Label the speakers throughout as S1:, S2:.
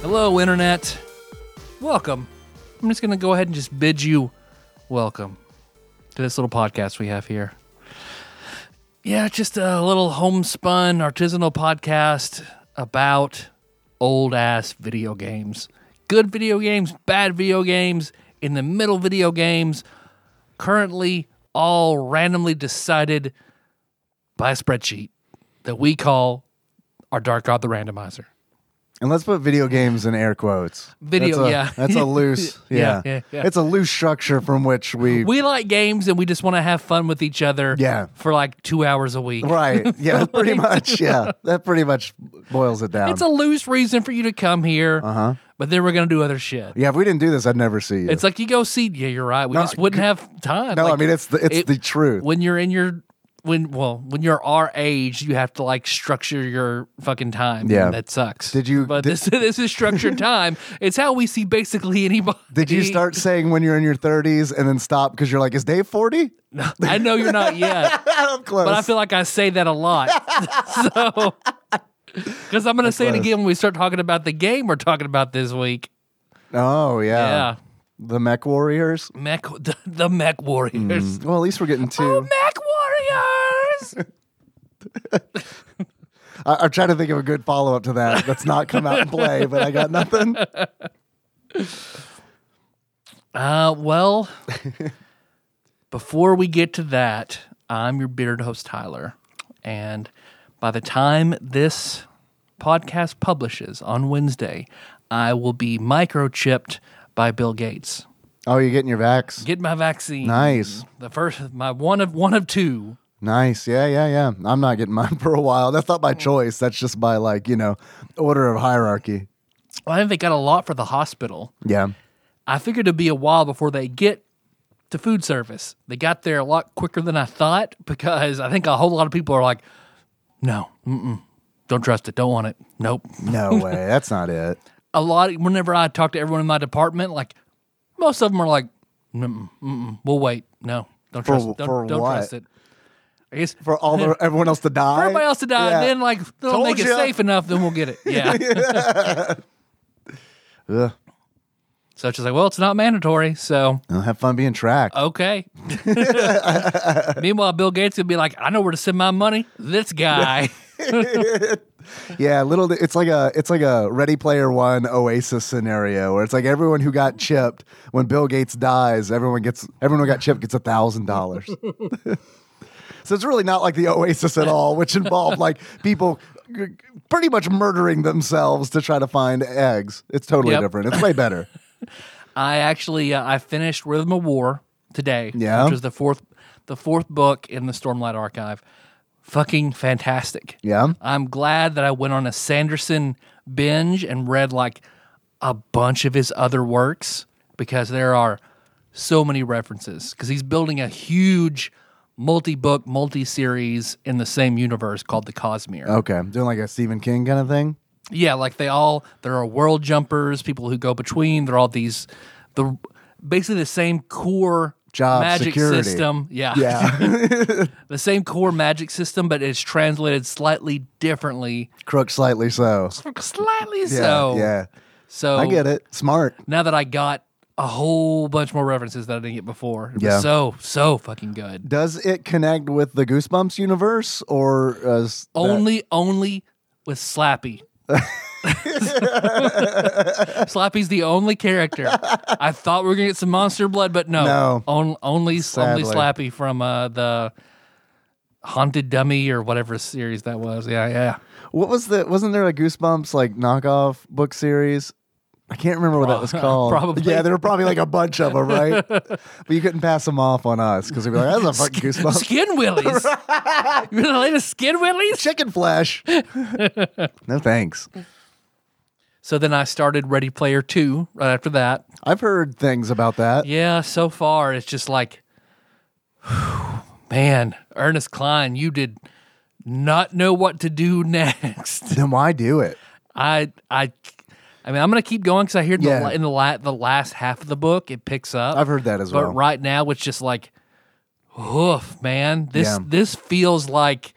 S1: Hello, Internet. Welcome. I'm just going to go ahead and just bid you welcome to this little podcast we have here. Yeah, it's just a little homespun artisanal podcast about old ass video games. Good video games, bad video games, in the middle video games, currently all randomly decided by a spreadsheet that we call our Dark God the Randomizer.
S2: And let's put video games in air quotes.
S1: Video,
S2: that's a,
S1: yeah.
S2: That's a loose,
S1: Yeah,
S2: yeah.
S1: yeah, yeah.
S2: It's a loose structure from which we,
S1: we like games and we just want to have fun with each other
S2: Yeah.
S1: for like two hours a week
S2: right, yeah, pretty much, yeah. That pretty much boils it down.
S1: it's a loose reason for you to come here uh-huh. but then we're gonna do other shit
S2: yeah, if we didn't do this, I'd never see you.
S1: it's like you go see yeah you're right we just wouldn't have time
S2: no,
S1: Like,
S2: I mean it's the it's
S1: it-
S2: the truth.
S1: when you're in your when well when you're our age you have to like structure your fucking time
S2: Yeah.
S1: and that sucks
S2: Did you-
S1: but
S2: did-
S1: this this is structured time it's how we see basically anybody
S2: Did you start saying when you're in your 30s and then stop because you're like, is Dave 40?
S1: i know you're not yet
S2: I'm close.
S1: but I feel like I say that a lot. so, because I'm going to say it
S2: close.
S1: again when we start talking about the game we're talking about this week.
S2: oh yeah.
S1: Yeah.
S2: the Mech Warriors.
S1: Mech, the, the Mech Warriors.
S2: Well, at least we're getting two.
S1: Oh, Mech Warriors!
S2: I, I'm trying to think of a good follow up to that. That's not come out and play, but I got nothing.
S1: uh, well, before we get to that, I'm your bearded host, Tyler. And by the time this podcast publishes on Wednesday, I will be microchipped by Bill Gates.
S2: Oh, you're getting your vax.
S1: Get my vaccine.
S2: Nice.
S1: The first, my one of one of two.
S2: Nice. Yeah, yeah, yeah. I'm not getting mine for a while. That's not
S1: Mm.
S2: by choice. That's just by like, you know, order of hierarchy.
S1: I think they got a lot for the hospital.
S2: Yeah.
S1: I figured it'd be a while before they get to food service. They got there a lot quicker than I thought because I think a whole lot of people are like, "No, mm-mm, don't trust it, don't want it, nope."
S2: No way. That's not it.
S1: A lot. Whenever I talk to everyone in my department, like most of them are like, "Mm-mm, mm-mm we'll wait, no, don't trust, it. don't,
S2: for
S1: don't
S2: what?
S1: trust it." I guess
S2: For all the everyone else to die.
S1: everybody else to die,
S2: Yeah.
S1: then like they'll
S2: Told
S1: make it
S2: ya.
S1: safe enough, then we'll get it. Yeah.
S2: Ugh.
S1: So she's like, well, it's not mandatory. So,
S2: Well, have fun being tracked.
S1: okay. Meanwhile, Bill Gates would be like, I know where to send my money. This guy.
S2: Yeah, little it's like a it's like a Ready Player One Oasis scenario where it's like everyone who got chipped when Bill Gates dies, everyone gets everyone who got chipped gets a thousand dollars. So it's really not like the Oasis at all, which involved like people g- g- pretty much murdering themselves to try to find eggs. It's totally
S1: Yep.
S2: different. It's way better.
S1: I actually, uh, I finished Rhythm of War today.
S2: Yeah.
S1: Which was the fourth, the fourth book in the Stormlight Archive. Fucking fantastic.
S2: Yeah.
S1: I'm glad that I went on a Sanderson binge and read like a bunch of his other works because there are so many references because he's building a huge multi-book multi-series in the same universe called the cosmere
S2: Okay. Doing like a Stephen King kind of thing.
S1: yeah like they all there are world jumpers people who go between they're all these the basically the same core
S2: Job
S1: magic
S2: security.
S1: system yeah
S2: Yeah.
S1: the same core magic system but it's translated slightly differently
S2: Crook slightly so.
S1: slightly
S2: Yeah.
S1: so
S2: yeah.
S1: So
S2: I get it. Smart.
S1: Now that I got a whole bunch more references that I didn't get before, it was
S2: Yeah.
S1: so so fucking good.
S2: Does it connect with the Goosebumps universe or uh, s- that-
S1: Only only with Slappy. Slappy's the only character. I thought we were gonna get some monster blood, but no.
S2: No.
S1: On, only
S2: Sadly.
S1: only Slappy from uh, the Haunted Dummy or whatever series that was. Yeah, yeah.
S2: What was the? Wasn't there a Goosebumps like knockoff book series? I can't remember what that was called.
S1: probably.
S2: Yeah, there were probably like a bunch of them, right? but you couldn't pass them off on us because we'd be like, that's a fucking goosebumps.
S1: Skin willies. you want to lay the skin willies?
S2: Chicken flesh. no thanks.
S1: So then I started Ready Player Two right after that.
S2: I've heard things about that.
S1: Yeah, so far it's just like, man, Ernest Klein, you did not know what to do next.
S2: Then why do it?
S1: I I I mean, I'm gonna keep going because I hear the,
S2: Yeah.
S1: la- in the la- the last half of the book it picks up.
S2: I've heard that as
S1: but
S2: well.
S1: right now it's just like, hoof, man. This
S2: Yeah.
S1: this feels like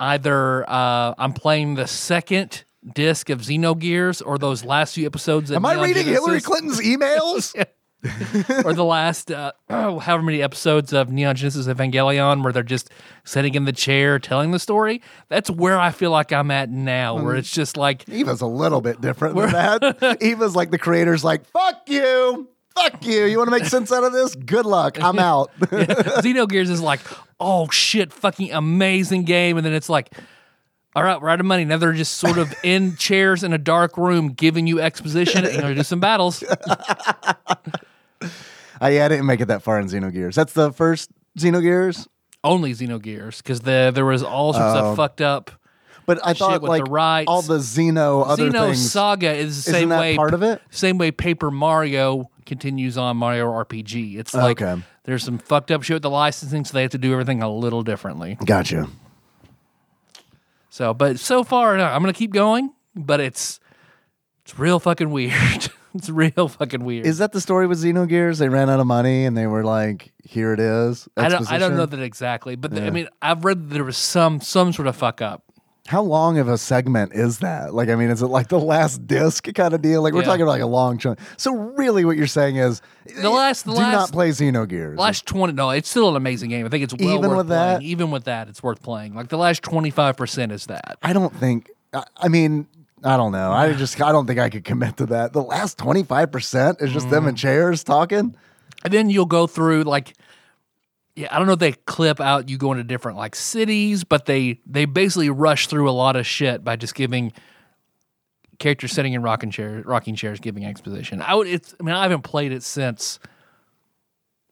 S1: either uh, I'm playing the second disc of Xenogears or those last few episodes. Of
S2: Am I
S1: Neon
S2: reading Hillary
S1: Genesis-
S2: Clinton's emails?
S1: or the last uh, however many episodes of Neon Genesis Evangelion where they're just sitting in the chair telling the story? That's where I feel like I'm at now, where it's just like.
S2: Eva's a little bit different than that. Eva's like the creator's like, fuck you. Fuck you. You want to make sense out of this? Good luck. I'm out.
S1: Xenogears is like, oh shit, fucking amazing game. And then it's like, all right, we're out of money. Now they're just sort of in chairs in a dark room giving you exposition and gonna do some battles.
S2: I, yeah, I didn't make it that far in Xenogears. That's the first Xenogears.
S1: Only Xenogears, because the, there was all sorts of fucked up.
S2: But I thought
S1: with
S2: like
S1: the rights.
S2: all the Xeno other
S1: Xeno
S2: things.
S1: Saga is the
S2: Isn't
S1: same
S2: that
S1: way.
S2: part of it?
S1: Same way Paper Mario continues on Mario RPG. It's like
S2: Okay.
S1: there's some fucked up shit with the licensing, so they have to do everything a little differently.
S2: gotcha.
S1: So, but so far, no, I'm gonna keep going. But it's it's real fucking weird. it's real fucking weird.
S2: Is that the story with Xenogears? They ran out of money and they were like, here it is.
S1: I don't I don't
S2: Exposition?
S1: know that exactly, but the- I mean I've read that there was some some sort of fuck up.
S2: How long of a segment is that? Like, I mean, is it like the last disc kind of deal? Like, we're
S1: Yeah.
S2: talking about like a long chunk. So, really, what you're saying is
S1: The last- the
S2: do
S1: last-
S2: not play Xenogears.
S1: Last twenty no, it's still an amazing game. I think it's well
S2: Even
S1: worth
S2: with
S1: playing.
S2: that?
S1: Even with that, it's worth playing. Like the last twenty five percent is that.
S2: I don't think, I, I mean, I don't know. I just, I don't think I could commit to that. The last 25% is just them
S1: Mm.
S2: in chairs talking.
S1: And then you'll go through like yeah, I don't know if they clip out you going to different like cities, but they they basically rush through a lot of shit by just giving characters sitting in rocking chairs, rocking chairs giving exposition. I would it's I mean I haven't played it since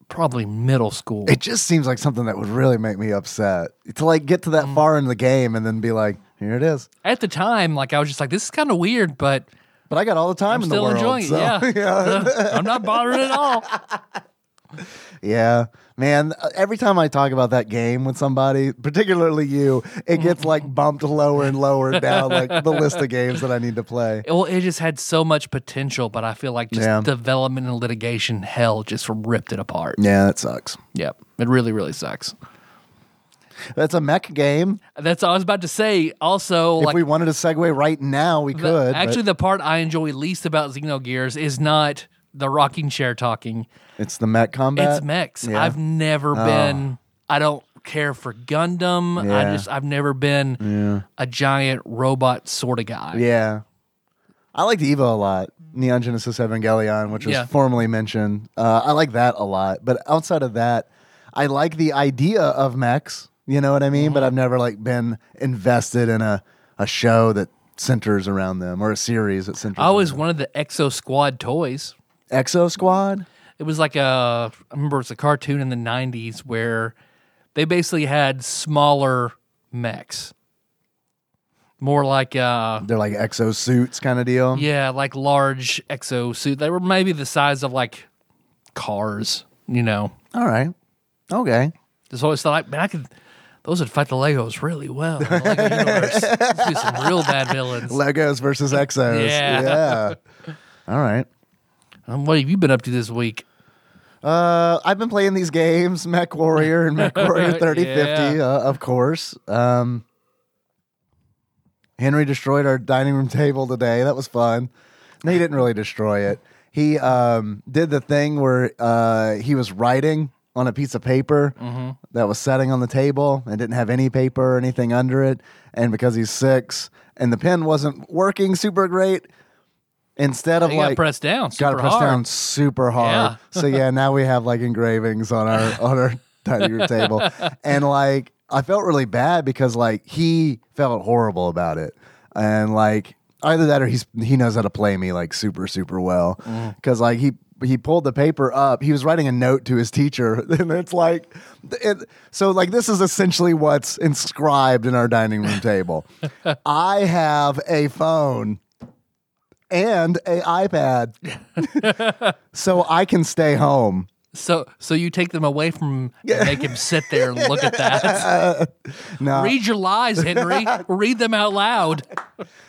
S1: probably middle school.
S2: It just seems like something that would really make me upset to like get to that
S1: Mm.
S2: far in the game and then be like, here it is.
S1: At the time like I was just like this is kind of weird, but
S2: But I got all the time
S1: I'm
S2: in
S1: still
S2: the world.
S1: enjoying
S2: so-
S1: it. Yeah. I'm not bothered at all.
S2: Yeah, man. uh, Every time I talk about that game with somebody, particularly you, it gets like bumped lower and lower down like the list of games that I need to play.
S1: Well, it just had so much potential, but I feel like just
S2: Yeah.
S1: development and litigation hell just ripped it apart.
S2: Yeah, that sucks.
S1: Yep. It really, really sucks.
S2: That's a mech game.
S1: That's I was about to say. Also,
S2: If
S1: like
S2: we wanted to segue right now, we
S1: the-
S2: could. but
S1: actually, the part I enjoy least about Xenogears is not the rocking chair talking.
S2: it's the mech combat.
S1: it's mechs.
S2: yeah. Oh.
S1: I've never been. I don't care for Gundam. I
S2: Yeah.
S1: just I've never been a giant robot sort of guy.
S2: Yeah, I liked Evo a lot. Neon Genesis Evangelion, which was
S1: Yeah.
S2: formerly mentioned, uh, I like that a lot. But outside of that, I like the idea of mechs. You know what I mean?
S1: Mm-hmm.
S2: But I've never like been invested in a a show that centers around them or a series that centers.
S1: I always wanted the Exo Squad toys.
S2: around Exo Squad.
S1: It was like a I remember it's a cartoon in the '90s where they basically had smaller mechs, more like uh,
S2: They're like exo suits kind of deal.
S1: Yeah, like large exo suit. They were maybe the size of like cars, you know.
S2: All right. Okay.
S1: Just always thought, like, man, I could. Those would fight the Legos really well. in the Lego universe. There'd be some real bad villains.
S2: Legos versus Exos.
S1: Yeah.
S2: yeah. All right.
S1: Um, what have you been up to this week?
S2: Uh, I've been playing these games, Mech Warrior and Mech Warrior 3050,
S1: Yeah.
S2: uh, of course. Um, Henry destroyed our dining room table today. That was fun. No, he didn't really destroy it. He um, did the thing where uh, he was writing on a piece of paper
S1: Mm-hmm.
S2: that was setting on the table and didn't have any paper or anything under it. And because he's six and the pen wasn't working super great, instead of
S1: You got
S2: like
S1: pressed down.
S2: got to
S1: super
S2: press
S1: hard.
S2: down super hard. so yeah, now we have like engravings on our on our dining room table, and like I felt really bad because like he felt horrible about it, and like either that or he's he knows how to play me like super super well
S1: Mm.
S2: because like he he pulled the paper up he was writing a note to his teacher and it's like it, so like this is essentially what's inscribed in our dining room table i have a phone and a ipad so i can stay home
S1: So so you take them away from him and make him sit there and look at that.
S2: no
S1: Read your lies, Henry. Read them out loud.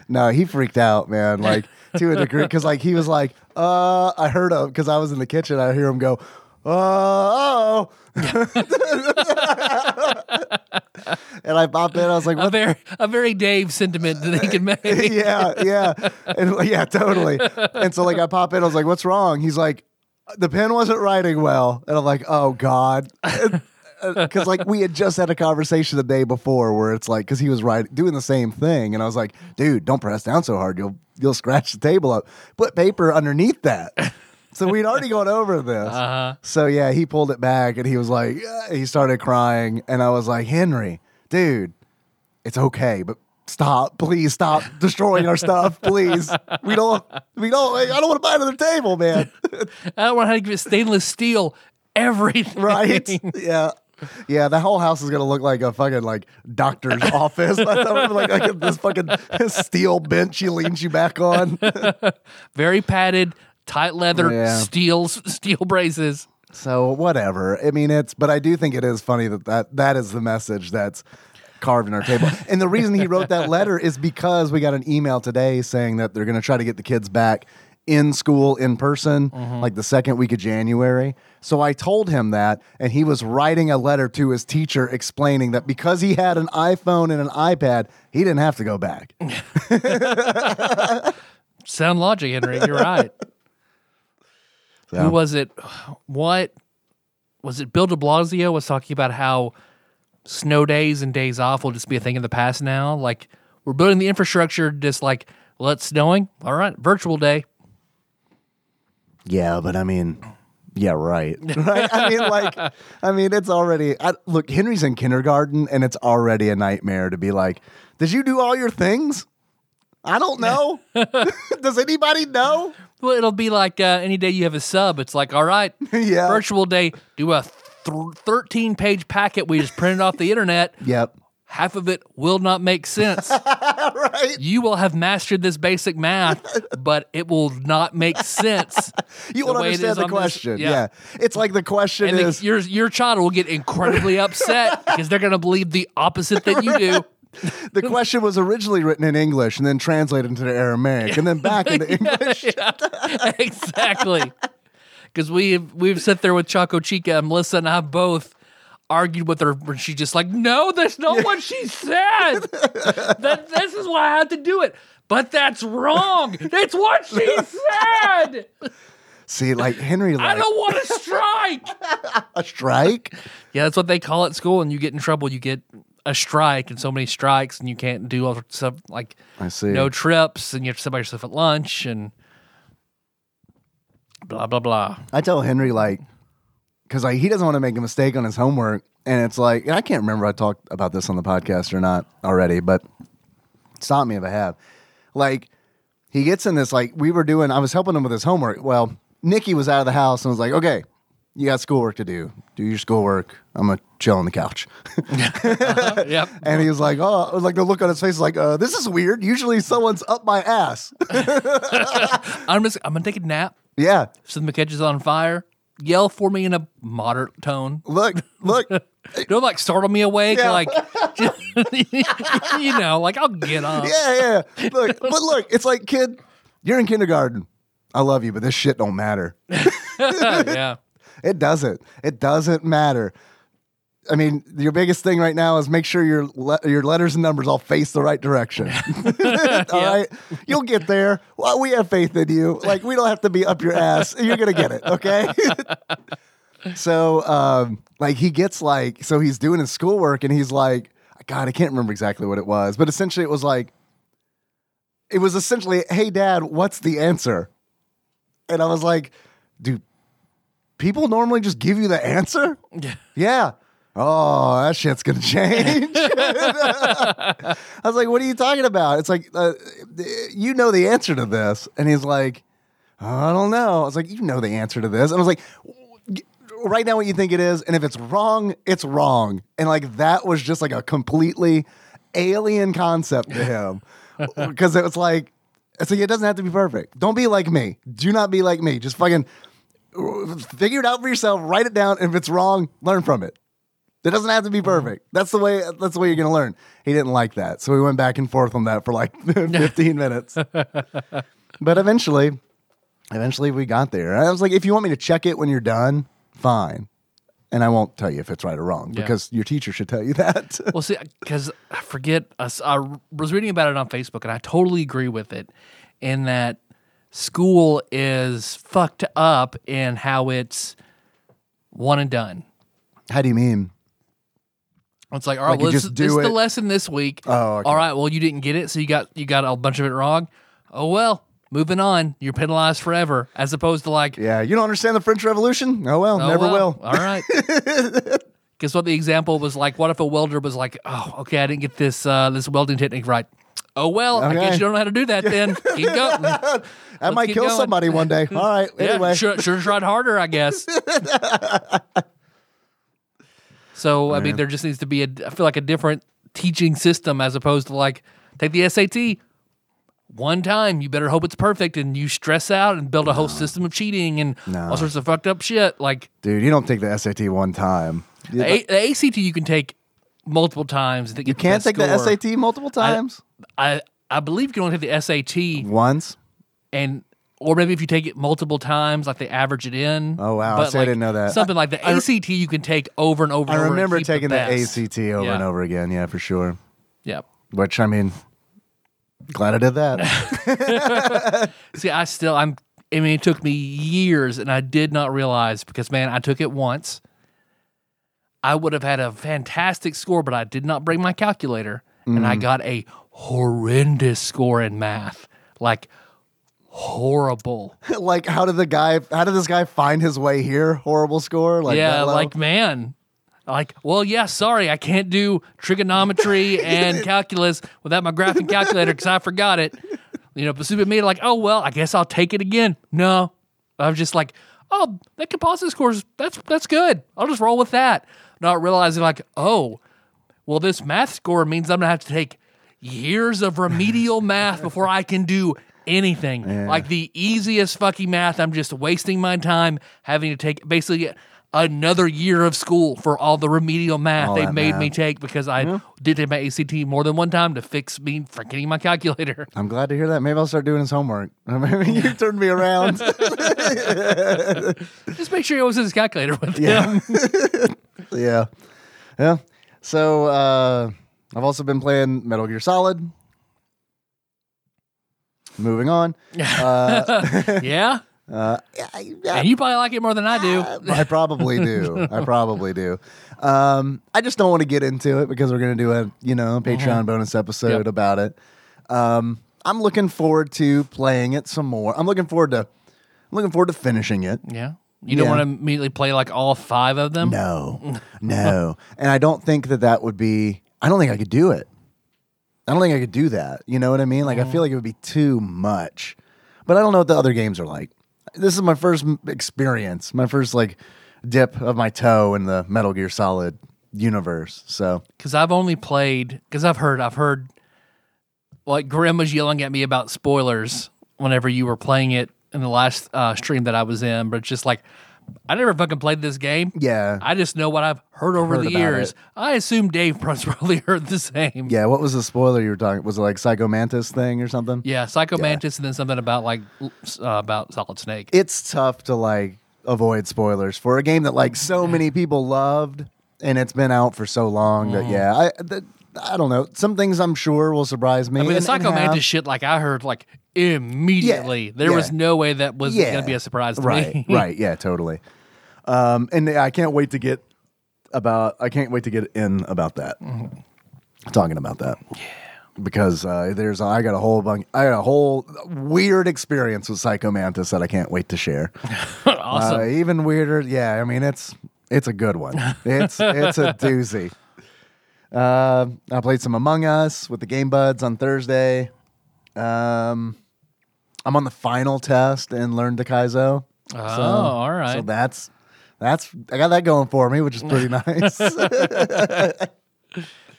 S2: No, he freaked out, man. Like to a degree, because like he was like, uh, I heard him because I was in the kitchen. I hear him go, uh, oh, and I popped in. I was like,
S1: A
S2: what?
S1: very a very Dave sentiment that he can make.
S2: yeah, yeah, and like, yeah, totally. And so like I pop in. I was like, what's wrong? He's like, the pen wasn't writing well, and I'm like, oh god. Because like we had just had a conversation the day before where it's like because he was writing doing the same thing and I was like, dude, don't press down so hard, you'll you'll scratch the table up. Put paper underneath that. So we'd already gone over this. So yeah, he pulled it back and he was like, "Yeah," he started crying and I was like, Henry, dude, it's okay, but stop, please stop destroying our stuff, please. We don't, we don't. I don't want to buy another table, man.
S1: I don't want to have to give it stainless steel everything.
S2: right? Yeah. Yeah, the whole house is gonna look like a fucking like doctor's office. By the time, like, like this fucking steel bench she leans you back on.
S1: Very padded, tight leather,
S2: Yeah.
S1: steel steel braces.
S2: so whatever. I mean, it's but I do think it is funny that that, that is the message that's carved in our table. And the reason he wrote that letter is because we got an email today saying that they're gonna try to get the kids back in school in person like the second week of January. So I told him that and he was writing a letter to his teacher explaining that because he had an iPhone and an iPad, he didn't have to go back.
S1: Sound logic, Henry. You're right. Who was it? What was it? Bill De Blasio was talking about how snow days and days off will just be a thing of the past now. Like we're building the infrastructure, just like let it's snowing. All right, virtual day.
S2: Yeah, but I mean, yeah, right. right? I mean, like, I mean, it's already. I, look, Henry's in kindergarten, and it's already a nightmare to be like, "Did you do all your things?" I don't know. Does anybody know?
S1: Well, it'll be like uh, any day you have a sub. It's like all right,
S2: Yeah.
S1: virtual day. Do a th- thirteen page packet we just printed off the internet.
S2: Yep.
S1: Half of it will not make sense.
S2: Right.
S1: you will have mastered this basic math, but it will not make sense.
S2: You won't
S1: way it is
S2: understand the
S1: on this-
S2: question.
S1: yeah.
S2: yeah. It's like the question
S1: and the,
S2: is
S1: your your child will get incredibly upset because they're going to believe the opposite that you do.
S2: the question was originally written in English and then translated into Aramaic and then back into English.
S1: exactly. Because we've we've sat there with Choco Chica and Melissa and I both argued with her when she's just like, no, that's not what she said. that this is why I had to do it. But that's wrong. That's what she said.
S2: See, like Henry,
S1: I
S2: like
S1: don't want to strike.
S2: a strike.
S1: Yeah, that's what they call at school. And you get in trouble, you get a strike and so many strikes, and you can't do all sorts of stuff like
S2: I see.
S1: no trips, and you have to sit by yourself at lunch and blah blah blah.
S2: I tell Henry like, because like he doesn't want to make a mistake on his homework, and it's like, and I can't remember I talked about this on the podcast or not already, but stop me if I have. Like, he gets in this like we were doing. I was helping him with his homework. Well, Nikki was out of the house and was like, okay. You got schoolwork to do. Do your schoolwork. I'm gonna chill on the couch.
S1: yep.
S2: And he was like, "Oh, like the look on his face, is like uh, this is weird. Usually, someone's up my ass."
S1: I'm just I'm gonna take a nap.
S2: yeah,
S1: If something catches on fire, yell for me in a moderate tone.
S2: look, look.
S1: Don't like startle me awake.
S2: Yeah.
S1: Like you know, like I'll get up.
S2: yeah, yeah. Look, but look, it's like, kid, you're in kindergarten. I love you, but this shit don't matter.
S1: yeah.
S2: It doesn't. It doesn't matter. I mean, your biggest thing right now is make sure your le- your letters and numbers all face the right direction. All right? you'll get there. Well, we have faith in you. Like we don't have to be up your ass. You're gonna get it. Okay. so, um, like he gets like so he's doing his schoolwork and he's like, God, I can't remember exactly what it was, but essentially it was like, it was essentially, Hey, Dad, what's the answer? And I was like, Dude, people normally just give you the answer? Yeah. All oh, that shit's gonna change. I was like, what are you talking about? It's like, uh, you know the answer to this. And he's like, I don't know. I was like, you know the answer to this. And I was like, right now, what you think it is. And if it's wrong, it's wrong. And like, that was just like a completely alien concept to him. Because it was like, it's like, it doesn't have to be perfect. Don't be like me. Do not be like me. Just fucking figure it out for yourself, write it down. And if it's wrong, learn from it. It doesn't have to
S1: Mm-hmm.
S2: be perfect. That's the way. That's the way you're gonna learn. He didn't like that, so we went back and forth on that for like 15 minutes. But eventually, eventually we got there. And I was like, if you want me to check it when you're done, fine. And I won't tell you if it's right or wrong
S1: Yeah.
S2: because your teacher should tell you that.
S1: Well, see, because I forget, I s- I was reading about it on Facebook, and I totally agree with it in that school is fucked up in how it's one and done.
S2: How do you mean?
S1: It's like, all right,
S2: Like, you
S1: well, this,
S2: just
S1: this is
S2: do
S1: the
S2: it.
S1: lesson this week.
S2: Oh, okay.
S1: all right. Well, you didn't get it, so you got you got a bunch of it wrong. Oh well, moving on. You're penalized forever, as opposed to like,
S2: Yeah, you don't understand the French Revolution? Oh well,
S1: oh,
S2: never
S1: well,
S2: will.
S1: All right. Guess what? The example was like, what if a welder was like, oh, okay, I didn't get this uh, this welding technique right. Oh well, I guess
S2: Okay.
S1: you don't know how to do that then. Keep going.
S2: I might
S1: keep
S2: kill
S1: going.
S2: somebody one day. All right.
S1: Yeah,
S2: anyway,
S1: sure, sure tried harder, I guess. so I mean, there just needs to be a. I feel like a different teaching system as opposed to like take the SAT one time. You better hope it's perfect, and you stress out and build a whole system of cheating and all sorts of fucked up shit. Like
S2: dude, you don't take the SAT one time. You,
S1: the, a- the ACT, you can take multiple times.
S2: you can't take the SAT multiple times.
S1: I I believe you can only take the SAT
S2: Once.
S1: and or maybe if you take it multiple times, like they average it in.
S2: Oh, wow. I see, I didn't know that.
S1: Something like the ACT you can take over and over.
S2: I
S1: and over and
S2: remember
S1: keep
S2: taking
S1: the,
S2: the,
S1: best.
S2: ACT over
S1: Yeah.
S2: and over again. Yeah, for sure.
S1: Yeah.
S2: Which I mean, glad I did that.
S1: See, I still I'm. I mean, it took me years, and I did not realize because man, I took it once. I would have had a fantastic score, but I did not bring my calculator, and I got a horrendous score in math, like horrible.
S2: like, how did the guy? How did this guy find his way here? Horrible score. Like
S1: yeah,
S2: that low?
S1: like man, like well, yeah. Sorry, I can't do trigonometry and calculus without my graphing calculator because I forgot it. You know, but stupid me, like, oh well, I guess I'll take it again. No, I'm just like, oh, that composite scores. That's that's good. I'll just roll with that. Not realizing, like, oh, well, this math score means I'm gonna have to take years of remedial math before I can do anything. Like the easiest fucking math, I'm just wasting my time having to take basically another year of school for all the remedial math they
S2: that
S1: made me
S2: math.
S1: take because I did take my ACT more than one time to fix me freaking my calculator.
S2: I'm glad to hear that. Maybe I'll start doing his homework. Maybe you turned me around.
S1: just make sure he always has his calculator with him.
S2: yeah, yeah. So uh, I've also been playing Metal Gear Solid. Moving on.
S1: yeah.
S2: I-
S1: And you probably like it more than I do.
S2: I probably do. I probably do. Um, I just don't want to get into it because we're going to do a you know Patreon bonus episode
S1: Yep.
S2: about it. Um, I'm looking forward to playing it some more. I'm looking forward to. I'm looking forward to finishing it.
S1: Yeah. You don't
S2: Yeah.
S1: want to immediately play like all five of them?
S2: No, no, and I don't think that that would be. I don't think I could do it. I don't think I could do that. You know what I mean? Like I feel like it would be too much. But I don't know what the other games are like. This is my first m- experience, my first like dip of my toe in the Metal Gear Solid universe. So
S1: because I've only played because I've heard I've heard like Grim was yelling at me about spoilers whenever you were playing it in the last uh, stream that I was in, but it's just like I never fucking played this game.
S2: yeah,
S1: I just know what I've heard over
S2: Heard
S1: the
S2: about
S1: years.
S2: it.
S1: I assume Dave Prince probably heard the same.
S2: yeah. What was the spoiler you were talking? Was it like Psycho Mantis thing or something?
S1: yeah Psycho Mantis and then something about like l- s- uh, about Solid Snake.
S2: It's tough to like avoid spoilers for a game that like so
S1: Mm-hmm.
S2: many people loved and it's been out for so long
S1: Mm-hmm.
S2: that yeah, I that, I don't know. Some things I'm sure will surprise me.
S1: I mean, the
S2: and- and
S1: Psycho
S2: have.
S1: Mantis shit, like I heard like immediately. there
S2: yeah.
S1: was no way that was
S2: yeah,
S1: going to be a surprise to
S2: right,
S1: me.
S2: right, yeah, totally. Um, and I can't wait to get about. I can't wait to get in about that.
S1: Mm-hmm.
S2: Talking about that, yeah, because uh, there's I got a whole bunch. I got a whole weird experience with Psycho Mantis that I can't wait to share.
S1: awesome.
S2: Uh, even weirder, yeah. I mean, it's It's a good one. It's it's a doozy. Uh, I played some Among Us with the Game Buds on Thursday. Um, I'm on the final test and learned the Kaizo.
S1: Oh, all right.
S2: So that's that's I got that going for me, which is pretty nice.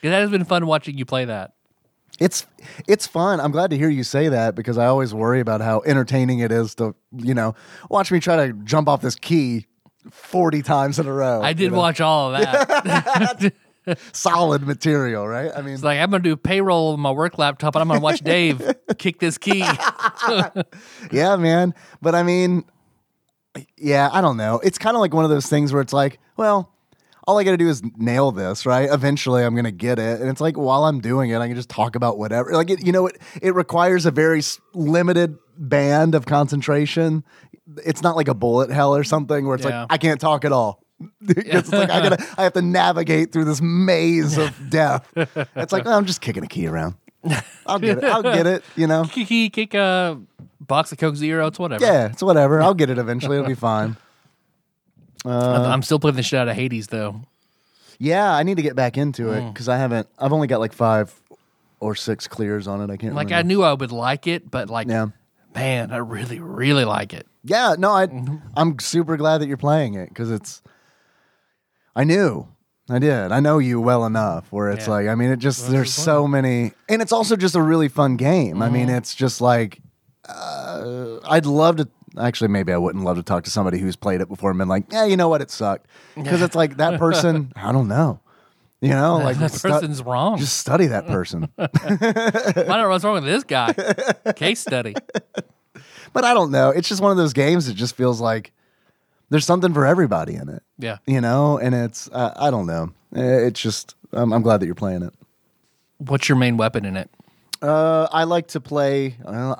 S1: Yeah, that has been fun watching you play that.
S2: It's it's fun. I'm glad to hear you say that because I always worry about how entertaining it is to you know watch me try to jump off this key forty times in a row.
S1: I
S2: you
S1: did
S2: know?
S1: watch all of that.
S2: solid material, right? I mean,
S1: it's like I'm gonna do payroll on my work laptop, and I'm gonna watch Dave kick this key.
S2: yeah, man. But I mean, yeah, I don't know. It's kind of like one of those things where it's like, well, all I got to do is nail this, right? Eventually, I'm gonna get it, and it's like while I'm doing it, I can just talk about whatever. Like, it, you know, it it requires a very s- limited band of concentration. It's not like a bullet hell or something where it's
S1: Yeah.
S2: like I can't talk at all. 'Cause it's like I gotta, I have to navigate through this maze of death. It's like oh, I'm just kicking a key around. I'll get it. I'll get it. You know.
S1: Kick, kick, kick a box of Coke Zero. It's whatever.
S2: Yeah, it's whatever. I'll get it eventually. It'll be fine.
S1: I'm- I'm still playing the shit out of Hades though.
S2: Yeah, I need to get back into
S1: Mm.
S2: it because I haven't. I've only got like five or six clears on it. I can't.
S1: Like I
S2: remember.
S1: knew I would like it, but like,
S2: Mm. Yeah.
S1: man, I really, really like it.
S2: Yeah, no, I.
S1: Mhm.
S2: I'm super glad that you're playing it because it's. I knew. I did. I know you well enough where it's
S1: Yeah.
S2: like, I mean, it just, there's so many. And it's also just a really fun game. I
S1: Mm-hmm.
S2: mean, it's just like, uh, I'd love to, actually, maybe I wouldn't love to talk to somebody who's played it before and been like, yeah, you know what? It sucked. Because it's like that person, I don't know. You know, like,
S1: That
S2: stu-
S1: person's wrong.
S2: just study that person.
S1: I don't know what's wrong with this guy. Case study.
S2: but I don't know. It's just one of those games that just feels like there's something for everybody in it.
S1: Yeah.
S2: you know and it's uh, i don't know Eh, it's just um, i'm glad that you're playing it
S1: What's your main weapon in it?
S2: uh, i like to play uh,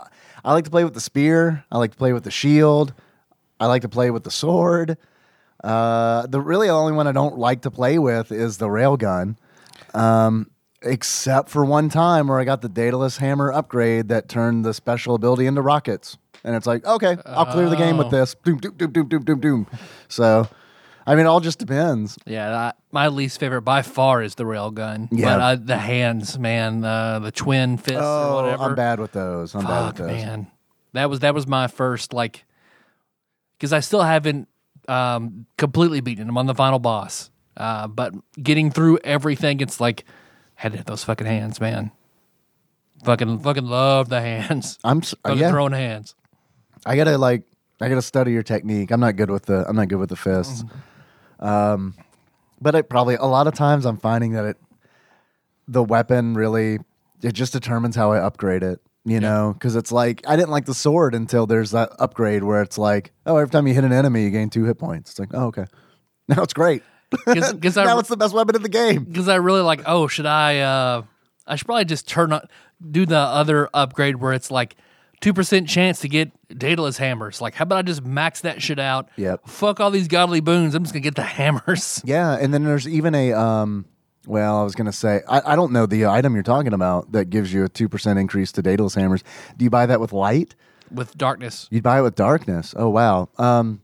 S2: i like to play with the spear i like to play with the shield i like to play with the sword uh, the really only one i don't like to play with is the railgun um, except for one time where i got the daedalus hammer upgrade that turned the special ability into rockets and it's like okay i'll clear the game with this doom doom doom doom doom doom doom so i mean it all just depends
S1: Yeah, that, my least favorite by far is the rail gun.
S2: Yeah.
S1: But uh, the hands, man, uh, the twin fists or whatever.
S2: Oh, I'm bad with those. I'm bad with
S1: Fuck,
S2: those.
S1: man. That was that was my first like because I still haven't um, completely beaten him on the final boss. Uh, but getting through everything, it's like had to hit those fucking hands, man. Fucking fucking love the hands.
S2: I'm s- uh,
S1: Fucking
S2: yeah.
S1: throwing hands.
S2: I gotta like I gotta study your technique. I'm not good with the I'm not good with the fists. Um,
S1: Mm-hmm.
S2: but it probably a lot of times I'm finding that it the weapon really it just determines how I upgrade it. You know, because it's like I didn't like the sword until there's that upgrade where it's like, oh, every time you hit an enemy, you gain two hit points. It's like, oh, okay, now it's great.
S1: Because I
S2: now it's the best weapon in the game.
S1: because I really like. Oh, should I? uh I should probably just turn on do the other upgrade where it's like two percent chance to get Daedalus hammers. Like, how about I just max that shit out?
S2: Yep.
S1: Fuck all these godly boons. I'm just gonna get the hammers.
S2: Yeah, and then there's even a um. Well, I was gonna say I, I don't know the item you're talking about that gives you a two percent increase to Daedalus hammers. Do you buy that with light?
S1: with darkness.
S2: You'd buy it with darkness. Oh wow. Um,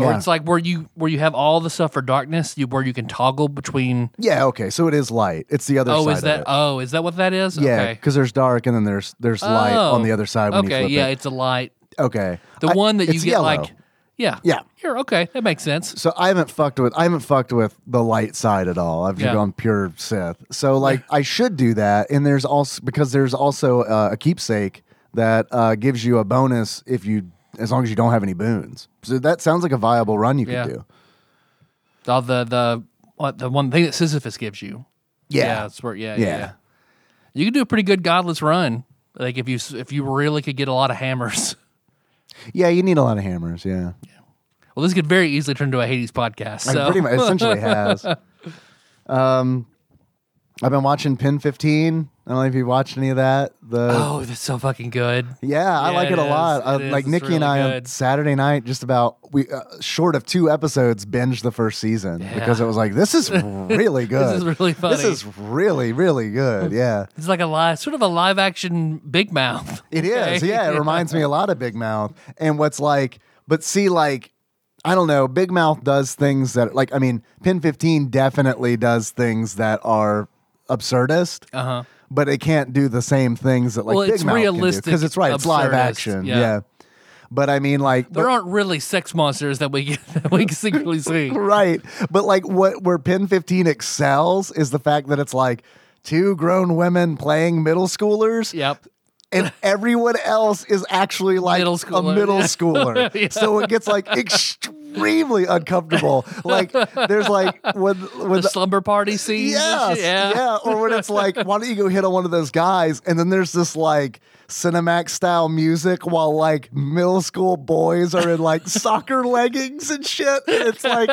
S1: Or
S2: yeah.
S1: it's like where you where you have all the stuff for darkness, you where you can toggle between.
S2: yeah. Okay. So it is light. It's the other
S1: Oh,
S2: side.
S1: is that?
S2: Of it.
S1: Oh, is that what that is?
S2: Yeah,
S1: Okay.
S2: because there's dark and then there's there's light on
S1: Oh.
S2: the other side when
S1: okay.
S2: you flip
S1: yeah,
S2: it.
S1: it's a light.
S2: Okay.
S1: The
S2: I-
S1: one that you
S2: it's
S1: get
S2: yellow.
S1: like. Yeah.
S2: Yeah.
S1: Here. Okay. That makes sense.
S2: So I haven't fucked with I haven't fucked with the light side at all. I've just
S1: Yeah.
S2: gone pure Sith. So like I should do that. And there's also because there's also uh, a keepsake that uh, gives you a bonus if you as long as you don't have any boons. So that sounds like a viable run you could
S1: Yeah.
S2: do.
S1: All the the what the one thing that Sisyphus gives you.
S2: Yeah.
S1: that's where. Yeah, yeah.
S2: Yeah.
S1: yeah. You can do a pretty good godless run. Like if you s- if you really could get a lot of hammers.
S2: Yeah, you need a lot of hammers. Yeah.
S1: Well, this could very easily turn into a Hades podcast.
S2: It
S1: So
S2: pretty much essentially has. Um, I've been watching Pin 15. I don't know if you watched any of that. The
S1: oh, that's so fucking good.
S2: yeah, I
S1: Yeah,
S2: like it,
S1: it
S2: a
S1: is.
S2: lot. I,
S1: It is.
S2: like
S1: It's
S2: Nikki and
S1: really
S2: I on
S1: good.
S2: Saturday night, just about we uh, short of two episodes, binged the first season because it was like this is really good.
S1: is really
S2: This
S1: funny.
S2: is really really good. Yeah,
S1: It's like a live, sort of a live action Big Mouth.
S2: it is.
S1: Okay?
S2: Yeah, it reminds me a lot of Big Mouth. And what's like, but see, like I don't know. Big Mouth does things that, like, I mean, Pin 15 definitely does things that are absurdist. Uh huh. But it can't do the same things that, like,
S1: Uh-huh. Well,
S2: Big
S1: it's
S2: Mouth
S1: realistic
S2: because it's right. It's live
S1: absurdist,
S2: action.
S1: yeah.
S2: Yeah. But I mean, like,
S1: There aren't really sex monsters that we get, that we secretly see.
S2: right. But like what where Pin 15 excels is the fact that it's like two grown women playing middle schoolers
S1: Yep.
S2: and everyone else is actually like
S1: Middle
S2: a
S1: schooler.
S2: middle
S1: Yeah.
S2: schooler. So it gets like extremely uncomfortable. Like there's like when when
S1: The slumber party scene.
S2: Yes, yeah. Or when it's like, why don't you go hit on one of those guys? And then there's this like Cinemax style music while like middle school boys are in like soccer leggings and shit. And it's like,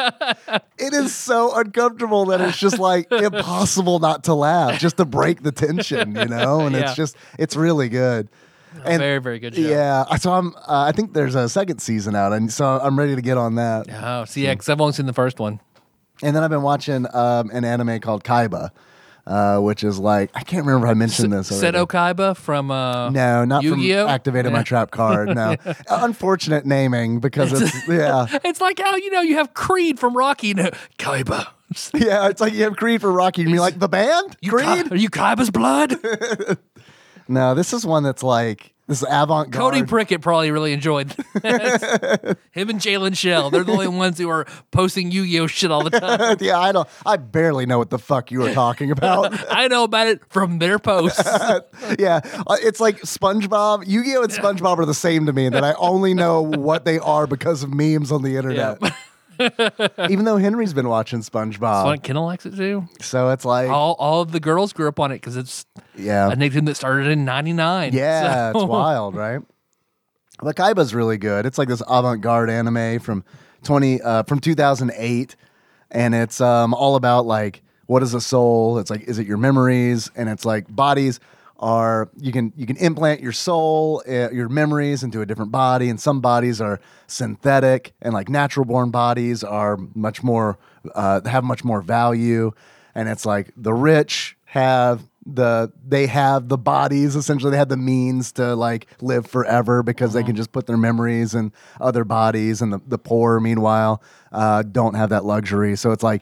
S2: it is so uncomfortable that it's just like impossible not to laugh, just to break the tension, you know? And
S1: Yeah.
S2: it's just, it's really good. And
S1: very, very good show.
S2: yeah, so I'm. Uh, I think there's a second season out, and so I'm ready to get on that.
S1: Oh, see, yeah, 'cause I've only seen the first one.
S2: And then I've been watching um, an anime called Kaiba, uh, which is like I can't remember if I mentioned this. already.
S1: Seto Kaiba from uh,
S2: No, not
S1: Yu-Gi-Oh?
S2: from activated my trap card. No, Uh, unfortunate naming because it's yeah,
S1: It's like how you know you have Creed from Rocky. No, Kaiba.
S2: yeah. It's like you have Creed for Rocky, and you're like the band
S1: You
S2: Creed.
S1: Ki- are you Kaiba's blood?
S2: No, this is one that's like this avant
S1: Cody
S2: garde.
S1: Prickett probably really enjoyed that. Him and Jalen Shell. They're the only ones who are posting Yu Gi Oh shit all the time.
S2: yeah, I don't. I barely know what the fuck you were talking about.
S1: I know about it from their posts.
S2: yeah, uh, it's like SpongeBob, Yu-Gi-Oh, and SpongeBob are the same to me. That I only know what they are because of memes on the internet. Even though Henry's been watching SpongeBob,
S1: Fun- Kendall likes it too.
S2: so it's like
S1: All, all of the girls grew up on it because it's
S2: yeah,
S1: a nickname that started in 99.
S2: Yeah,
S1: So-
S2: it's wild, right? But Kaiba's really good. It's like this avant-garde anime from twenty uh, from two thousand eight, and it's um, all about like what is a soul? It's like is it your memories? And it's like bodies are you can you can implant your soul, uh, your memories into a different body, and some bodies are synthetic, and like natural born bodies are much more uh, have much more value, and it's like the rich have the they have the bodies essentially they have the means to like live forever because they can just put their memories in other bodies and the, the poor meanwhile uh, don't have that luxury so it's like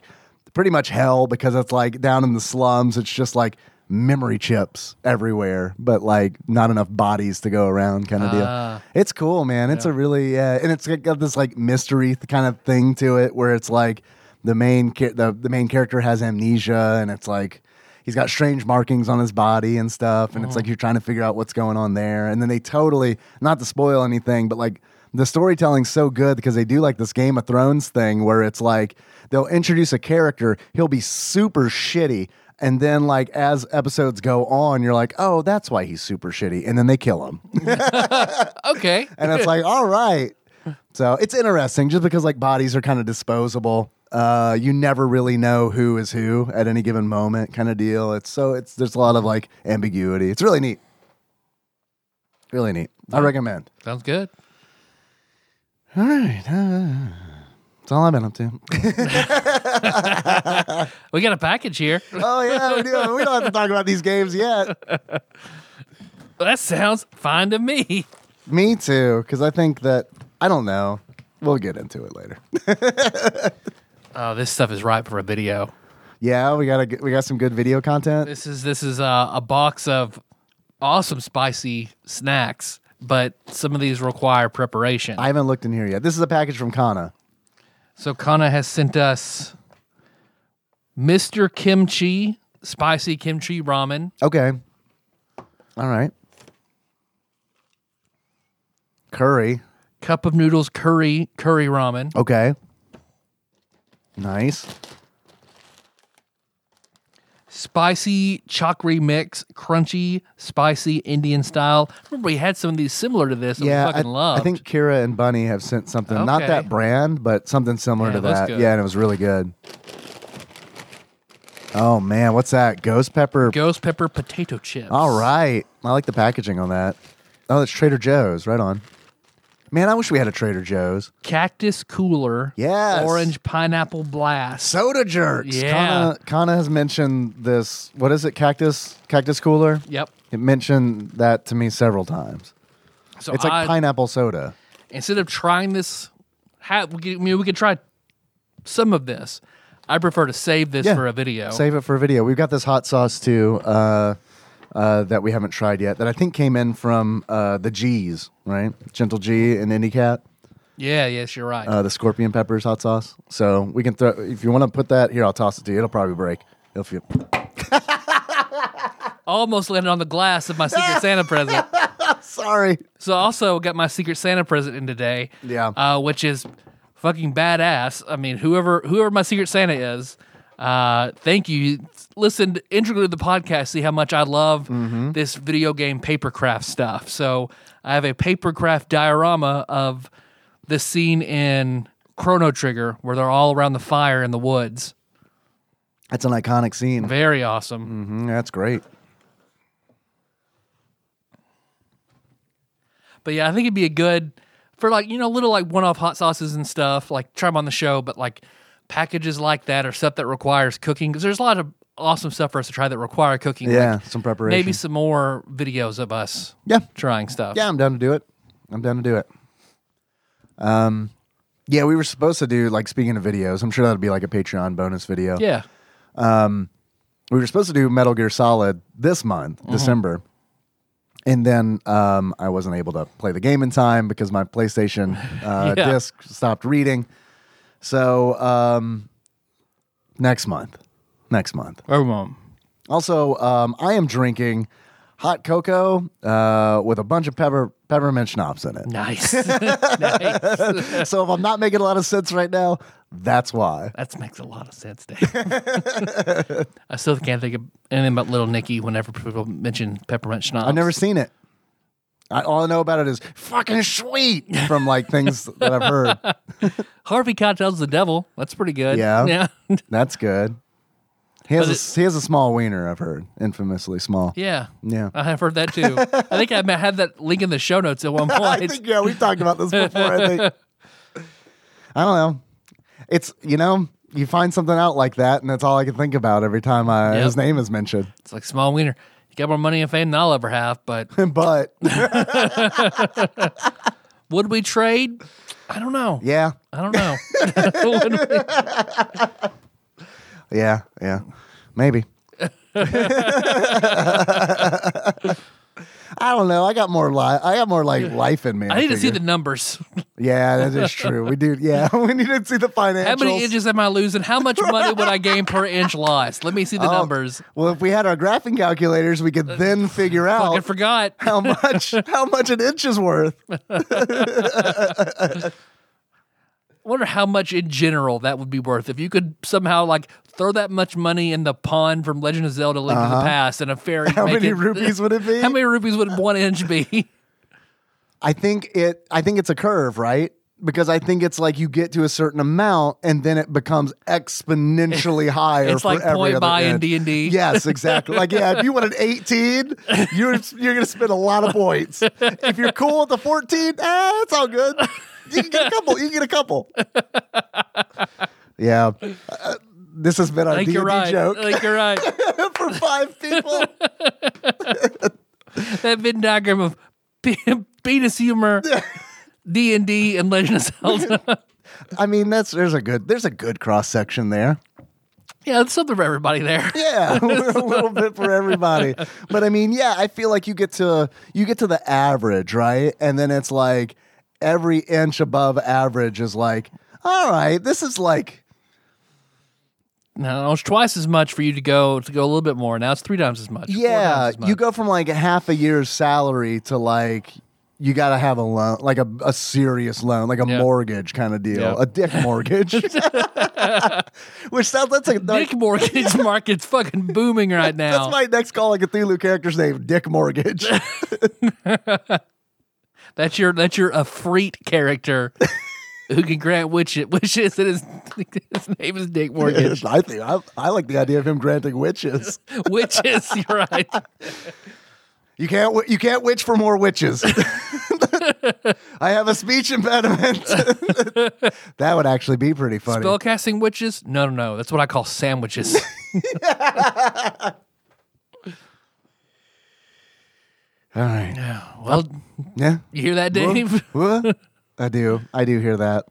S2: pretty much hell because it's like down in the slums it's just like memory chips everywhere but like not enough bodies to go around kind of
S1: Ah.
S2: deal it's cool man it's a really uh, and it's got this like mystery th- kind of thing to it where it's like the main cha- the, the main character has amnesia and it's like he's got strange markings on his body and stuff and it's like you're trying to figure out what's going on there and then they totally not to spoil anything but like the storytelling's so good because they do like this game of thrones thing where it's like they'll introduce a character he'll be super shitty and then like as episodes go on you're like oh that's why he's super shitty and then they kill him
S1: Okay.
S2: and it's like, all right. So it's interesting just because like bodies are kind of disposable. Uh, you never really know who is who at any given moment, kind of deal. It's so it's there's a lot of like ambiguity. It's really neat. Really neat. I recommend.
S1: Sounds good.
S2: All right. Uh, That's all I've been up to.
S1: We got a package here.
S2: oh yeah, we do. We don't have to talk about these games yet.
S1: That sounds fine to me.
S2: Me too, because I think that I don't know. We'll get into it later.
S1: Oh, this stuff is ripe for a video.
S2: Yeah, we got a, we got some good video content.
S1: This is this is uh, a box of awesome spicy snacks, but some of these require preparation.
S2: I haven't looked in here yet. This is a package from Kana.
S1: so Kana has sent us Mr. Kimchi spicy kimchi ramen.
S2: Okay. All right. Curry.
S1: cup of noodles curry curry ramen
S2: Okay. Nice.
S1: spicy chakri mix crunchy spicy indian style remember we had some of these similar to this that
S2: yeah,
S1: we
S2: I,
S1: fucking love
S2: I think Kira and Bunny have sent something. Not
S1: Okay.
S2: that brand, but something similar
S1: Yeah,
S2: to
S1: it looks
S2: that.
S1: good.
S2: Yeah, and it was really good. Oh man, what's that? Ghost pepper.
S1: ghost pepper potato chips
S2: All right. I like the packaging on that. Oh, it's Trader Joe's. Right on. Man, I wish we had a Trader Joe's.
S1: cactus cooler
S2: Yes.
S1: orange pineapple blast
S2: Soda jerks.
S1: Yeah.
S2: Kana, Kana has mentioned this. What is it? Cactus cactus cooler.
S1: yep
S2: It mentioned that to me several times.
S1: so
S2: It's like
S1: I,
S2: pineapple soda.
S1: instead of trying this have. We could, I mean, we could try some of this. I prefer to save this
S2: Yeah.
S1: for a video.
S2: Save it for a video. We've got this hot sauce too uh, uh, that we haven't tried yet that I think came in from uh, the G's, right? Gentle G and Indie Cat,
S1: Yeah, yes, you're right.
S2: uh, the scorpion peppers hot sauce. So we can throw, if you want to put that here, I'll toss it to you. It'll probably break. It'll feel,
S1: Almost landed on the glass of my Secret Santa present.
S2: sorry.
S1: So I also got my Secret Santa present in today.
S2: Yeah.
S1: Uh, which is fucking badass. I mean, whoever whoever my Secret Santa is, uh, thank you. Listen integrally to the podcast, see how much I love this video game papercraft stuff. So I have a papercraft diorama of the scene in Chrono Trigger where they're all around the fire in the woods.
S2: That's an iconic scene.
S1: Very awesome.
S2: Mhm, that's great.
S1: But yeah, I think it'd be a good for like you know little like one-off hot sauces and stuff. Like try them on the show, but like packages like that or stuff that requires cooking because there's a lot of awesome stuff for us to try that require cooking. Like,
S2: Yeah, some preparation.
S1: maybe some more videos of us
S2: Yeah.
S1: trying stuff.
S2: Yeah, I'm down to do it. I'm down to do it. Um, yeah, we were supposed to do like speaking of videos. I'm sure that'd be like a Patreon bonus video.
S1: yeah,
S2: we were supposed to do Metal Gear Solid this month,
S1: Mm-hmm.
S2: December. And then um, I wasn't able to play the game in time because my PlayStation uh,
S1: Yeah.
S2: disc stopped reading. So um, next month, next month.
S1: or mom.
S2: Also, um, I am drinking hot cocoa uh, with a bunch of pepper peppermint schnapps in it.
S1: Nice. nice.
S2: so if I'm not making a lot of sense right now, that's why.
S1: That makes a lot of sense, Dave. I still can't think of anything about Little Nicky whenever people mention peppermint schnapps.
S2: I've never seen it. I, all I know about it is fucking sweet from like things that I've heard.
S1: Harvey Keitel's the devil. That's pretty good.
S2: Yeah.
S1: Yeah.
S2: That's good. He has,
S1: But
S2: a,
S1: it-
S2: he has a small wiener, I've heard. Infamously small.
S1: Yeah.
S2: Yeah.
S1: I have heard that too. I think I ma- had that link in the show notes at one
S2: I
S1: point.
S2: think, yeah, we've talked about this before. I think. I don't know. It's, you know, you find something out like that, and that's all I can think about every time I,
S1: Yep.
S2: his name is mentioned.
S1: it's like small wiener. You got more money and fame than I'll ever have, but
S2: but,
S1: would we trade? I don't know.
S2: yeah,
S1: I don't know. Would we?
S2: yeah, yeah. Maybe. I don't know. I got more life. I got more like life in me.
S1: I need to see
S2: figure.
S1: the numbers.
S2: Yeah, that is true. We do. Yeah, we need to see the financials.
S1: How many inches am I losing? How much money would I gain per inch lost? Let me see the
S2: Oh,
S1: numbers.
S2: Well, if we had our graphing calculators, we
S1: Uh,
S2: could then figure
S1: I
S2: out
S1: forgot.
S2: how much how much an inch is worth.
S1: wonder how much in general that would be worth if you could somehow like throw that much money in the pond from Legend of Zelda: Link to the Past and a fairy.
S2: Uh-huh. How
S1: make
S2: many
S1: it-
S2: rupees would it be?
S1: How many rupees would one inch be?
S2: I think it. I think it's a curve, right? Because I think it's like you get to a certain amount and then it becomes exponentially higher.
S1: It's
S2: for
S1: like
S2: every
S1: point
S2: other
S1: buy in
S2: inch.
S1: D&D.
S2: Yes, exactly. like yeah, if you want an eighteen, you're you're gonna spend a lot of points. If you're cool with the fourteen, ah, it's all good. You can get a couple. You can get a couple. Yeah, Uh, this has been our
S1: I think
S2: D&D
S1: you're right.
S2: joke.
S1: I think you're right.
S2: for five people.
S1: that Venn diagram of pe- penis humor, D and D, and Legend of Zelda.
S2: I mean, that's there's a good there's a good cross section there.
S1: yeah, it's something for everybody there.
S2: Yeah, we're a little bit for everybody. But I mean, yeah, I feel like you get to you get to the average, right? And then it's like every inch above average is like, all right, this is like
S1: No, it's twice as much for you to go to go a little bit more. Now it's three times as much. four
S2: yeah,
S1: times as
S2: you
S1: much.
S2: go from like a half a year's salary to like you got to have a loan, like a, a serious loan, like a
S1: Yeah.
S2: mortgage kind of deal,
S1: Yeah.
S2: a dick mortgage. Which sounds that's like
S1: Dick mortgage market's fucking booming right now.
S2: That's my next Call of Cthulhu character's name, Dick Mortgage.
S1: That's your that's your afreet character who can grant wish wishes and his, his name is Dick Morgan.
S2: I think I, I like the idea of him granting witches.
S1: witches, you're right.
S2: You can't wi- you can't witch for more witches. I have a speech impediment. that would actually be pretty funny.
S1: Spellcasting witches? No, no, no. That's what I call sandwiches.
S2: All right.
S1: well,
S2: Yeah.
S1: you hear that, Dave?
S2: Whoa. I do. I do hear that.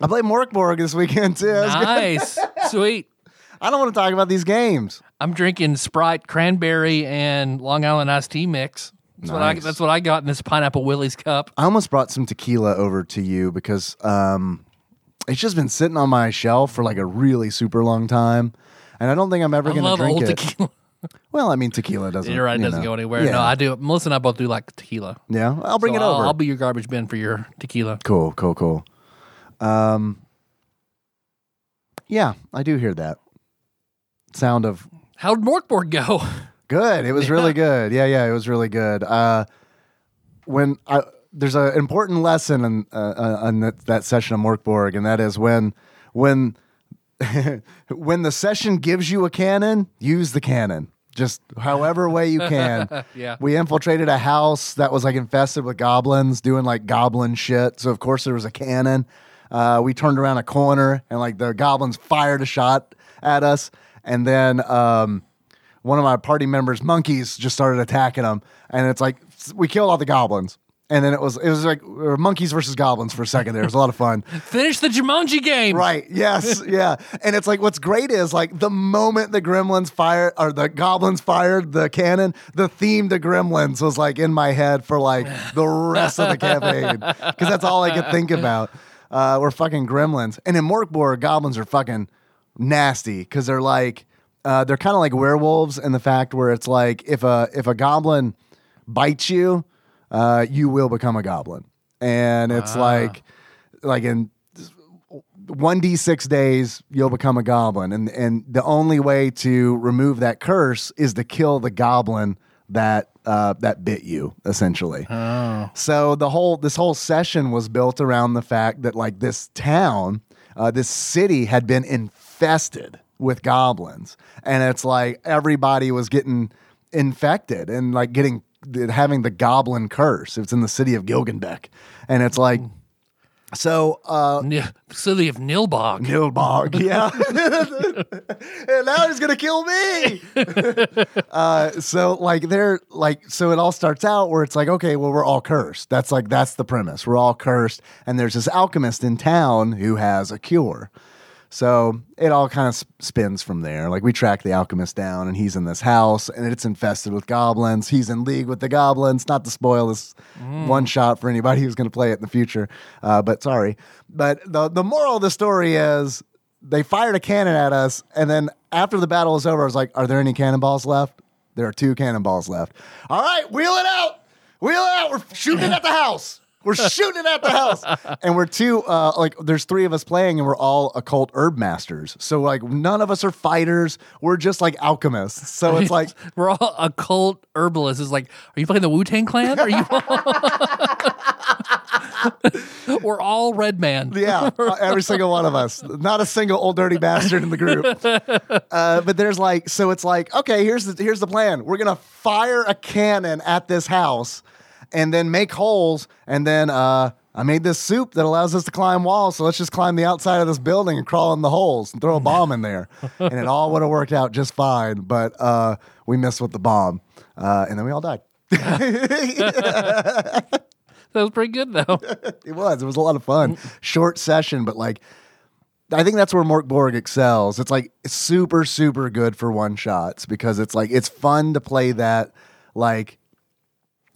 S2: I played Morkborg this weekend too. I was gonna-
S1: Nice. Sweet.
S2: I don't want to talk about these games.
S1: I'm drinking Sprite, cranberry, and Long Island iced tea mix. That's, what, I,
S2: Nice.
S1: that's what I got in this pineapple Willie's cup.
S2: I almost brought some tequila over to you because um, it's just been sitting on my shelf for like a really super long time, and I don't think I'm ever
S1: I
S2: going to
S1: love
S2: drink
S1: old
S2: it.
S1: tequila.
S2: Well, I mean, tequila doesn't.
S1: You're right, it
S2: you
S1: doesn't
S2: know.
S1: go anywhere.
S2: Yeah.
S1: No, I do. Melissa and I both do like tequila.
S2: yeah, I'll bring
S1: So
S2: it
S1: I'll-
S2: over.
S1: I'll be your garbage bin for your tequila.
S2: Cool, cool, cool. Um, yeah, I do hear that sound of
S1: How'd Morkborg go?
S2: good. It was really good. Yeah, yeah, it was really good. Uh, when I there's an important lesson in uh, uh, on that, that session of Morkborg, and that is when when when the session gives you a cannon, use the cannon. Just however way you can.
S1: Yeah.
S2: We infiltrated a house that was like infested with goblins, doing like goblin shit. So of course there was a cannon. Uh, we turned around a corner and like the goblins fired a shot at us, and then um, one of my party members' monkeys just started attacking them, and it's like we killed all the goblins. And then it was it was like uh, monkeys versus goblins for a second there. It was a lot of fun.
S1: Finish the Jumanji game.
S2: Right. Yes. yeah. And it's like what's great is like the moment the gremlins fired or the goblins fired the cannon, the theme to gremlins was like in my head for like the rest of the campaign because that's all I could think about. Uh, we're fucking gremlins, and in Morkborg, goblins are fucking nasty because they're like uh, they're kind of like werewolves in the fact where it's like if a if a goblin bites you, uh, you will become a goblin, and it's like like in one d six days you'll become a goblin, and and the only way to remove that curse is to kill the goblin that uh, that bit you essentially. So the whole this whole session was built around the fact that like this town, uh, this city had been infested with goblins, and it's like everybody was getting infected and like getting having the goblin curse. It's in the city of Gilgenbeck, and it's like so. Uh,
S1: Yeah. Silly of Nilbog.
S2: Nilbog, yeah. and now he's gonna kill me. uh, so like they're like so it all starts out where it's like okay, well we're all cursed. That's like that's the premise. We're all cursed, and there's this alchemist in town who has a cure. So it all kind of sp- spins from there. Like we track the alchemist down, and he's in this house, and it's infested with goblins. He's in league with the goblins. Not to spoil this one shot for anybody who's going to play it in the future, uh, but sorry. But the the moral of the story is they fired a cannon at us, and then after the battle is over, I was like, "Are there any cannonballs left?" There are two cannonballs left. All right, wheel it out. Wheel it out. uh, We're shooting it at the house. We're shooting it at the house. And we're two, uh, like, there's three of us playing, and we're all occult herb masters. So, like, none of us are fighters. We're just like alchemists. So it's like,
S1: We're all occult herbalists. It's like, are you playing the Wu Tang Clan? Are you? We're all Red Man.
S2: Yeah, uh, every single one of us. Not a single old dirty bastard in the group. Uh, but there's like, so it's like, okay, here's the here's the plan. We're gonna fire a cannon at this house, and then make holes, and then uh, I made this soup that allows us to climb walls. So let's just climb the outside of this building and crawl in the holes and throw a bomb in there, and it all would have worked out just fine. But uh, we missed with the bomb, uh, and then we all died.
S1: That was pretty good though.
S2: It was. It was a lot of fun. Short session, but like, I think that's where Mork Borg excels. It's like super, super good for one shots because it's like it's fun to play that like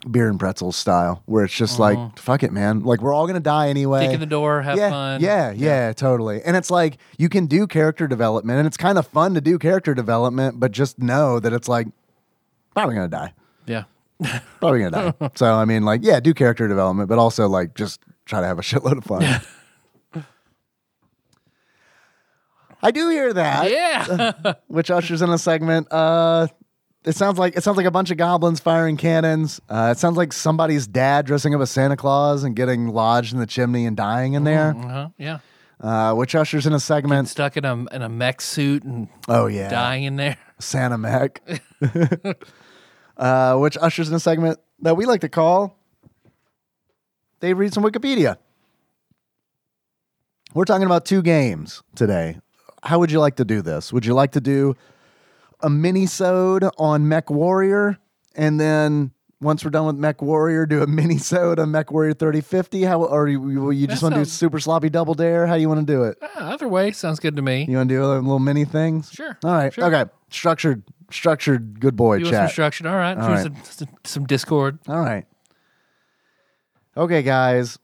S2: beer and pretzels style where it's just like fuck it, man. Like we're all gonna die anyway.
S1: Mm-hmm. Kick in the door, have
S2: yeah,
S1: fun.
S2: yeah, yeah, totally. And it's like you can do character development, and it's kind of fun to do character development, but just know that it's like probably gonna die
S1: yeah.
S2: probably gonna die. so I mean, like, yeah, do character development, but also like just try to have a shitload of fun. I do hear that,
S1: Yeah.
S2: uh, which ushers in a segment. Uh, it sounds like it sounds like a bunch of goblins firing cannons. Uh, it sounds like somebody's dad dressing up as Santa Claus and getting lodged in the chimney and dying in there,
S1: uh-huh. Yeah.
S2: uh, which ushers in a segment.
S1: Stuck in a in a mech suit and
S2: Oh yeah,
S1: dying in there.
S2: Santa Mac, uh, which ushers in a segment that we like to call They Read Some Wikipedia. We're talking about two games today. How would you like to do this? Would you like to do a mini sode on Mech Warrior and then once we're done with Mech Warrior, do a mini sode on Mech Warrior 3050? How or you, will you just
S1: That
S2: want to do
S1: sounds-
S2: super sloppy double dare? How you want to do it?
S1: Ah, either way, sounds good to me.
S2: You want to do a little mini things?
S1: Sure,
S2: All right.
S1: sure.
S2: Okay. Structured, structured. Good boy
S1: You want some
S2: chat.
S1: instruction? All right.
S2: All
S1: All right.
S2: right.
S1: Some, some, some Discord.
S2: All right. Okay, guys.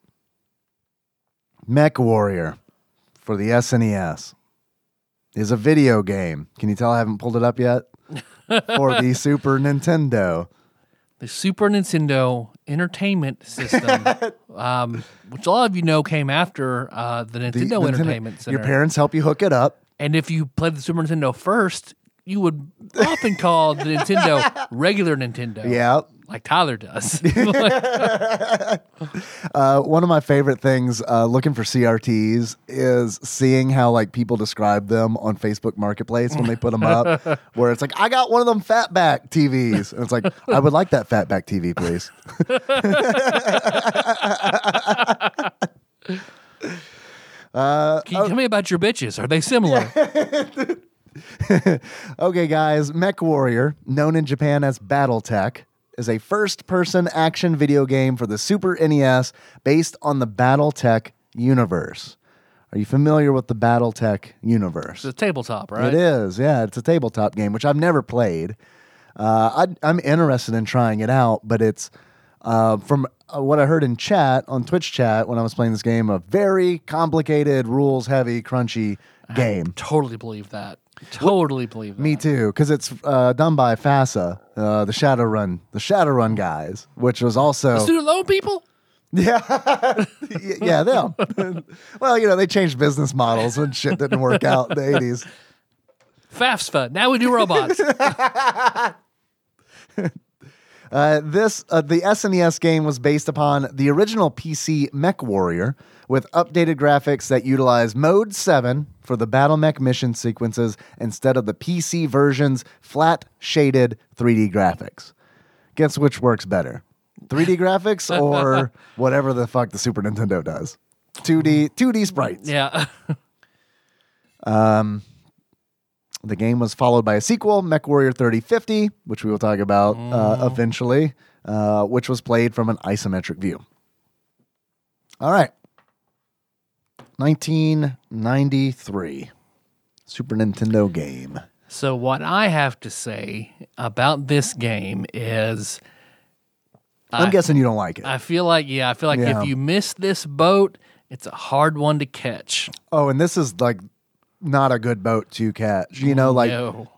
S2: Mech Warrior for the SNES is a video game. Can you tell I haven't pulled it up yet? for the Super Nintendo.
S1: the Super Nintendo Entertainment System, um, which a lot of you know came after uh, the
S2: The
S1: Nintendo
S2: Nintendo-
S1: Entertainment Center.
S2: Your parents help you hook it up.
S1: and if you played the Super Nintendo first, you would often call the Nintendo regular Nintendo.
S2: Yeah.
S1: Like Tyler does.
S2: Uh, one of my favorite things uh, looking for CRTs is seeing how like people describe them on Facebook Marketplace when they put them up, where it's like, I got one of them fatback TVs, and it's like, I would like that fatback TV, please.
S1: Can
S2: uh,
S1: you tell me about your bitches? Are they similar?
S2: Okay, guys, Mech Warrior, known in Japan as Battletech, is a first person action video game for the Super NES based on the Battletech universe. Are you familiar with the Battletech universe?
S1: It's a tabletop, right?
S2: It is, yeah. It's a tabletop game, which I've never played. Uh, I, I'm interested in trying it out, but it's uh, from uh, what I heard in chat on Twitch chat when I was playing this game, a very complicated, rules heavy, crunchy game.
S1: Totally believe that. Totally believe that.
S2: Me too, because it's uh, done by FASA, uh, the Shadowrun, the Shadowrun guys, which was also
S1: Student loan people?
S2: Y- yeah them. well, you know they changed business models when shit didn't work out in the eighties.
S1: FAFSA. Now we do robots.
S2: Uh, this uh, the SNES game was based upon the original PC Mech Warrior with updated graphics that utilize Mode 7 for the battle mech mission sequences instead of the PC version's flat shaded 3D graphics. Guess which works better? 3D graphics or whatever the fuck the Super Nintendo does? 2D 2D sprites.
S1: yeah.
S2: Um, The game was followed by a sequel, MechWarrior 3050, which we will talk about uh,
S1: Mm.
S2: eventually, uh, which was played from an isometric view. All right. 1993. Super Nintendo game.
S1: So, what I have to say about this game is
S2: I'm guessing you don't like it.
S1: I feel like, yeah, I feel like
S2: Yeah.
S1: if you miss this boat, it's a hard one to catch.
S2: oh, and this is like not a good boat to catch. You know, like
S1: Mm, no.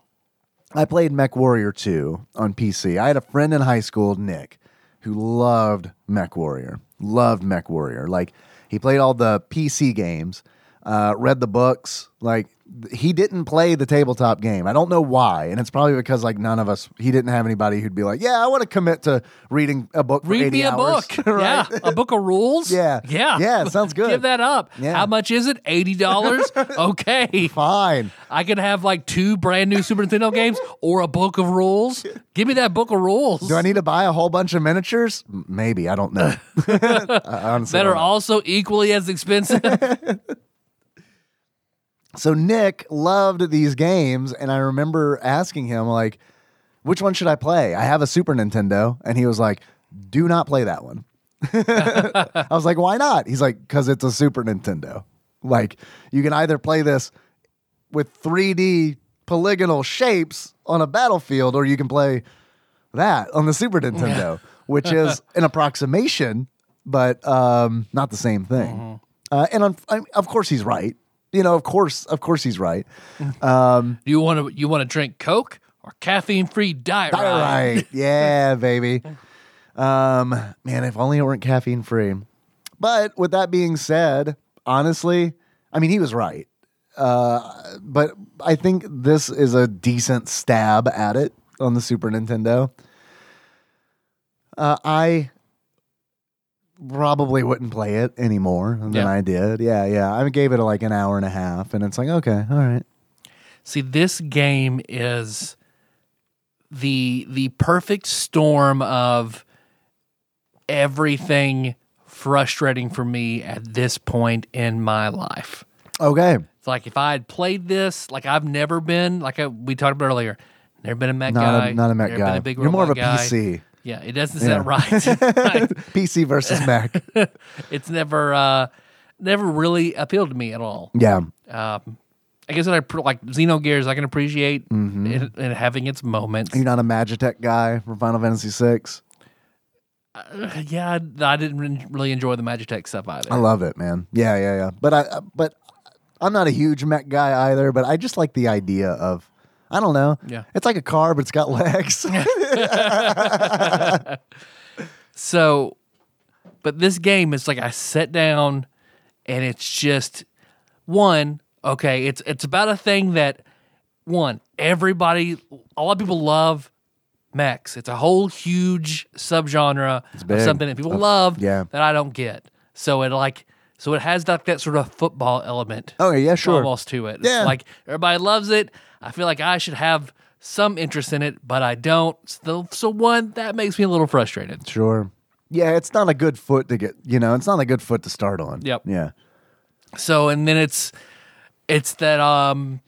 S2: I played Mech Warrior 2 on PC. I had a friend in high school, Nick, who loved Mech Warrior. Loved Mech Warrior. Like he played all the PC games, uh, read the books. Like th- he didn't play the tabletop game. I don't know why, and it's probably because like none of us. He didn't have anybody who'd be like, "Yeah, I want to commit to reading a book." For
S1: Read
S2: 80
S1: me a
S2: hours."
S1: book.
S2: right?
S1: Yeah. A book of rules.
S2: Yeah.
S1: Yeah.
S2: Yeah, it sounds good.
S1: Give that up.
S2: Yeah.
S1: How much is it? $80. okay.
S2: Fine.
S1: I could have like two brand new Super Nintendo games or a book of rules. Give me that book of rules.
S2: Do I need to buy a whole bunch of miniatures? M- Maybe I don't know. I honestly
S1: that
S2: don't
S1: are
S2: know.
S1: also equally as expensive.
S2: So Nick loved these games, and I remember asking him like, "Which one should I play? I have a Super Nintendo," and he was like, "Do not play that one." I was like, "Why not?" He's like, "Cause it's a Super Nintendo. Like, you can either play this with 3D polygonal shapes on a battlefield, or you can play that on the Super Nintendo, which is an approximation, but um, not the same thing. Uh, and on, I, of course, he's right. You know, of course, of course, he's right.
S1: Do you want to you want to drink Coke or caffeine free diet?
S2: All
S1: Rye?
S2: right, yeah, baby. Um, man, if only it weren't caffeine free. But with that being said, honestly, I mean, he was right. Uh, but I think this is a decent stab at it on the Super Nintendo. Uh, I probably wouldn't play it anymore than
S1: Yeah.
S2: I did. Yeah, yeah. I gave it like an hour and a half, and it's like, okay, all right.
S1: See, this game is the the perfect storm of everything frustrating for me at this point in my life.
S2: Okay.
S1: It's like if I had played this, like I've never been, like I, we talked about earlier, never been a Met
S2: Not
S1: guy,
S2: a not a Met
S1: never been
S2: guy.
S1: a big
S2: You're more of a
S1: robot guy.
S2: PC.
S1: Yeah, it doesn't
S2: Yeah.
S1: sound right.
S2: PC versus Mac.
S1: it's never uh never really appealed to me at all.
S2: Yeah.
S1: Um I guess that I pr- like Xenogears I can appreciate
S2: Mm-hmm.
S1: it, it having its moments.
S2: You're not a Magitech guy from Final Fantasy VI.
S1: Uh, Yeah, I, I didn't re- really enjoy the Magitech stuff either.
S2: I love it, man. Yeah, yeah, yeah. But I, uh, but I'm not a huge mech guy either. But I just like the idea of, I don't know.
S1: Yeah.
S2: It's like a car, but it's got legs.
S1: So, but this game is like I sat down, and it's just one. Okay, it's it's about a thing that one everybody, a lot of people love mechs. It's a whole huge subgenre of
S2: big.
S1: something that people love.
S2: yeah.
S1: that I don't get. So it like so it has like that sort of football element.
S2: Oh, yeah, sure.
S1: almost to it. It's
S2: Yeah.
S1: like everybody loves it. I feel like I should have some interest in it, but I don't. So, so one that makes me a little frustrated.
S2: sure. Yeah, it's not a good foot to get. You know, it's not a good foot to start on.
S1: Yep.
S2: Yeah.
S1: So and then it's it's that um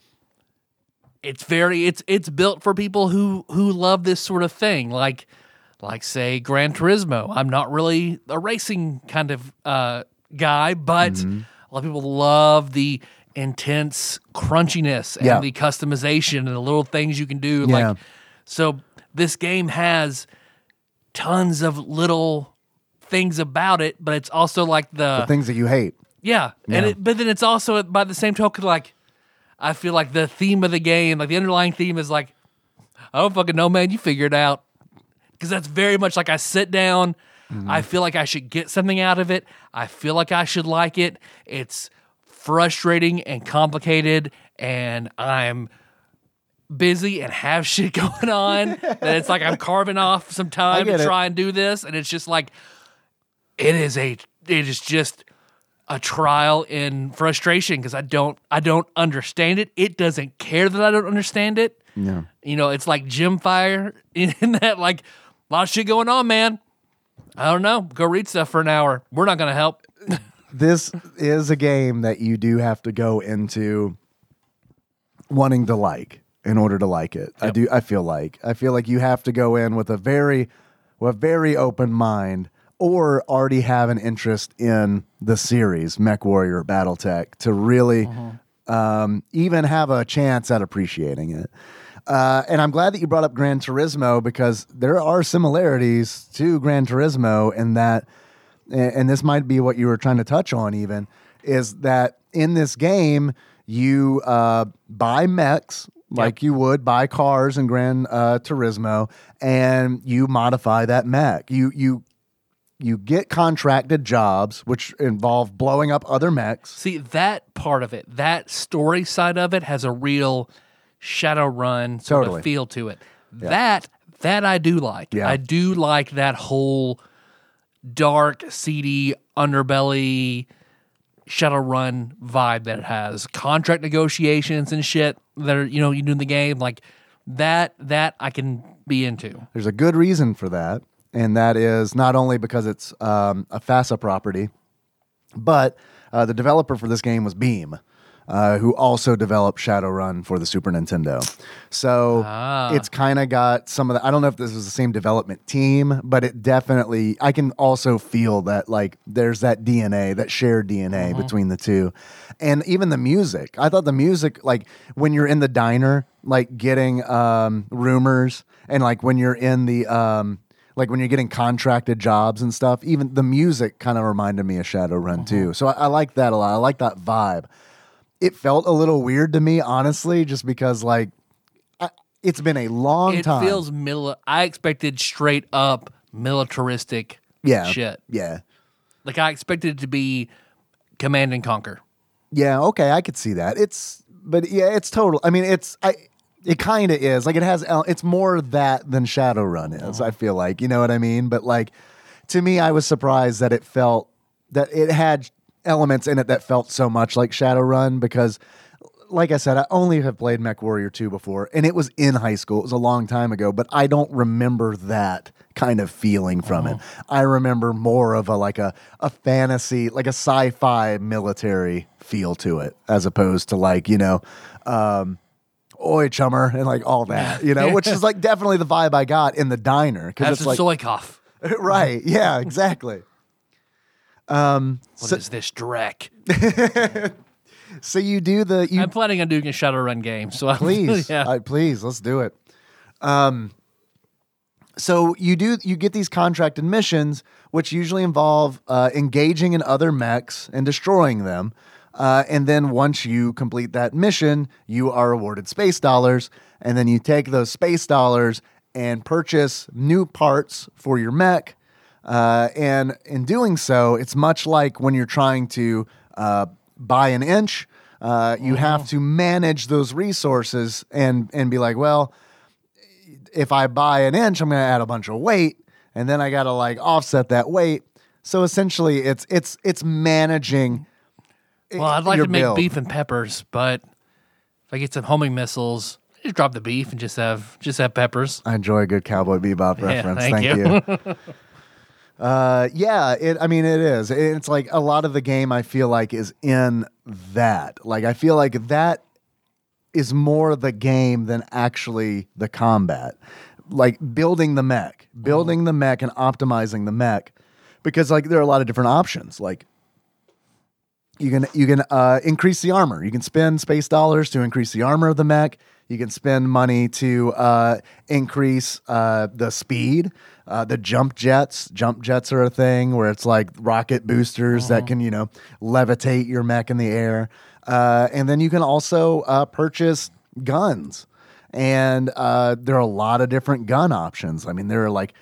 S1: it's very it's it's built for people who who love this sort of thing like like say Gran Turismo. I'm not really a racing kind of uh guy, but
S2: Mm-hmm.
S1: a lot of people love the intense crunchiness and
S2: Yeah.
S1: the customization and the little things you can do
S2: Yeah.
S1: like so this game has tons of little things about it, but it's also like the
S2: Things that you hate.
S1: yeah, and it, but then it's also by the same token, like I feel like the theme of the game, like the underlying theme, is like I don't fucking know, man. You figure it out because that's very much like I sit down.
S2: Mm-hmm.
S1: I feel like I should get something out of it. I feel like I should like it. It's frustrating and complicated, and I'm busy and have shit going on. that it's like I'm carving off some time to
S2: get it.
S1: try and do this, and it's just like it is a it is just a trial in frustration because I don't I don't understand it. It doesn't care that I don't understand it. Yeah. You know, it's like gym fire in, in that like a lot of shit going on, man. I don't know. Go read stuff for an hour. We're not gonna help.
S2: this is a game that you do have to go into wanting to like in order to like it. I do I feel like I feel like you have to go in with a very with a very open mind or already have an interest in the series Mech Warrior BattleTech to really um, even have a chance at appreciating it. Uh, and I'm glad that you brought up Gran Turismo because there are similarities to Gran Turismo in that and and this might be what you were trying to touch on even is that in this game you uh, buy mechs like you would buy cars in Gran uh, Turismo and you modify that mech you you you get contracted jobs which involve blowing up other mechs
S1: See that part of it, that story side of it, has a real shadow run sort
S2: Totally.
S1: of feel to it. That that I do like.
S2: Yeah.
S1: I do like that whole dark, seedy underbelly shadow run vibe that it has. Contract negotiations and shit that are you know you do in the game like that. That I can be into.
S2: there's a good reason for that and that is not only because it's um, a FASA property But uh, the developer for this game was Beam, uh, who also developed Shadowrun for the Super Nintendo. So it's kind of got some of the. I don't know if this was the same development team, but it definitely. I can also feel that like there's that DNA, that shared DNA between the two, and even the music. I thought the music, like when you're in the diner, like getting um, rumors, and like when you're in the. Um, like when you're getting contracted jobs and stuff, even the music kind of reminded me of Shadowrun
S1: Mm-hmm.
S2: too. So I, I like that a lot. I like that vibe. It felt a little weird to me, honestly, just because like I, it's been a long
S1: It
S2: time.
S1: feels mili- I expected straight up militaristic
S2: yeah,
S1: shit.
S2: yeah,
S1: Like I expected it to be command and conquer.
S2: yeah. Okay, I could see that. It's but yeah, it's total. I mean, it's I. It kind of is like it has. el- It's more that than Shadowrun is. I feel like you know what I mean. But like to me, I was surprised that it felt that it had elements in it that felt so much like Shadowrun because like I said, I only have played Mech Warrior 2 before, and it was in high school. It was a long time ago, but I don't remember that kind of feeling from it.
S1: Oh.
S2: I remember more of a like a, a fantasy, like a sci-fi military feel to it, as opposed to like, you know, um, oi chummer and like all that, you know, which is like definitely the vibe I got in the diner because
S1: That's
S2: it's
S1: a
S2: like
S1: soy cough.
S2: right, yeah, exactly.
S1: What is this dreck?
S2: So you do the you
S1: I'm planning on doing a Shadowrun game, so I,
S2: please, Uh,
S1: yeah,
S2: I- please, let's do it. Um, so you do you get these contracted missions, which usually involve uh, engaging in other mechs and destroying them. Uh, and then once you complete that mission, you are awarded space dollars, and then you take those space dollars and purchase new parts for your mech. Uh, and in doing so, it's much like when you're trying to uh, buy an inch. Uh, you have to manage those resources and and be like, well, if I buy an inch, I'm going to add a bunch of weight, and then I got to like offset that weight. So essentially, it's it's it's managing. i-
S1: Well, I'd like
S2: your
S1: to make
S2: build.
S1: beef and peppers, but if I get some homing missiles, just drop the beef and just have just have peppers.
S2: I enjoy a good Cowboy Bebop reference.
S1: thank
S2: thank, you. uh, yeah, it, I mean, it is. It's like a lot of the game I feel like is in that. Like, I feel like that is more the game than actually the combat. Like, building the mech, building the mech and optimizing the mech. Because, like, there are a lot of different options. Like, you can you can uh, increase the armor. You can spend space dollars to increase the armor of the mech. You can spend money to uh, increase uh, the speed. Uh, the jump jets, jump jets are a thing where it's like rocket boosters that can you know levitate your mech in the air. Uh, and then you can also uh, purchase guns, and uh, there are a lot of different gun options. I mean, there are like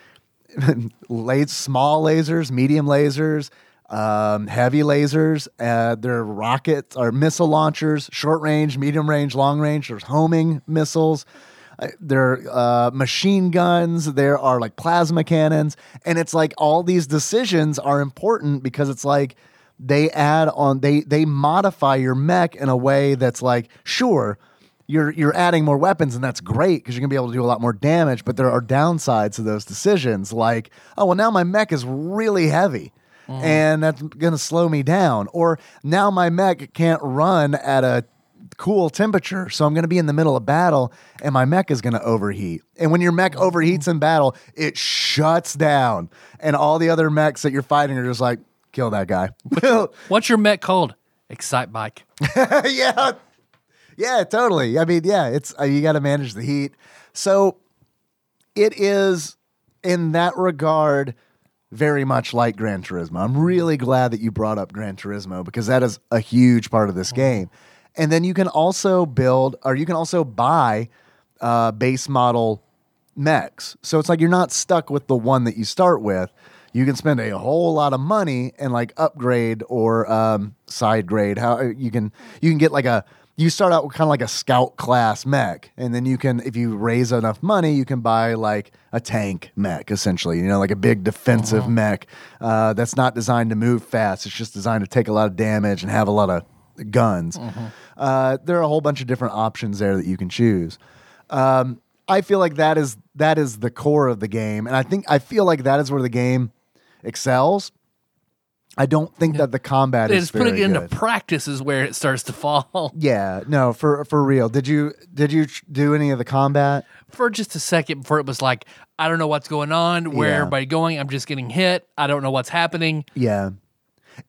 S2: la- small lasers, medium lasers, um, heavy lasers. Uh, there are rockets or missile launchers, short range, medium range, long range. There's homing missiles. Uh, there are uh, machine guns. There are like plasma cannons. And it's like all these decisions are important because it's like, they add on they they modify your mech in a way that's like sure you're you're adding more weapons and that's great because you're gonna be able to do a lot more damage but there are downsides to those decisions like oh well now my mech is really heavy and that's gonna slow me down or now my mech can't run at a cool temperature so i'm gonna be in the middle of battle and my mech is gonna overheat and when your mech overheats in battle it shuts down and all the other mechs that you're fighting are just like kill that guy
S1: What's your mech called? Excite bike.
S2: yeah, yeah, totally. I mean, yeah, it's uh, you got to manage the heat. So it is in that regard very much like Gran Turismo. I'm really glad that you brought up Gran Turismo because that is a huge part of this game. And then you can also build, or you can also buy uh, base model mechs. So it's like you're not stuck with the one that you start with. You can spend a whole lot of money and like upgrade or um, side grade. How you can you can get like a you start out with kind of like a scout class mech, and then you can if you raise enough money, you can buy like a tank mech essentially. You know, like a big defensive mech uh, that's not designed to move fast. It's just designed to take a lot of damage and have a lot of guns. Uh, there are a whole bunch of different options there that you can choose um, I feel like that is that is the core of the game, and I think I feel like that is where the game excels. I don't think that the combat is
S1: It's putting
S2: very
S1: it into
S2: good.
S1: practice is where it starts to fall.
S2: yeah, no, for for real. Did you did you tr- do any of the combat?
S1: For just a second before it was like, I don't know what's going on, where
S2: Yeah.
S1: everybody going, I'm just getting hit, I don't know what's happening.
S2: Yeah,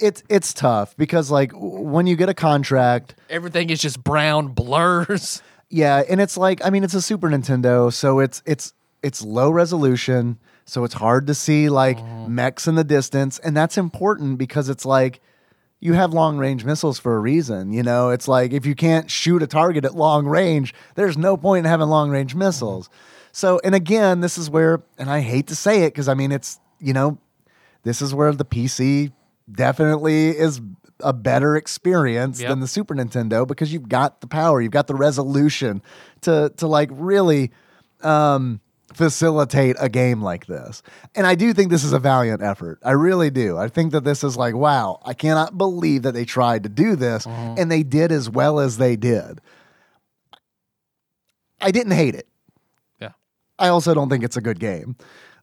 S2: it's it's tough because like w- when you get a contract,
S1: Everything is just brown blurs.
S2: Yeah, and it's like I mean it's a Super Nintendo, so it's it's it's low resolution, so it's hard to see like mechs in the distance, and that's important because it's like you have long range missiles for a reason, you know? It's like if you can't shoot a target at long range, there's no point in having long range missiles. So, and again, this is where and I hate to say it cuz I mean it's, you know, this is where the PC definitely is a better experience
S1: Yep.
S2: than the Super Nintendo because you've got the power, you've got the resolution to to like really um, facilitate a game like this. And I do think this is a valiant effort. I really do. I think that this is like, wow, I cannot believe that they tried to do this
S1: Uh-huh.
S2: and they did as well as they did. I didn't hate it.
S1: Yeah.
S2: I also don't think it's a good game.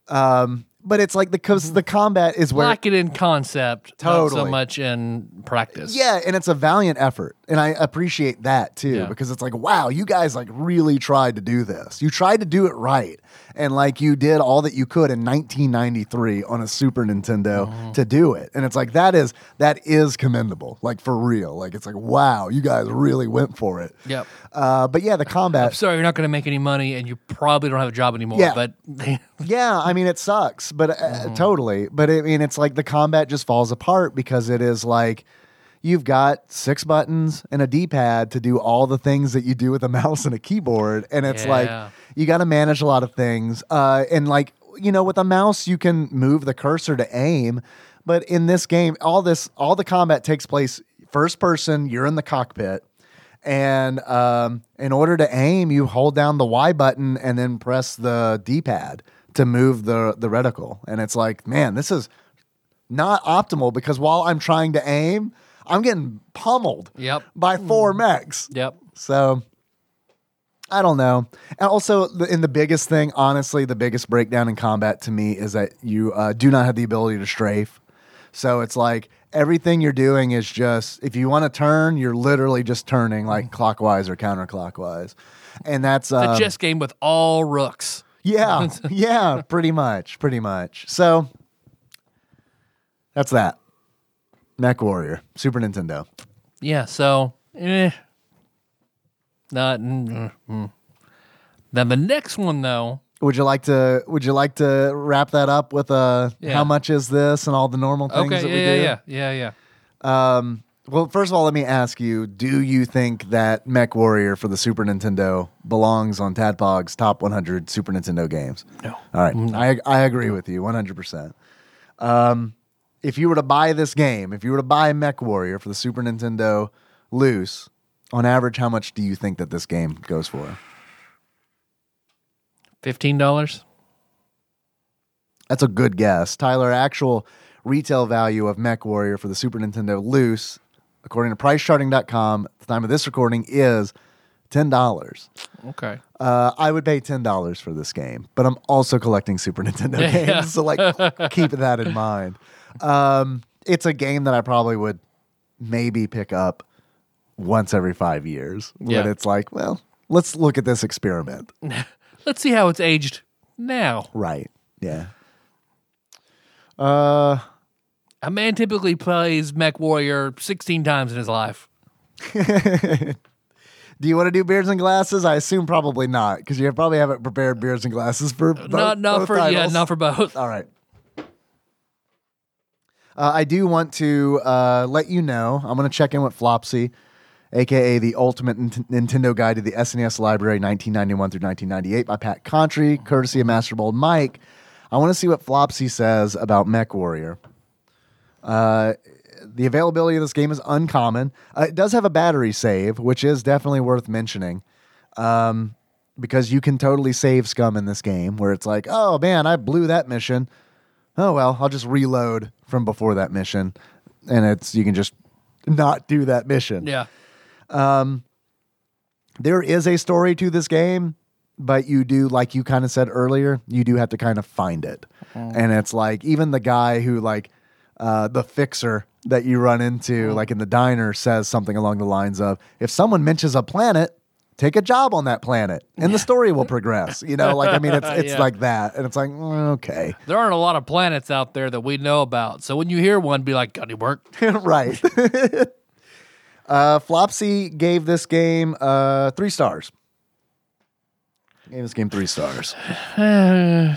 S2: Um, but it's like the
S1: Mm-hmm.
S2: because the combat is where
S1: like it in concept, not so
S2: Totally.
S1: much in practice.
S2: yeah, and it's a valiant effort. and I appreciate that too
S1: Yeah.
S2: because it's like, wow, you guys like really tried to do this. You tried to do it right, and like you did all that you could in 1993 on a Super Nintendo to do it. And it's like that is that is commendable, like for real. Like it's like, wow, you guys really went for it.
S1: Yep.
S2: Uh, but yeah, the combat.
S1: Sorry, you're not going to make any money, and you probably don't have a job anymore.
S2: Yeah.
S1: But
S2: Yeah, I mean it sucks, but uh, totally. But I mean it's like the combat just falls apart because it is like you've got six buttons and a D-pad to do all the things that you do with a mouse and a keyboard, and it's
S1: Yeah.
S2: like you got to manage a lot of things. Uh, and like you know, with a mouse you can move the cursor to aim, but in this game, all this all the combat takes place first person. You're in the cockpit. And um, in order to aim, you hold down the Y button and then press the D pad to move the the reticle. And it's like, man, this is not optimal because while I'm trying to aim, I'm getting pummeled
S1: Yep.
S2: by four mechs.
S1: yep.
S2: So I don't know. And also, the, and the biggest thing, honestly, the biggest breakdown in combat to me is that you uh, do not have the ability to strafe. So it's like everything you're doing is just if you want to turn, you're literally just turning like clockwise or counterclockwise, and that's
S1: The
S2: um,
S1: chess game with all rooks.
S2: yeah, yeah, pretty much, pretty much. So that's that. Mech Warrior, Super Nintendo.
S1: Yeah. So, eh, not. mm, mm, mm. Now the next one though.
S2: Would you like to? Would you like to wrap that up with a
S1: Yeah.
S2: how much is this and all the normal things
S1: Okay.
S2: that
S1: Yeah,
S2: we
S1: yeah.
S2: do?
S1: Yeah. Yeah. Yeah.
S2: Well, first of all, let me ask you: Do you think that Mech Warrior for the Super Nintendo belongs on Tadpog's top 100 Super Nintendo games?
S1: No. Mm-hmm.
S2: All right, I I agree with you 100. percent Um, if you were to buy this game, if you were to buy Mech Warrior for the Super Nintendo loose, on average, how much do you think that this game goes for?
S1: Fifteen dollars.
S2: That's a good guess. Tyler, actual retail value of Mech Warrior for the Super Nintendo loose, according to pricecharting.com, at the time of this recording is $10.
S1: Okay.
S2: Uh, I would pay $10 for this game, but I'm also collecting Super Nintendo games. So, like, keep that in mind. Um, it's a game that I probably would maybe pick up once every five years.
S1: Yeah.
S2: When it's like, well, let's look at this experiment.
S1: Let's see how it's aged now.
S2: Right. Yeah. Uh,
S1: A man typically plays Mech Warrior sixteen times in his life.
S2: Do you want to do beards and glasses? I assume probably not, because you probably haven't prepared beards and glasses for both,
S1: not not
S2: both
S1: for yeah.
S2: titles.
S1: Not for both.
S2: All right. Uh, I do want to uh, let you know. I'm going to check in with Flopsy, aka the Ultimate Nint- Nintendo Guide to the SNES Library, 1991 through 1998, by Pat Contry, courtesy of Master Bold Mike. I want to see what Flopsy says about Mech Warrior. The availability of this game is uncommon. Uh, it does have a battery save, which is definitely worth mentioning, um, because you can totally save scum in this game, where it's like, oh man, I blew that mission. Oh well, I'll just reload from before that mission, and it's you can just not do that mission.
S1: Yeah.
S2: There is a story to this game, but you do, like you kind of said earlier, you do have to kind of find it. And it's like, even the guy who, like, uh, the fixer that you run into, like in the diner, says something along the lines of, if someone mentions a planet, take a job on that planet and the story will progress. You know, like, I mean, it's, it's
S1: Yeah.
S2: like that. And it's like, mm, okay.
S1: There aren't a lot of planets out there that we know about. So when you hear one, be like, got any work?
S2: right. uh, Flopsy gave this game uh, three stars. Gave this game three stars.
S1: Uh,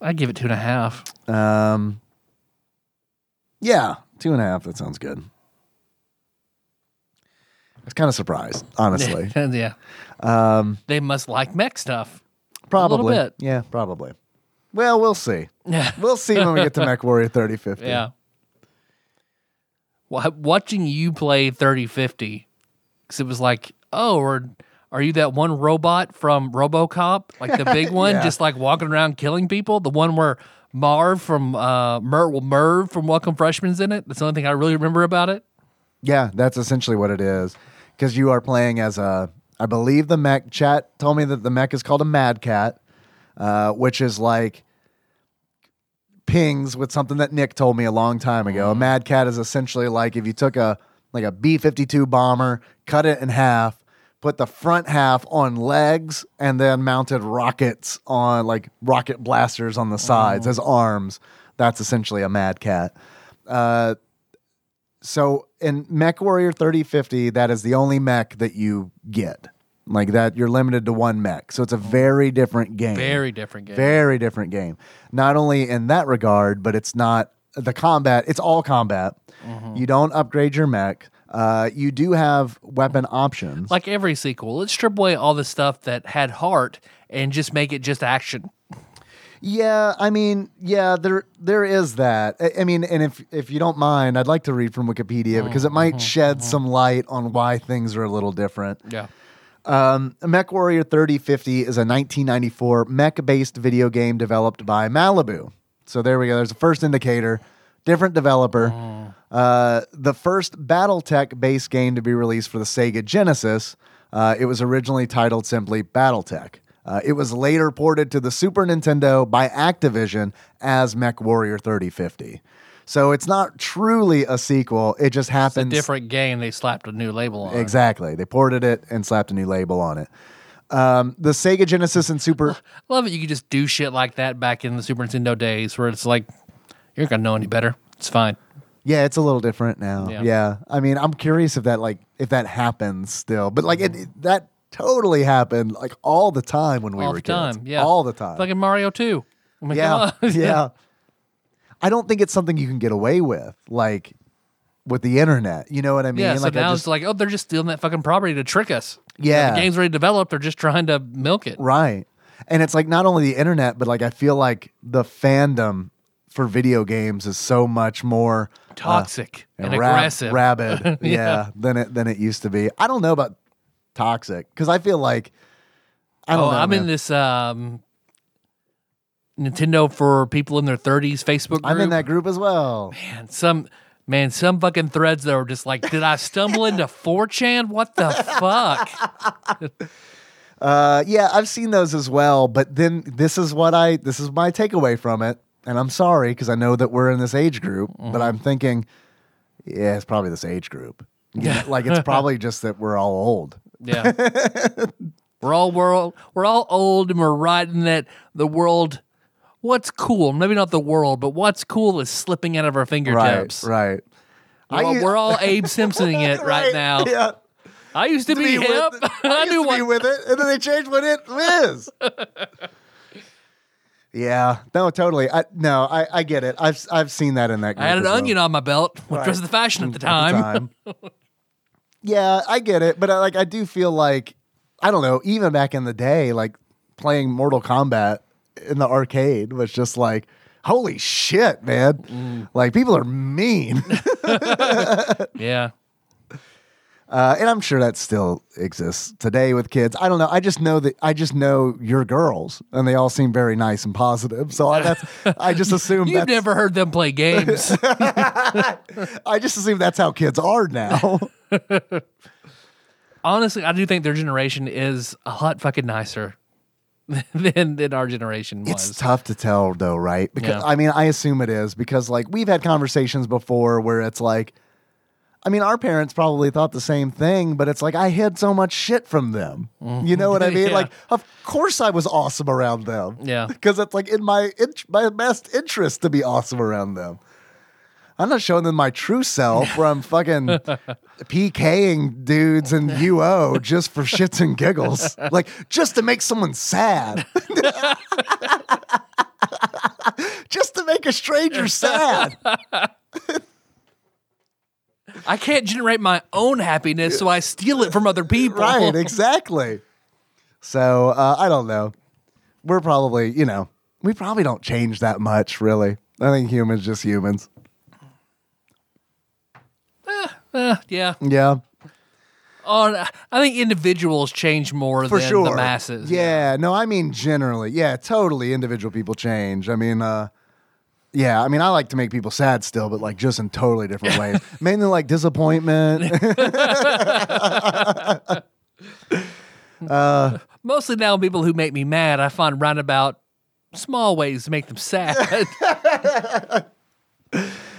S1: I give it two and a half.
S2: Um, yeah, two and a half. That sounds good. I was kind of surprised, honestly.
S1: yeah. Um, they must like mech stuff.
S2: probably.
S1: bit.
S2: Yeah, probably. Well, we'll see.
S1: Yeah.
S2: We'll see when we get to MechWarrior 3050.
S1: yeah. Wa- Watching you play 3050, because it was like, oh, or are you that one robot from RoboCop? Like the big one,
S2: Yeah.
S1: just like walking around killing people? The one where Marv from, uh, Mer- well, Merv from Welcome Freshman's in it? That's the only thing I really remember about it.
S2: Yeah, that's essentially what it is. Because you are playing as a, I believe the mech chat told me that the mech is called a Mad Cat, uh, which is like pings with something that Nick told me a long time ago. A Mad Cat is essentially like if you took a like a B 52 bomber, cut it in half, put the front half on legs, and then mounted rockets on like rocket blasters on the sides as arms. That's essentially a Mad Cat. Uh, so in Mech Warrior 3050, that is the only mech that you get. Like that, you're limited to one mech. So it's a very different game.
S1: Very different game.
S2: Very different game. Not only in that regard, but it's not the combat, it's all combat. You don't upgrade your mech. Uh, you do have weapon options.
S1: like every sequel, let's strip away all the stuff that had heart and just make it just action.
S2: Yeah, I mean, yeah, there there is that. I, I mean, and if if you don't mind, I'd like to read from Wikipedia because it might shed some light on why things are a little different.
S1: Yeah.
S2: Mech Warrior 3050 is a 1994 mech based video game developed by Malibu. So there we go. There's the first indicator. Different developer.
S1: Oh.
S2: Uh, the first Battletech based game to be released for the Sega Genesis. Uh, it was originally titled simply Battletech. Uh, it was later ported to the Super Nintendo by Activision as Mech Warrior 3050. So it's not truly a sequel. It just
S1: It's a
S2: happens
S1: different game they slapped a new label on. it.
S2: Exactly. They ported it and slapped a new label on it. Um, the Sega Genesis and Super.
S1: Love it. You could just do shit like that back in the Super Nintendo days where it's like, you're not going to know any better. It's fine.
S2: Yeah, it's a little different now.
S1: Yeah.
S2: Yeah. I mean, I'm curious if that like if that happens still, but like it, it- that totally happened like all the time when we
S1: all
S2: were
S1: the
S2: kids.
S1: time. Yeah.
S2: all the time.
S1: Fucking Mario Oh 2. I mean,
S2: yeah,
S1: come on.
S2: yeah. I don't think it's something you can get away with, like with the internet. You know what I mean?
S1: Yeah, so
S2: like I
S1: now
S2: just-
S1: it's like, oh, they're just stealing that fucking property to trick us. You know,
S2: Yeah.
S1: the game's already developed. They're just trying to milk it.
S2: Right. And it's like not only the internet, but like I feel like the fandom for video games is so much more uh,
S1: Toxic and,
S2: rab-
S1: aggressive.
S2: rabid, yeah,
S1: Yeah.
S2: than it than it used to be. I don't know about toxic because I feel like I don't
S1: oh,
S2: know.
S1: I'm in
S2: man.
S1: this um, Nintendo for people in their 30s Facebook group.
S2: I'm in that group as well.
S1: Man, some man, some fucking threads that are just like, did I stumble into 4chan? What the fuck?
S2: Uh, yeah, I've seen those as well. But then this is what I this is my takeaway from it, and I'm sorry because I know that we're in this age group,
S1: Mm-hmm.
S2: but I'm thinking, yeah, it's probably this age group. Yeah, like it's probably just that we're all old.
S1: Yeah. we're all world we're all old and we're riding that the world what's cool, maybe not the world, but what's cool is slipping out of our fingertips.
S2: Right.
S1: We're, all,
S2: I-
S1: we're all Abe Simpsoning it right, now.
S2: Yeah.
S1: I used to be,
S2: Be
S1: hip.
S2: with it.
S1: I,
S2: used
S1: knew
S2: to
S1: what
S2: be with it, and then they changed what it is. yeah. No, totally. I no, I, I get it. I've I've seen that in that group.
S1: I had an
S2: as well.
S1: onion on my belt, which
S2: Right.
S1: was the fashion at the
S2: At
S1: time.
S2: the time. yeah, I get it, but I, like I do feel like I don't know. Even back in the day, like playing Mortal Kombat in the arcade was just like, holy shit, man!
S1: Mm.
S2: Like people are mean.
S1: Yeah.
S2: Uh, and I'm sure that still exists today with kids. I don't know. I just know that I just know your girls, and they all seem very nice and positive. So I, that's I just assume
S1: You've
S2: that's,
S1: never heard them play games.
S2: I just assume that's how kids are now.
S1: honestly, I do think their generation is a lot fucking nicer than than our generation was.
S2: it's tough to tell though, right? Because
S1: Yeah.
S2: I mean, I assume it is because like we've had conversations before where it's like, I mean, our parents probably thought the same thing, but it's like I hid so much shit from them. You know what I mean?
S1: Mm-hmm. Yeah.
S2: Like, of course I was awesome around them.
S1: Yeah.
S2: because it's like in my in- my best interest to be awesome around them. I'm not showing them my true self where I'm fucking PKing dudes in UO just for shits and giggles, like just to make someone sad, just to make a stranger sad.
S1: I can't generate my own happiness, so I steal it from other people.
S2: Right, exactly. So uh, I don't know. We're probably, you know, we probably don't change that much, really. I think humans just humans.
S1: Uh, yeah.
S2: Yeah,
S1: On, I think individuals change more
S2: for
S1: than
S2: sure.
S1: the masses.
S2: Yeah, no, I mean generally. Yeah, totally. Individual people change. I mean, uh, yeah, I mean, I like to make people sad still, but like just in totally different ways. Mainly like disappointment.
S1: Mostly now, people who make me mad, I find roundabout small ways to make them sad.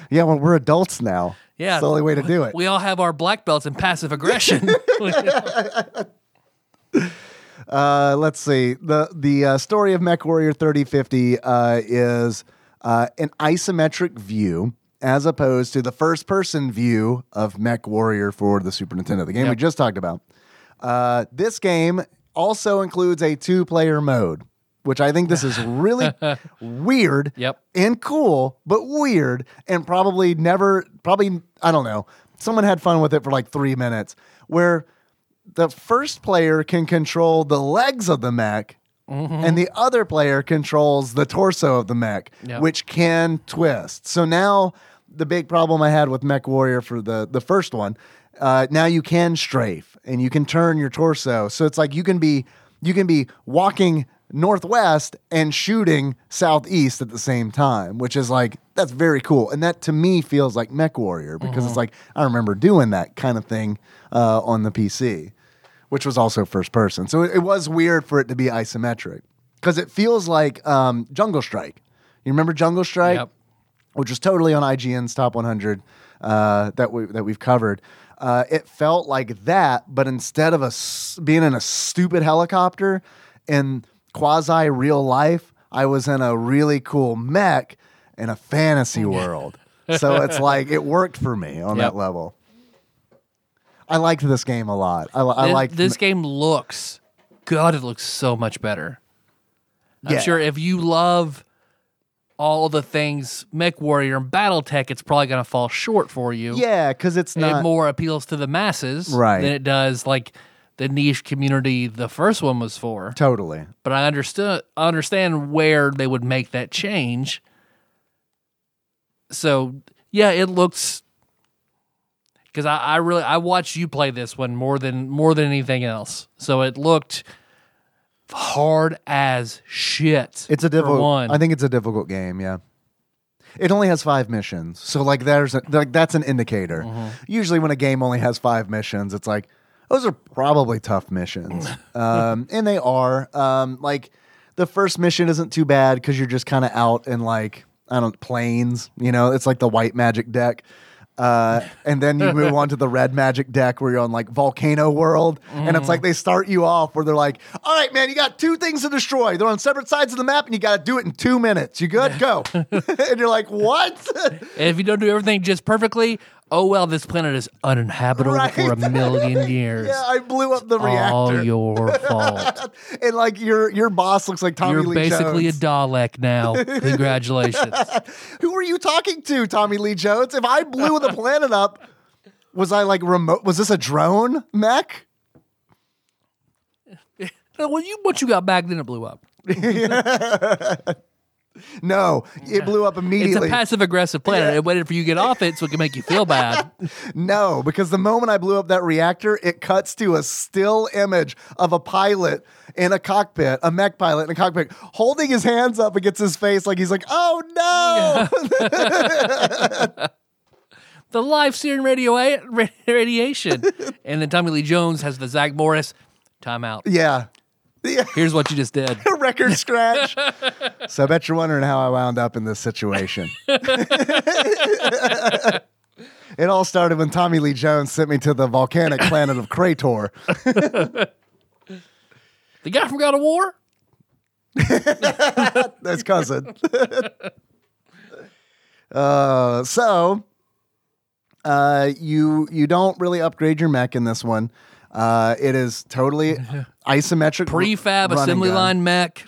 S2: yeah, well, we're adults now.
S1: Yeah.
S2: It's the only way to do it.
S1: we all have our black belts in passive aggression.
S2: Uh, let's see. The the uh, story of Mech Warrior 3050 uh, is uh, an isometric view as opposed to the first person view of Mech Warrior for the Super Nintendo, the game we
S1: Yep.
S2: just talked about. Uh, this game also includes a two player mode, which I think this is really weird
S1: Yep.
S2: and cool, but weird and probably never, probably, I don't know. Someone had fun with it for like three minutes where the first player can control the legs of the mech and the other player controls the torso of the mech,
S1: Yep.
S2: which can twist. So now the big problem I had with Mech Warrior for the, the first one, uh, now you can strafe and you can turn your torso. So it's like you can be you can be walking northwest and shooting southeast at the same time, which is like that's very cool. And that to me feels like Mech Warrior because it's like I remember doing that kind of thing uh, on the PC which was also first person. So it, it was weird for it to be isometric because it feels like um, Jungle Strike. You remember Jungle Strike,
S1: Yep.
S2: which was totally on IGN's top 100 uh, that we that we've covered. Uh, it felt like that, but instead of us being in a stupid helicopter in quasi real life, I was in a really cool mech in a fantasy world. so it's like it worked for me on
S1: Yep.
S2: that level. I liked this game a lot. I, li- I
S1: Thi-
S2: liked
S1: this game looks God, it looks so much better.
S2: Yeah.
S1: I'm sure if you love all the things Mech Warrior and Battletech, it's probably gonna fall short for you.
S2: Yeah, because it's
S1: it
S2: not.
S1: more appeals to the masses
S2: Right.
S1: than it does like the niche community the first one was for.
S2: totally.
S1: But I understood I understand where they would make that change. So yeah, it looks because I, I really I watched you play this one more than more than anything else. So it looked hard as shit.
S2: It's a
S1: for
S2: difficult.
S1: one.
S2: I think it's a difficult game. Yeah. It only has five missions, so like there's a, like that's an indicator. Usually, when a game only has five missions, it's like those are probably tough missions, um, and they are. Um, like the first mission isn't too bad because you're just kind of out in like I don't planes. You know, it's like the white magic deck. Uh, and then you move on to the red magic deck where you're on like volcano world and it's
S1: Mm.
S2: like they start you off where they're like all right man you got two things to destroy they're on separate sides of the map and you got to do it in two minutes you good go and you're like what
S1: And if you don't do everything just perfectly, oh well, this planet is uninhabitable
S2: Right.
S1: for a million years.
S2: yeah i blew up the
S1: All
S2: reactor
S1: your fault.
S2: and like your your boss looks like tommy
S1: You're
S2: lee
S1: basically
S2: jones
S1: a Dalek now. Congratulations.
S2: who were you talking to tommy lee jones if i blew the planet up was i like remote was this a drone mech
S1: No, well, you what you got back then it blew up.
S2: no it blew up
S1: It's
S2: immediately
S1: a passive aggressive planet. It waited for you to get off it so it can make you feel bad.
S2: No, because the moment I blew up that reactor, it cuts to a still image of a pilot in a cockpit, a mech pilot in a cockpit, holding his hands up against his face like he's like, oh no.
S1: The life searing radio ra- radiation. and then Tommy Lee Jones has the Zach Morris timeout.
S2: yeah. Yeah.
S1: Here's what you just did.
S2: Record scratch. so I bet you're wondering how I wound up in this situation. it all started when Tommy Lee Jones sent me to the volcanic planet of Krator.
S1: The guy from God of War?
S2: That's cousin. uh, so uh, you you don't really upgrade your mech in this one. Uh, it is totally isometric
S1: Prefab
S2: running
S1: assembly
S2: gun.
S1: line mech.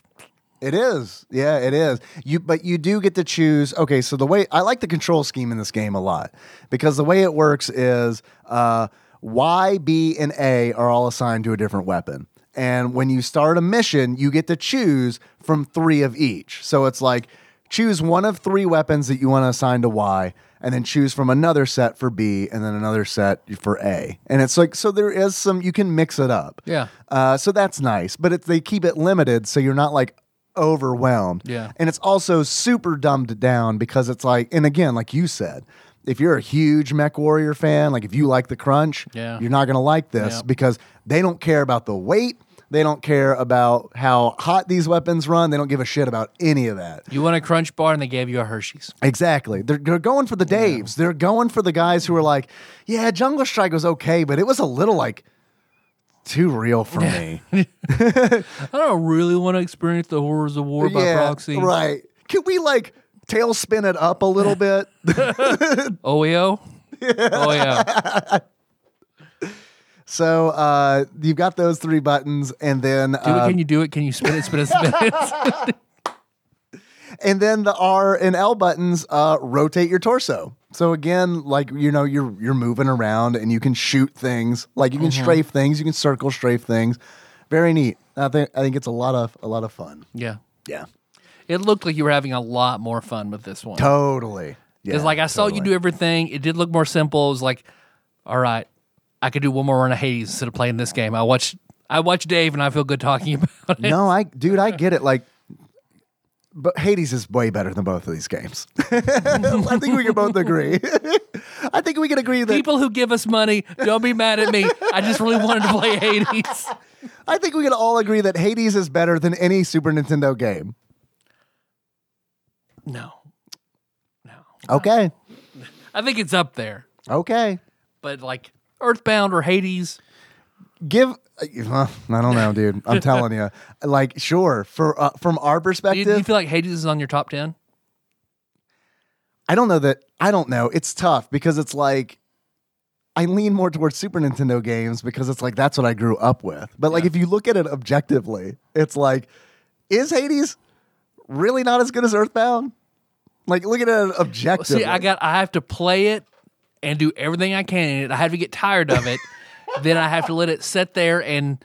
S2: It is, yeah, it is. You but you do get to choose. Okay, so the way I like the control scheme in this game a lot because the way it works is uh, Y, B, and A are all assigned to a different weapon. And when you start a mission, you get to choose from three of each. So it's like choose one of three weapons that you want to assign to Y, and then choose from another set for B, and then another set for A. And it's like so there is some you can mix it up.
S1: Yeah.
S2: Uh, so that's nice, but it, they keep it limited so you're not like overwhelmed.
S1: Yeah.
S2: And it's also super dumbed down because it's like, and again, like you said, if you're a huge Mech Warrior fan, like if you like the crunch,
S1: Yeah.
S2: you're not going to like this
S1: Yep.
S2: because they don't care about the weight. They don't care about how hot these weapons run. They don't give a shit about any of that.
S1: You want a crunch bar and they gave you a Hershey's.
S2: Exactly. They're, they're going for the Daves. They're going for the guys who are like, yeah, Jungle Strike was okay, but it was a little like too real for me.
S1: I don't really want to experience the horrors of war by proxy.
S2: Right. Can we like tailspin it up a little bit?
S1: OEO? Oh, OEO.
S2: so uh, you've got those three buttons, and then
S1: Do it,
S2: uh,
S1: can you do it? Can you spin it, spin it, spin it?
S2: and then the R and L buttons uh, rotate your torso. So again, like you know, you're you're moving around and you can shoot things. Like you can
S1: Mm-hmm.
S2: strafe things, you can circle strafe things. Very neat. I think I think it's a lot of a lot of fun.
S1: yeah.
S2: Yeah,
S1: It looked like you were having a lot more fun with this one.
S2: totally. Yeah,
S1: Because like I saw you
S2: totally.
S1: do everything, it did look more simple. It was like, all right, I could do one more run of Hades instead of playing this game. I watched I watched Dave and I feel good talking about it.
S2: no, I dude, I get it. Like, but Hades is way better than both of these games. I think we can both agree. I think we can agree that
S1: People who give us money, don't be mad at me. I just really wanted to play Hades.
S2: I think we can all agree that Hades is better than any Super Nintendo game.
S1: No. No.
S2: Okay,
S1: I think it's up there.
S2: okay.
S1: But like Earthbound or Hades,
S2: Give. uh, I don't know, dude. I'm telling you. Like, sure. For uh, from our
S1: do you,
S2: perspective,
S1: do you feel like Hades is on your top ten?
S2: I don't know that I don't know. It's tough because it's like I lean more towards Super Nintendo games because it's like that's what I grew up with. But like if you look at it objectively, it's like is Hades really not as good as Earthbound? Like look at it objectively.
S1: See, I got I have to play it and do everything I can in it. I have to get tired of it. then I have to let it sit there and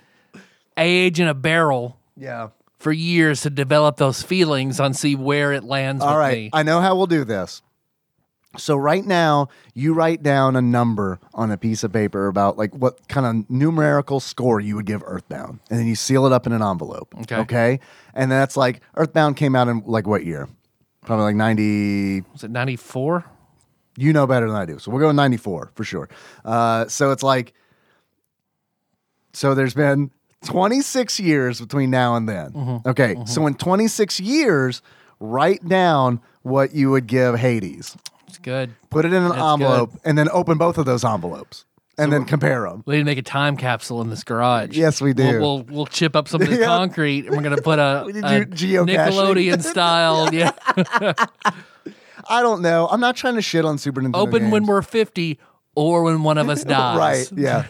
S1: age in a barrel
S2: yeah.
S1: for years to develop those feelings on see where it lands
S2: All
S1: with
S2: right.
S1: me.
S2: I know how we'll do this. So right now, you write down a number on a piece of paper about like what kind of numerical score you would give Earthbound, and then you seal it up in an envelope.
S1: Okay.
S2: Okay. And that's like Earthbound came out in like what year? Probably like ninety.
S1: Was it ninety four?
S2: You know better than I do. So we'll go with ninety four for sure. Uh, so it's like, so there's been twenty six years between now and then.
S1: Mm-hmm.
S2: Okay. So in twenty six years, write down what you would give Hades
S1: It's good.
S2: put it in an
S1: That's
S2: envelope, and then open both of those envelopes and then compare them.
S1: We need to make a time capsule in this garage.
S2: Yes, we do.
S1: We'll we'll, we'll chip up some of the
S2: Yeah.
S1: concrete and we're gonna put a,
S2: We need
S1: a
S2: to do geocaching.
S1: Nickelodeon style. yeah.
S2: I don't know. I'm not trying to shit on Super Nintendo.
S1: Open when
S2: games.
S1: we're fifty or when one of us dies.
S2: right. Yeah.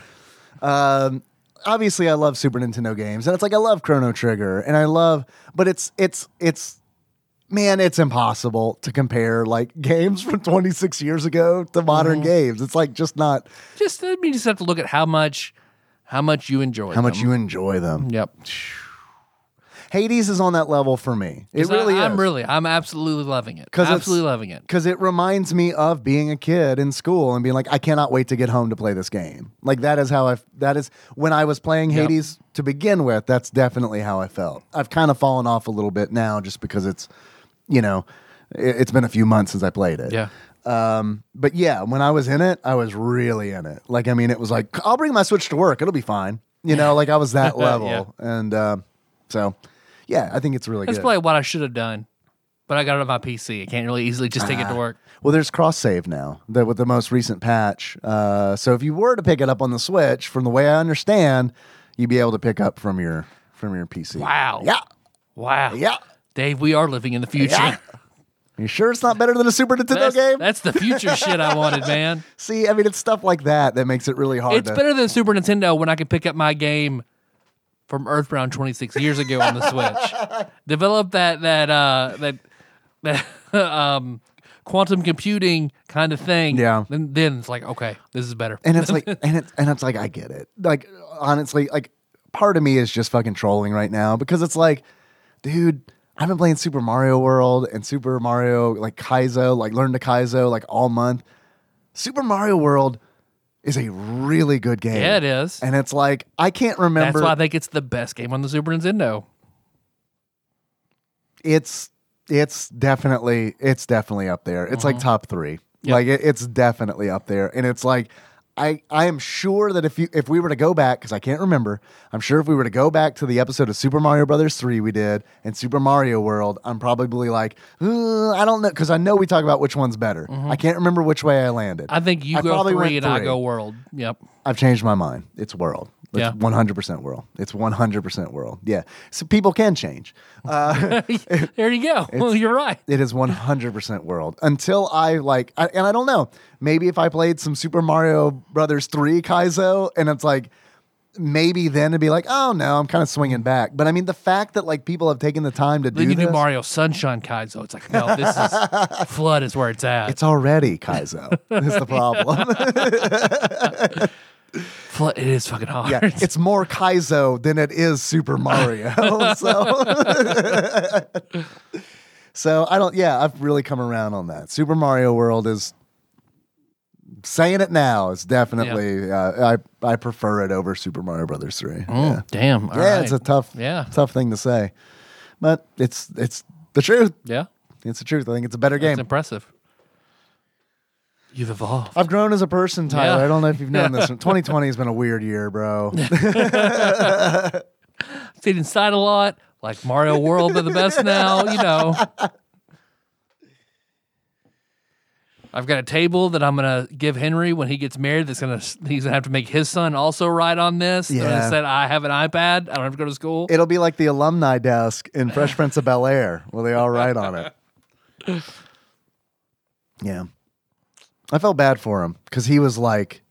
S2: um, obviously, I love Super Nintendo games, and it's like I love Chrono Trigger, and I love, but it's it's it's. Man, it's impossible to compare like games from 26 years ago to modern games. It's like just not
S1: Just I mean, you just have to look at how much how much you enjoy.
S2: how much
S1: them.
S2: you enjoy them.
S1: Yep.
S2: Hades is on that level for me. It
S1: So I-
S2: really
S1: I'm
S2: is.
S1: really, I'm absolutely loving it.
S2: 'Cause it's-
S1: Absolutely loving it.
S2: because it reminds me of being a kid in school and being like, I cannot wait to get home to play this game. Like that is how I. That is when I was playing
S1: Yep.
S2: Hades to begin with. That's definitely how I felt. I've kind of fallen off a little bit now, just because it's, you know, it, it's been a few months since I played it.
S1: Yeah.
S2: Um, but yeah, when I was in it, I was really in it. Like, I mean, it was like, I'll bring my Switch to work. It'll be fine. You know, like I was that level. And um, so, yeah, I think it's really
S1: That's
S2: good.
S1: probably what I should have done, but I got it on my PC. I can't really easily just take
S2: Ah.
S1: it to work.
S2: Well, there's cross save now that with the most recent patch. Uh, so if you were to pick it up on the Switch, from the way I understand, you'd be able to pick up from your from your PC.
S1: Wow.
S2: Yeah.
S1: Wow.
S2: Yeah.
S1: Dave, we are living in the future.
S2: Yeah. You sure it's not better than a Super Nintendo
S1: That's,
S2: game?
S1: that's the future shit I wanted, man.
S2: See, I mean, it's stuff like that that makes it really hard.
S1: It's
S2: to,
S1: better than Super Nintendo when I can pick up my game from Earthbound 26 years ago on the Switch. Develop that that uh that that um quantum computing kind of thing.
S2: Yeah.
S1: Then then it's like, okay, this is better.
S2: and it's like, and it's and it's like, I get it. Like, honestly, like, part of me is just fucking trolling right now because it's like, dude. I've been playing Super Mario World and Super Mario like Kaizo, like Learn to Kaizo, like all month. Super Mario World is a really good game.
S1: Yeah, it is.
S2: And it's like I can't remember.
S1: That's why I think it's the best game on the Super Nintendo.
S2: it's it's
S1: Mm-hmm.
S2: definitely it's definitely up there. It's like top three.
S1: Yeah.
S2: Like it, it's definitely up there, and it's like I, I am sure that if you if we were to go back because I can't remember I'm sure if we were to go back to the episode of Super Mario Brothers three we did and Super Mario World I'm probably like "Uh, I don't know because I know we talk about which one's better I can't remember which way I landed
S1: Mm-hmm. I think you
S2: I
S1: go
S2: probably
S1: three
S2: went
S1: and I
S2: three.
S1: go world. Yep.
S2: I've changed my mind. It's world. It's
S1: Yeah.
S2: 100% world. It's 100% world. Yeah. So people can change.
S1: there you go. Well, you're right.
S2: It is 100% world until I like, I, and I don't know. Maybe if I played some Super Mario Brothers 3 Kaizo and it's like, maybe then it'd be like, oh no, I'm kind of swinging back. But I mean, the fact that like people have taken the time to
S1: Then
S2: do
S1: you do
S2: this,
S1: Mario Sunshine Kaizo. It's like, no, this is flood is where it's at.
S2: it's already Kaizo. That's the problem.
S1: flood. It is fucking hard.
S2: yeah. It's more Kaizo than it is Super Mario. so. so I don't yeah, I've really come around on that. Super Mario World is saying it now is definitely uh, I I prefer it over Super Mario Brothers 3.
S1: Mm,
S2: Yeah.
S1: Damn. All
S2: Yeah, it's a
S1: right.
S2: tough
S1: Yeah.
S2: tough thing to say. But it's it's the truth.
S1: yeah.
S2: It's the truth. I think it's a better
S1: It's
S2: game.
S1: impressive. You've evolved.
S2: I've grown as a person, Tyler.
S1: Yeah.
S2: I don't know if you've known this. 2020 has been a weird year, bro.
S1: Stayed inside a lot. Like Mario World are the best now. You know. I've got a table that I'm gonna give Henry when he gets married. That's gonna he's gonna have to make his son also ride on this. And
S2: Yeah.
S1: Instead, I have an iPad. I don't have to go to school.
S2: It'll be like the alumni desk in Fresh Prince of Bel Air, where they all write on it. Yeah, I felt bad for him because he was like,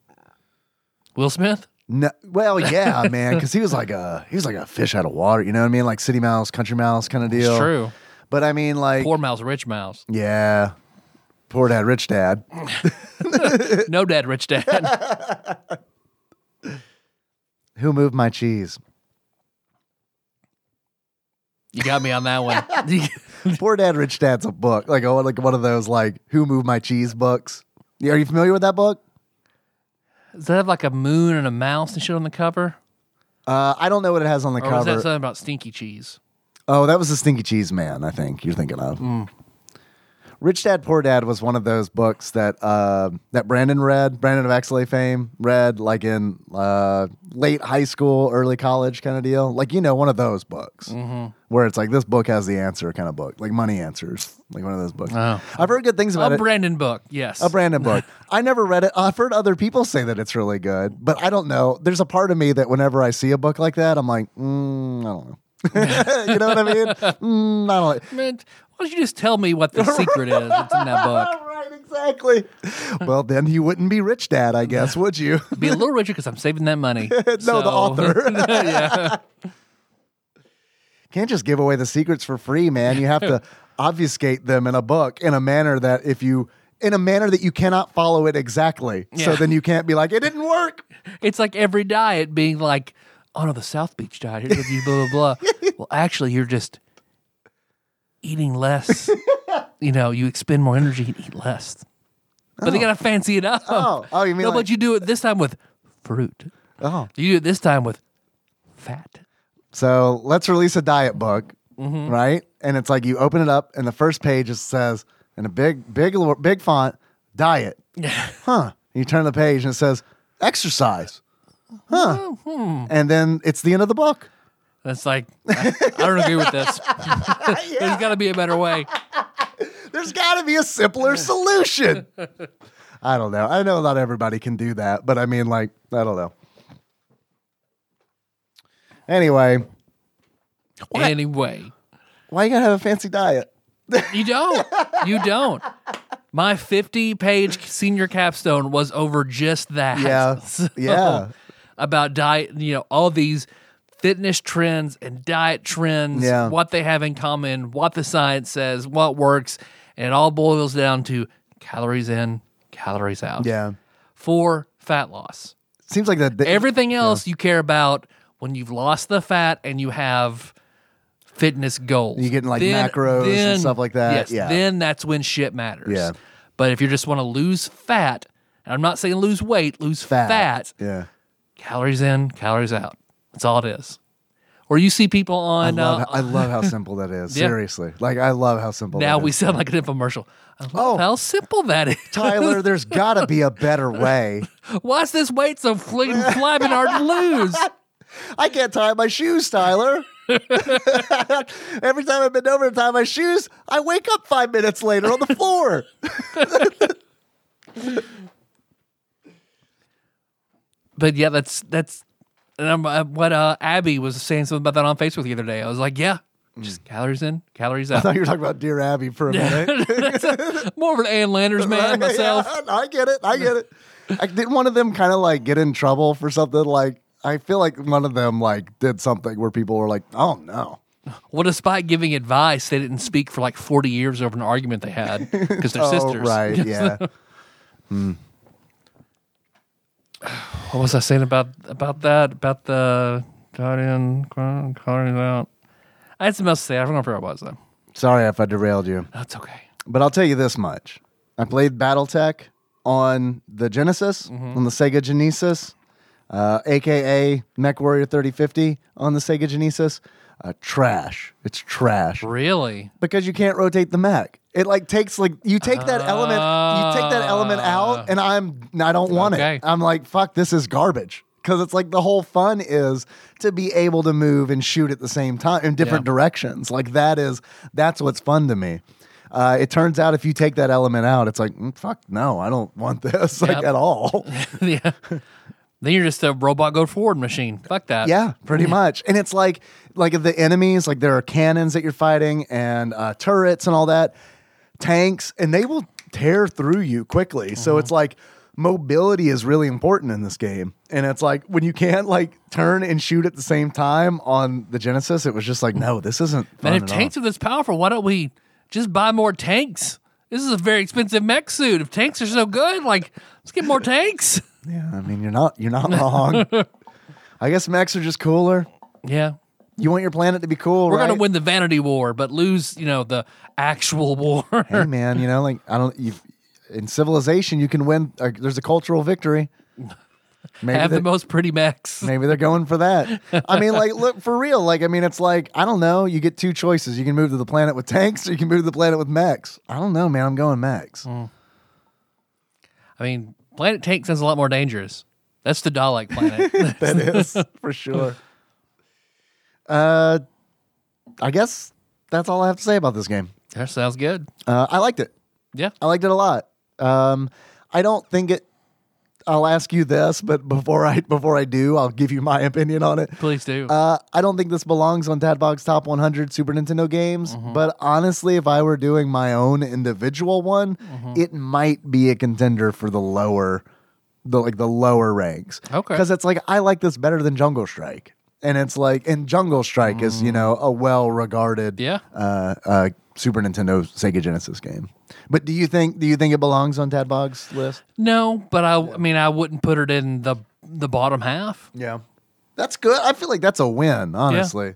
S1: Will Smith.
S2: no, well, yeah, man, because he was like a he was like a fish out of water. You know what I mean? Like city mouse, country mouse kind of deal.
S1: It's true.
S2: But I mean, like,
S1: Poor Mouse, rich Mouse.
S2: yeah, poor dad, rich dad.
S1: No dad, rich dad.
S2: Who moved my cheese?
S1: You got me on that one.
S2: Poor dad, rich dad's a book, like oh, like one of those like Who Moved My Cheese books. Yeah, Are you familiar with that book?
S1: Does that have like a moon and a mouse and shit on the cover?
S2: Uh, I don't know what it has on the
S1: Or was
S2: cover.
S1: that something about stinky cheese?
S2: Oh, that was the Stinky Cheese Man, I think you're thinking of.
S1: Mm.
S2: Rich Dad Poor Dad was one of those books that uh, that Brandon read, Brandon of XLA fame, read like in uh, late high school, early college kind of deal. Like, you know, one of those books
S1: Mm-hmm.
S2: where it's like, this book has the answer kind of book, like Money Answers, like one of those books.
S1: Oh.
S2: I've heard good things about
S1: A
S2: it.
S1: Brandon book, yes.
S2: A Brandon book. I never read it. I've heard other people say that it's really good, but I don't know. There's a part of me that whenever I see a book like that, I'm like, mm, I don't know. you know what I mean? Mm, I don't.
S1: Man, why don't you just tell me what the secret is that's in that book?
S2: right, exactly. well, then you wouldn't be rich, Dad. I guess would you?
S1: Be a little richer because I'm saving that money. no,
S2: the author.
S1: yeah.
S2: Can't just give away the secrets for free, man. You have to obfuscate them in a book in a manner that if you in a manner that you cannot follow it exactly. So
S1: Yeah.
S2: then you can't be like, it didn't work.
S1: It's like every diet being like, oh no, the South Beach diet, it gives you blah, blah, blah. well, actually, you're just eating less. you know, you expend more energy and eat less. But they got to fancy it up.
S2: Oh, oh, you mean
S1: no,
S2: like-
S1: but you do it this time with fruit.
S2: Oh.
S1: You do it this time with fat.
S2: So let's release a diet book, right? And it's like you open it up, and the first page just says in a big, big, big font, diet. huh. And you turn the page and it says exercise. Huh. And then it's the end of the book.
S1: That's like, I, I don't agree with this. There's got to be a better way.
S2: There's got to be a simpler solution. I don't know. I know not everybody can do that, but I mean, like, I don't know. Anyway, What?
S1: Anyway,
S2: why you gotta have a fancy diet?
S1: you don't. You don't. My 50 page senior capstone was over just that.
S2: Yeah.
S1: So,
S2: Yeah.
S1: About diet, you know, all these fitness trends and diet trends,
S2: Yeah.
S1: what they have in common, what the science says, what works. And it all boils down to calories in, calories out
S2: Yeah.
S1: for fat loss.
S2: Seems like that.
S1: Everything else you care about when you've lost the fat and you have fitness goals.
S2: You're getting, like, macros and stuff like that.
S1: Yes,
S2: Yeah.
S1: then that's when shit matters.
S2: Yeah.
S1: But if you just want to lose fat, and I'm not saying lose weight, lose fat.
S2: Yeah.
S1: calories in, calories out. That's all it is. Or you see people
S2: I
S1: on.
S2: love,
S1: uh,
S2: how, I love how simple that is.
S1: Yeah.
S2: Seriously, like I love how simple.
S1: now
S2: that
S1: we
S2: is.
S1: sound like an infomercial. I love
S2: Oh.
S1: how simple that is.
S2: Tyler, there's got to be a better way.
S1: Why's this weight so fling flabbing hard to lose?
S2: I can't tie my shoes, Tyler. Every time I bend over to tie my shoes, I wake up five minutes later on the floor.
S1: But yeah, that's that's and I'm, uh, what uh, Abby was saying something about that on Facebook the other day. I was like, yeah,
S2: Mm.
S1: just calories in, calories
S2: I thought
S1: out.
S2: you were talking about Dear Abby for a minute.
S1: More of an Ann Landers man
S2: Yeah,
S1: myself.
S2: I get it. I get it. I didn't one of them kind of like get in trouble for something like I feel like one of them like did something where people were like, "Oh no."
S1: Well, despite giving advice, they didn't speak for like 40 years over an argument they had because they're
S2: Oh,
S1: sisters.
S2: right. Yeah.
S1: What was I saying about about that? About the got in, calories out. I had something else to say. I don't know where I was though.
S2: Sorry if I derailed you.
S1: That's okay.
S2: But I'll tell you this much: I played BattleTech on the Genesis, on the Sega Genesis, uh, aka MechWarrior 3050 on the Sega Genesis. Uh, trash. It's trash
S1: Really?
S2: because you can't rotate the mech. It like takes like you take that element, you take that element out, and I'm I don't want
S1: Ah. Okay.
S2: it. I'm like fuck, this is garbage. Because it's like the whole fun is to be able to move and shoot at the same time in different
S1: Yeah.
S2: directions. Like that is that's what's fun to me. Uh, it turns out if you take that element out, it's like mm, fuck no, I don't want this like
S1: Yep.
S2: at all.
S1: yeah. Then you're just a robot go forward machine. Fuck that.
S2: Yeah, pretty much. And it's like like the enemies, like there are cannons that you're fighting and uh, turrets and all that, tanks, and they will tear through you quickly.
S1: Uh-huh.
S2: So it's like mobility is really important in this game. And it's like when you can't like turn and shoot at the same time on the Genesis, it was just like, no, this isn't fun
S1: Man, if
S2: at all.
S1: tanks are this powerful, why don't we just buy more tanks? This is a very expensive mech suit. If tanks are so good, like let's get more tanks.
S2: Yeah, I mean, you're not you're not wrong. I guess mechs are just cooler.
S1: Yeah.
S2: You want your planet to be cool,
S1: We're
S2: right?
S1: gonna win the vanity war, but lose, you know, the actual war.
S2: hey man, you know, like I don't. You've, in civilization, you can win. Uh, there's a cultural victory. Maybe
S1: Have
S2: they-
S1: the most pretty mechs.
S2: Maybe they're going for that. I mean, like, look for real. Like, I mean, it's like I don't know. You get two choices. You can move to the planet with tanks, or you can move to the planet with mechs. I don't know, man. I'm going mechs.
S1: Mm. I mean, Planet Tank sounds a lot more dangerous. That's the Dalek planet.
S2: That is for sure. Uh, I guess that's all I have to say about this game.
S1: that sounds good.
S2: Uh, I liked it.
S1: Yeah.
S2: I liked it a lot. Um, I don't think it. I'll ask you this, but before I before I do, I'll give you my opinion on it.
S1: Please do.
S2: Uh, I don't think this belongs on Dadbog's top 100 Super Nintendo games,
S1: Mm-hmm.
S2: but honestly, if I were doing my own individual one,
S1: Mm-hmm.
S2: it might be a contender for the lower, the like the lower ranks.
S1: Okay.
S2: because it's like I like this better than Jungle Strike, and it's like and Jungle Strike is you know a well regarded
S1: Mm. Yeah.
S2: uh, uh, Super Nintendo Sega Genesis game. But do you think do you think it belongs on Tadbog's list?
S1: no, but I, I mean I wouldn't put it in the the bottom half.
S2: Yeah, that's good. I feel like that's a win, honestly.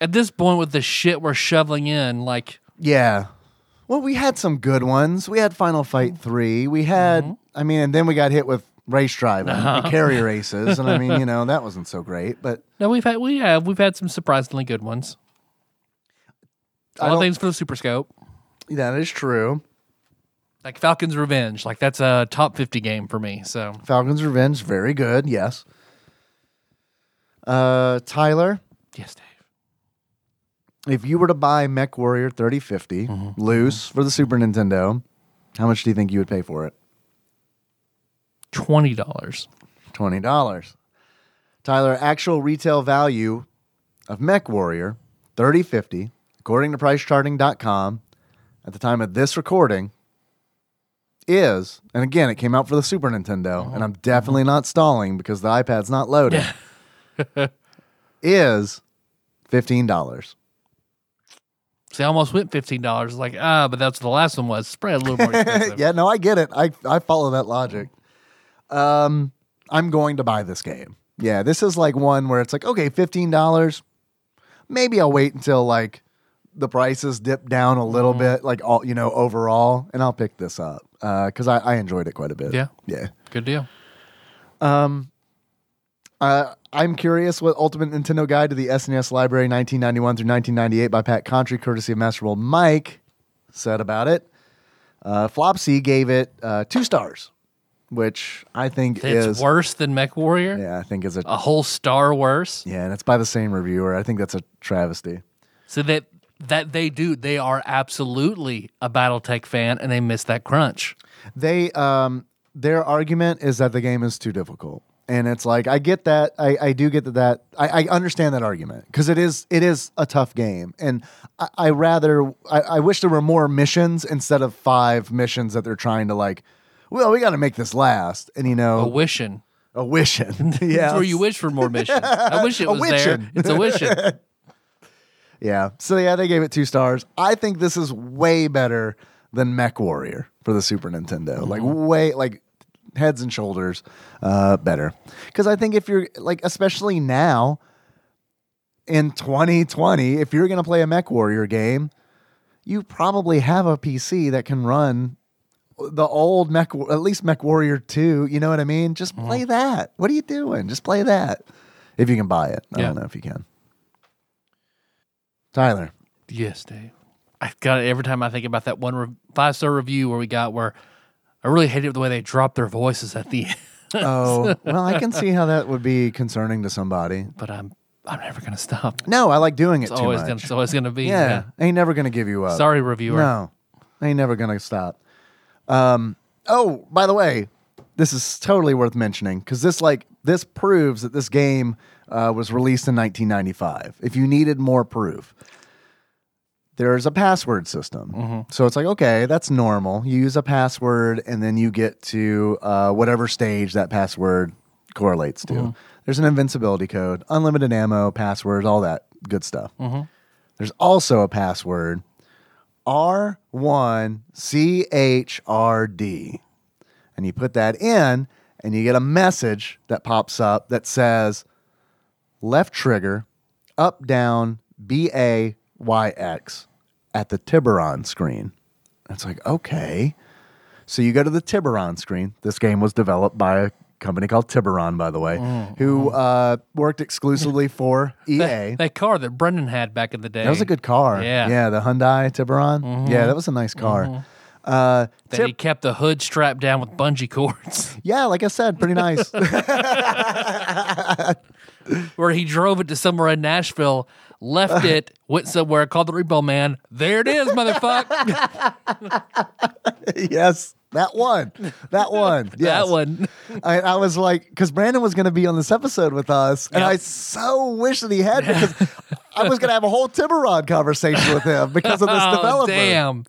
S1: At this point with the shit we're shoveling in, like
S2: Yeah. Well, we had some good ones. We had Final Fight 3. We had, I mean, and then we got hit with race driving and carrier races. And I mean, you know, that wasn't so great, but
S1: no, we've had we have we've had some surprisingly good ones. A lot
S2: I
S1: of
S2: don't-
S1: things for the Super Scope.
S2: that is true.
S1: Like Falcon's Revenge. Like that's a top fifty game for me. So
S2: Falcon's Revenge, very good. Yes. Uh, Tyler,
S1: yes, Dave.
S2: if you were to buy Mech Warrior 3050 loose for the Super Nintendo, how much do you think you would pay for it?
S1: Twenty dollars.
S2: $20. Tyler, actual retail value of Mech Warrior 3050, according to pricecharting.com, at the time of this recording, is, and again, it came out for the Super Nintendo, and I'm definitely not stalling because the iPad's not loaded, is $15.
S1: See, I almost went fifteen dollars. Like ah, but that's what the last one was. Spread a little more expensive.
S2: yeah, no, I get it. I, I follow that logic. Um, I'm going to buy this game. Yeah, this is like one where it's like, okay, fifteen dollars. Maybe I'll wait until like the prices dip down a little bit, like all you know overall, and I'll pick this up uh, because I, I enjoyed it quite a bit.
S1: Yeah.
S2: yeah.
S1: Good deal.
S2: Uh, I'm curious what Ultimate Nintendo Guide to the SNES Library 1991 through 1998 by Pat Contry, courtesy of Masterable Mike, said about it. Uh, Flopsy gave it uh, two stars, which I think
S1: It's
S2: is
S1: worse than Mech Warrior.
S2: yeah, I think is a
S1: A whole star worse.
S2: yeah, and it's by the same reviewer. I think that's a travesty.
S1: So that that they do, they are absolutely a BattleTech fan, and they miss that crunch.
S2: they um their argument is that the game is too difficult and it's like i get that i, I do get that, that I, I understand that argument because it is it is a tough game and i, I rather I, I wish there were more missions instead of five missions that they're trying to like well we got to make this last and you
S1: A
S2: know
S1: wishing.
S2: a wishing
S1: It's
S2: yeah
S1: where you wish for more missions. I wish it
S2: A
S1: was there.
S2: witchin'.
S1: It's a wishing.
S2: yeah so yeah they gave it two stars i think this is way better than mech warrior for the super nintendo like way like heads and shoulders uh, better because i think if you're like especially now in 2020 if you're going to play a mech warrior game you probably have a pc that can run the old mech at least mech warrior 2 you know what i mean just
S1: Uh-huh.
S2: play that what are you doing just play that if you can buy it i don't
S1: Yeah.
S2: know if you can tyler
S1: Yes, Dave. I got it every time I think about that one re- five star review where we got where I really hated the way they dropped their voices at the end.
S2: oh well i can see how that would be concerning to somebody
S1: but I'm I'm never gonna stop.
S2: no i like doing it
S1: It's
S2: too
S1: always
S2: much
S1: gonna it's always gonna be.
S2: yeah,
S1: Yeah.
S2: ain't never gonna give you up
S1: Sorry, reviewer.
S2: No, they never gonna stop. Um, oh, by the way, this is totally worth mentioning because this like this proves that this game uh, was released in 1995. If you needed more proof, there's a password system.
S1: Mm-hmm.
S2: So it's like okay, that's normal. You use a password, and then you get to uh, whatever stage that password correlates
S1: Mm-hmm.
S2: to. There's an invincibility code, unlimited ammo, passwords, all that good
S1: Mm-hmm.
S2: stuff. There's also a password R1CHRD. And you put that in, and you get a message that pops up that says left trigger, up, down, B A Y X at the Tiburon screen. It's like, okay. So you go to the Tiburon screen. This game was developed by a company called Tiburon, by the way, who uh, worked exclusively for E EA.
S1: That car that Brendan had back in the day.
S2: That was a good car.
S1: Yeah. Mm-hmm.
S2: Yeah, the Hyundai Tiburon. Yeah, that was a nice car. Uh,
S1: that
S2: Tib-
S1: he kept the hood strapped down with bungee cords.
S2: yeah, like I said, pretty nice.
S1: where he drove it to somewhere in Nashville, left it, went somewhere, called the repo man. There it is, motherfucker.
S2: yes, that one. That one. Yes.
S1: That one.
S2: I, I was like, because Brandon was going to be on this episode with us, and
S1: Yep.
S2: I so wish that he had because I was going to have a whole Tiburon conversation with him because of this
S1: Oh,
S2: developer.
S1: damn.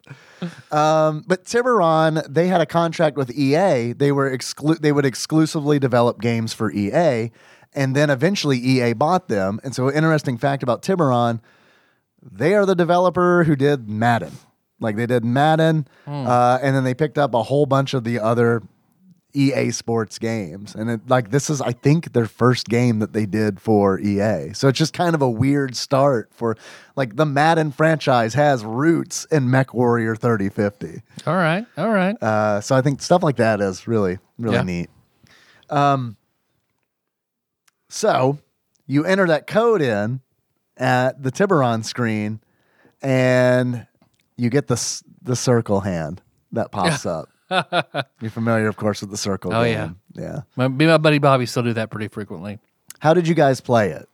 S2: Um, But Tiburon, they had a contract with EA. They were exclu- they would exclusively develop games for EA, and then eventually EA bought them. And so, interesting fact about Tiburon, they are the developer who did Madden. Like they did Madden, uh, and then they picked up a whole bunch of the other EA Sports games. And it, like this is, I think, their first game that they did for EA. So it's just kind of a weird start for like the Madden franchise has roots in Mech Warrior 3050.
S1: All right. All right.
S2: Uh, so I think stuff like that is really, really
S1: Yeah.
S2: neat. Um, so you enter that code in at the Tiburon screen, and you get the s- the circle hand that pops up. You're familiar, of course, with the circle.
S1: Oh,
S2: game. yeah.
S1: My, me and my buddy Bobby still do that pretty frequently.
S2: How did you guys play it?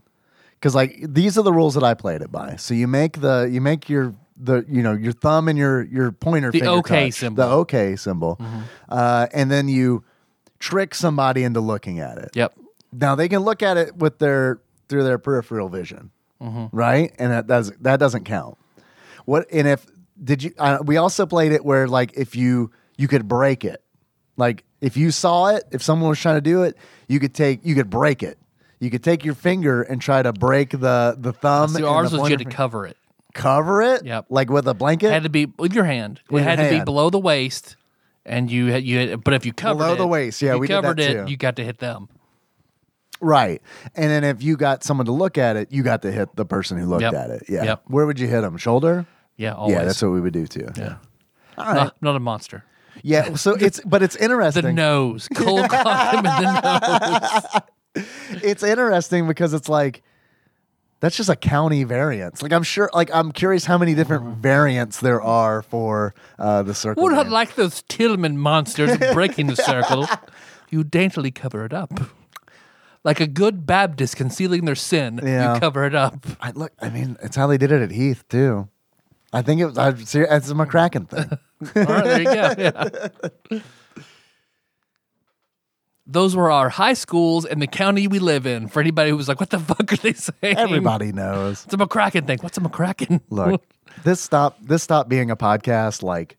S2: Because like these are the rules that I played it by. So you make the you make your the you know your thumb and your your pointer
S1: The
S2: finger
S1: OK
S2: touch,
S1: symbol. Mm-hmm.
S2: the OK symbol, uh, and then you trick somebody into looking at it.
S1: Yep.
S2: Now they can look at it with their through their peripheral vision, right? And that does that doesn't count. What and if did you? Uh, we also played it where like if you you could break it, like if you saw it, if someone was trying to do it, you could take you could break it. You could take your finger and try to break the the thumb.
S1: So
S2: and
S1: ours
S2: the
S1: was you had
S2: pointer
S1: to
S2: fin-
S1: cover it.
S2: cover it.
S1: Yep.
S2: Like with a blanket.
S1: It had to be with your hand.
S2: With
S1: it
S2: your
S1: had to be
S2: hand.
S1: below the waist, and you had you. Had, but if you covered
S2: Below
S1: it,
S2: the waist, yeah,
S1: you
S2: we did that
S1: covered it.
S2: too.
S1: You got to hit them.
S2: Right. And then if you got someone to look at it, you got to hit the person who looked
S1: Yep.
S2: at it. Yeah.
S1: Yep.
S2: Where would you hit them? Shoulder?
S1: Yeah, always.
S2: Yeah, that's what we would do too.
S1: Yeah.
S2: All right.
S1: Not, not a monster.
S2: Yeah. So it's but it's
S1: The
S2: interesting.
S1: nose, cold cock him in the nose.
S2: it's interesting because it's like that's just a county variance. Like I'm sure, like I'm curious how many
S1: Uh-huh.
S2: different variants there are for uh, the circle.
S1: We're not
S2: dance.
S1: like those Tillman monsters breaking the circle. You daintily cover it up. Like a good Baptist concealing their sin,
S2: Yeah.
S1: you cover it up.
S2: I, look, I mean, it's how they did it at Heath too. I think it was. I, ser- it's a McCracken thing.
S1: All right, there you go. Yeah. Those were our high schools and the county we live in. For anybody who was like, what the fuck are they saying?
S2: Everybody knows.
S1: It's a McCracken thing. What's a McCracken?
S2: Look, this stopped. This stopped being a podcast like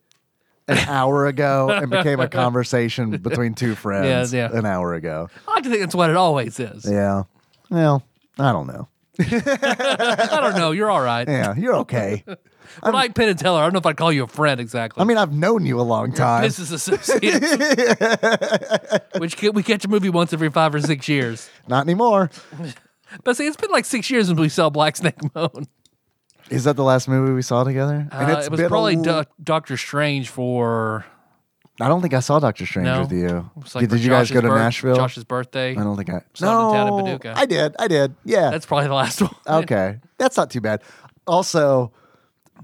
S2: an hour ago and became a conversation between two friends.
S1: Yeah, yeah.
S2: an hour ago.
S1: I like to think that's what it always is.
S2: Yeah. Well, I don't know.
S1: I don't know. You're all right.
S2: Yeah, you're okay.
S1: I'm like Penn and Teller. I don't know if I'd call you a friend exactly.
S2: I mean, I've known you a long time.
S1: business associates, which ca- we catch a movie once every five or six years.
S2: Not anymore.
S1: But see, it's been like six years since we saw Black Snake Moan.
S2: Is that the last movie we saw together?
S1: Uh,
S2: it's
S1: it was
S2: been a
S1: probably
S2: l-
S1: Doc- Doctor Strange for
S2: I don't think I saw Doctor Strange
S1: No.
S2: with you.
S1: It's like
S2: did did
S1: for
S2: you guys
S1: Josh's
S2: go to
S1: birth-
S2: Nashville?
S1: Josh's birthday.
S2: I don't think I.
S1: Saw it in town in
S2: No,
S1: Paducah.
S2: I did. I did. Yeah.
S1: That's probably the last one.
S2: okay. That's not too bad. Also,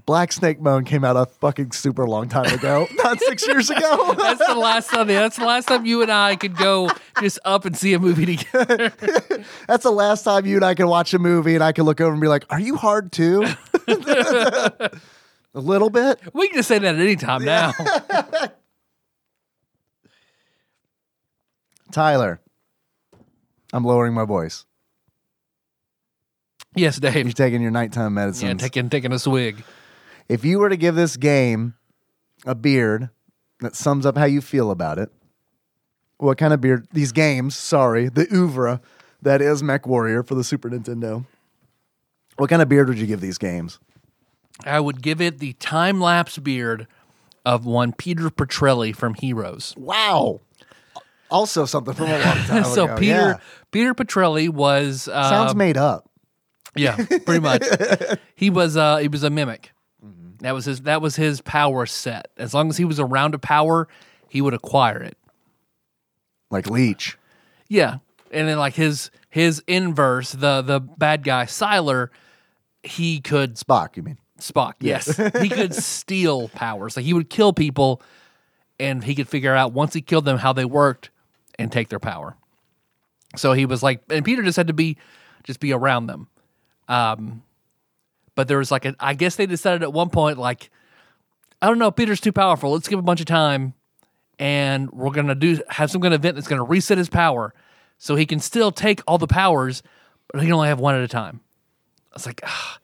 S2: Black Snake Moan came out a fucking super long time ago. not six years ago.
S1: That's the last time. That's the last time you and I could go just up and see a movie together.
S2: That's the last time you and I can watch a movie and I can look over and be like, "Are you hard too?" a little bit.
S1: We can just say that at any time now.
S2: Tyler, I'm lowering my voice.
S1: Yes,
S2: You're
S1: Dave.
S2: taking your nighttime
S1: Yeah,
S2: medicines.
S1: taking taking a swig.
S2: if you were to give this game a beard that sums up how you feel about it, what kind of beard? These games, sorry, the oeuvre that is Mech Warrior for the Super Nintendo. What kind of beard would you give these games?
S1: I would give it the time lapse beard of one Peter Petrelli from Heroes.
S2: Wow. Also, something from a long time
S1: so
S2: ago.
S1: Peter
S2: yeah.
S1: Peter Petrelli was uh,
S2: sounds made up.
S1: yeah, pretty much. he was uh, he was a mimic.
S2: Mm-hmm.
S1: That was his that was his power set. As long as he was around a power, he would acquire it.
S2: Like Leech.
S1: Yeah, and then like his his inverse, the the bad guy Siler, he could
S2: Spock, you mean?
S1: Spock. Yes, he could steal powers. Like he would kill people, and he could figure out once he killed them how they worked and take their power. So he was like, and Peter just had to be, just be around them. Um, but there was like a, I guess they decided at one point like, I don't know, Peter's too powerful. Let's give him a bunch of time, and we're gonna do have some kind of event that's gonna reset his power, so he can still take all the powers, but he can only have one at a time. I was like, ah,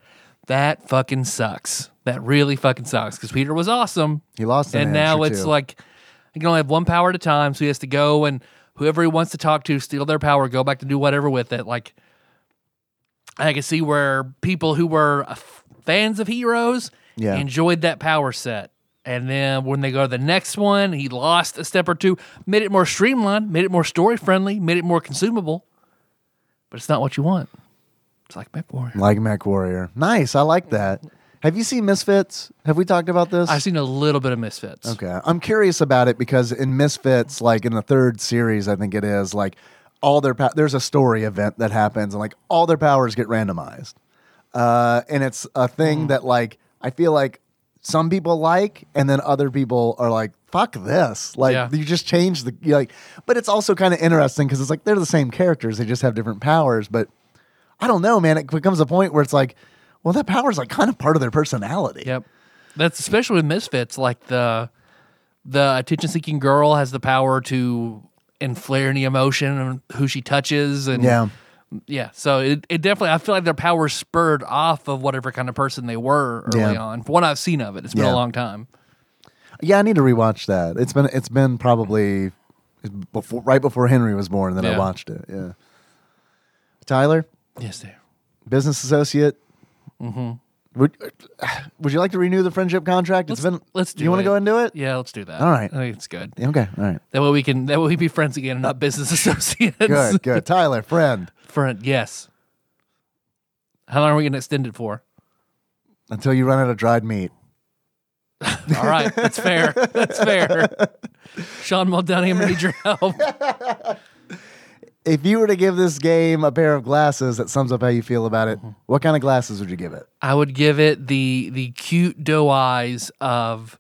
S1: that fucking sucks. That really fucking sucks because Peter was awesome.
S2: He lost an
S1: and now
S2: answer,
S1: it's
S2: too.
S1: like he can only have one power at a time, so he has to go and whoever he wants to talk to steal their power, go back to do whatever with it. Like, I can see where people who were uh, f- fans of heroes
S2: Yeah.
S1: enjoyed that power set. And then when they go to the next one, he lost a step or two, made it more streamlined, made it more story friendly, made it more consumable. But it's not what you want. It's like Mech Warrior.
S2: Like Mech Warrior. Nice. I like that. Have you seen Misfits? Have we talked about this?
S1: I've seen a little bit of Misfits.
S2: Okay. I'm curious about it because in Misfits, like in the third series, I think it is, like all their pow- there's a story event that happens and like all their powers get randomized. Uh, and it's a thing that like I feel like some people like and then other people are like fuck this. Like
S1: Yeah.
S2: you just change the you like but it's also kind of interesting cuz it's like they're the same characters, they just have different powers, but I don't know, man, it becomes a point where it's like well, that power's like kind of part of their personality.
S1: Yep. That's especially with Misfits, like the the attention seeking girl has the power to inflare any emotion on who she touches and
S2: Yeah.
S1: Yeah. So it, it definitely I feel like their power spurred off of whatever kind of person they were early
S2: Yeah.
S1: on. From what I've seen of it. It's been
S2: Yeah.
S1: a long time.
S2: Yeah, I need to rewatch that. It's been it's been probably before right before Henry was born that I
S1: Yeah.
S2: watched it. Yeah. Tyler,
S1: Yes, there.
S2: business associate. Mm-hmm. Would Would you like to renew the friendship contract? it's been.
S1: Let's do
S2: You want to
S1: it.
S2: go into it?
S1: Yeah, let's do that.
S2: All right.
S1: I think it's good.
S2: Yeah, Okay. All right.
S1: That way we can that way we be friends again and not business associates.
S2: Good. good. Tyler, friend.
S1: Friend, yes. How long are we gonna extend it for?
S2: Until you run out of dried meat.
S1: All right, that's fair. That's fair. Sean Muldowney, I'm gonna need your help.
S2: if you were to give this game a pair of glasses that sums up how you feel about it,
S1: Mm-hmm.
S2: what kind of glasses would you give it?
S1: I would give it the the cute doe eyes of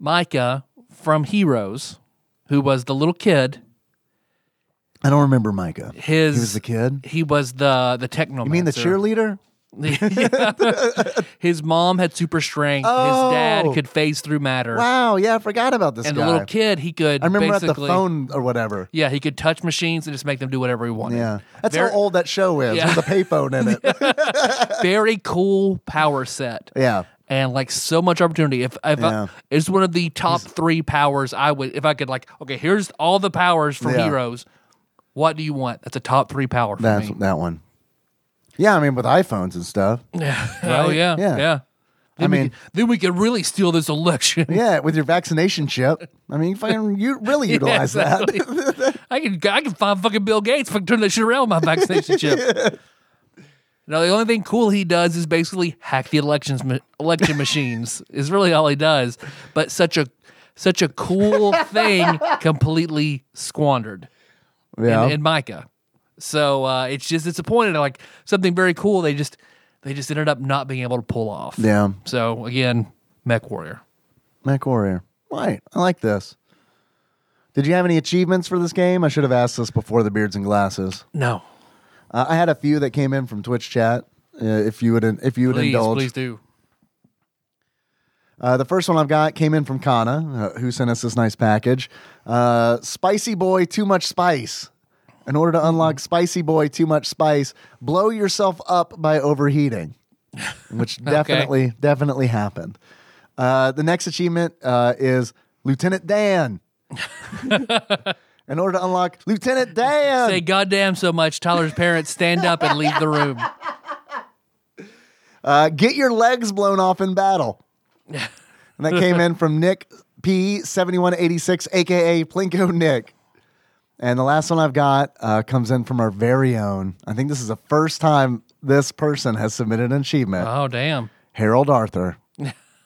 S1: Micah from Heroes, who was the little kid.
S2: I don't remember Micah.
S1: His
S2: he was the kid.
S1: He was the the techno.
S2: You mean the cheerleader?
S1: His mom had super strength. His dad
S2: Oh.
S1: could phase through matter.
S2: Wow, yeah, I forgot about this
S1: And
S2: guy.
S1: the little kid, he could.
S2: I remember at the
S1: basically,
S2: phone or whatever.
S1: Yeah, he could touch machines and just make them do whatever he wanted.
S2: Yeah, that's
S1: Very-
S2: how old that show is
S1: Yeah.
S2: with the payphone in it.
S1: Very cool power set.
S2: yeah,
S1: and like so much opportunity. If if
S2: Yeah.
S1: I, it's one of the top three powers, I would if I could like okay, here's all the powers from
S2: Yeah.
S1: Heroes. What do you want? That's a top three power for
S2: that's
S1: me.
S2: that one. Yeah, I mean with iPhones and stuff.
S1: Oh yeah, yeah.
S2: Yeah.
S1: Then
S2: I
S1: we
S2: mean-
S1: could- then we could really steal this election.
S2: Yeah, with your vaccination chip. I mean, you can you really utilize that.
S1: I can I can find fucking Bill Gates. Fucking turn that shit around with my vaccination chip. Now the only thing cool he does is basically hack the elections ma- election machines is really all he does. But such a such a cool thing completely squandered.
S2: Yeah,
S1: and, and Micah. So uh, it's just disappointed. Like something very cool, they just they just ended up not being able to pull off.
S2: yeah.
S1: So again, Mech Warrior.
S2: Mac Warrior. Right. I like this. Did you have any achievements for this game? I should have asked this before the beards and glasses.
S1: No,
S2: Uh, I had a few that came in from Twitch chat. Uh, if you would, if you would
S1: please,
S2: indulge,
S1: please do.
S2: Uh, the first one I've got came in from Kana, uh, who sent us this nice package. Uh, spicy boy, too much spice. In order to unlock spicy boy, too much spice, blow yourself up by overheating, which definitely, definitely happened. Uh, the next achievement uh, is Lieutenant Dan. In order to unlock Lieutenant Dan,
S1: Say goddamn so much. Tyler's parents stand up and leave the room.
S2: Uh, get your legs blown off in battle. and that came in from Nick P7186, aka Plinko Nick. And the last one I've got uh, comes in from our very own. I think this is the first time this person has submitted an achievement.
S1: Oh damn.
S2: Harold Arthur.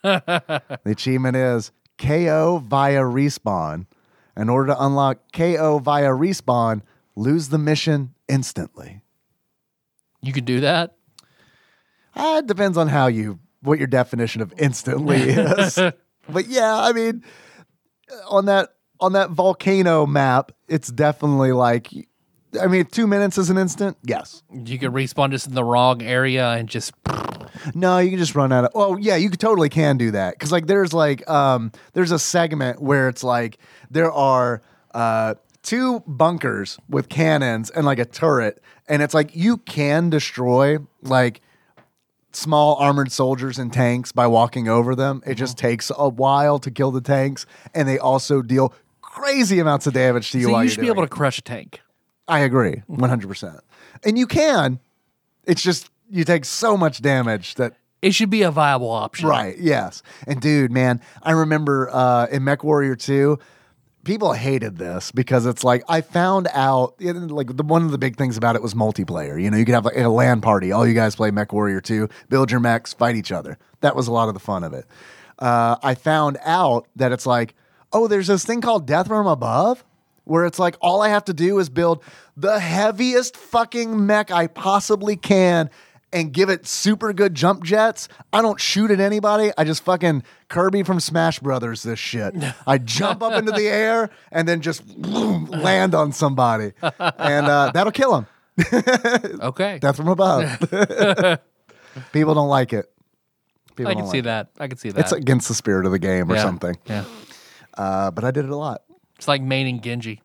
S2: the achievement is KO via respawn. In order to unlock KO via respawn, lose the mission instantly.
S1: You could do that.
S2: Uh, it depends on how you what your definition of instantly is. but yeah, I mean, uh, on that on that volcano map, it's definitely like, I mean, if two minutes is an instant. Yes.
S1: You could respawn just in the wrong area and just
S2: No, you can just run out of. Oh yeah, you could- totally can do that because like there's like um there's a segment where it's like there are uh two bunkers with cannons and like a turret and it's like you can destroy like small armored soldiers and tanks by walking over them. It just
S1: Mm-hmm.
S2: takes a while to kill the tanks and they also deal crazy amounts of damage to you.
S1: so
S2: while
S1: you
S2: you're
S1: should be
S2: doing
S1: able Mm-hmm.
S2: it.
S1: to crush a tank.
S2: I agree, one hundred percent. And you can. It's just you take so much damage that
S1: It should be a viable option.
S2: Right. Yes. And dude, man, I remember uh, in Mech Warrior Two, people hated this because it's like I found out you know, like the one of the big things about it was multiplayer. You know, you could have like a LAN party. All you guys play Mech Warrior Two, build your mechs, fight each other. That was a lot of the fun of it. Uh, I found out that it's like, oh, there's this thing called Death Room Above where it's like all I have to do is build the heaviest fucking mech I possibly can and give it super good jump jets. I don't shoot at anybody. I just fucking Kirby from Smash Brothers this shit. I jump up into the air and then just boom, land on somebody. And uh, that'll kill him.
S1: Okay.
S2: Death from above. People don't like it. People
S1: I can
S2: don't
S1: see
S2: like it.
S1: that. I can see that.
S2: It's against the spirit of the game or
S1: Yeah.
S2: something.
S1: Yeah.
S2: Uh, but I did it a lot.
S1: It's like maining Genji.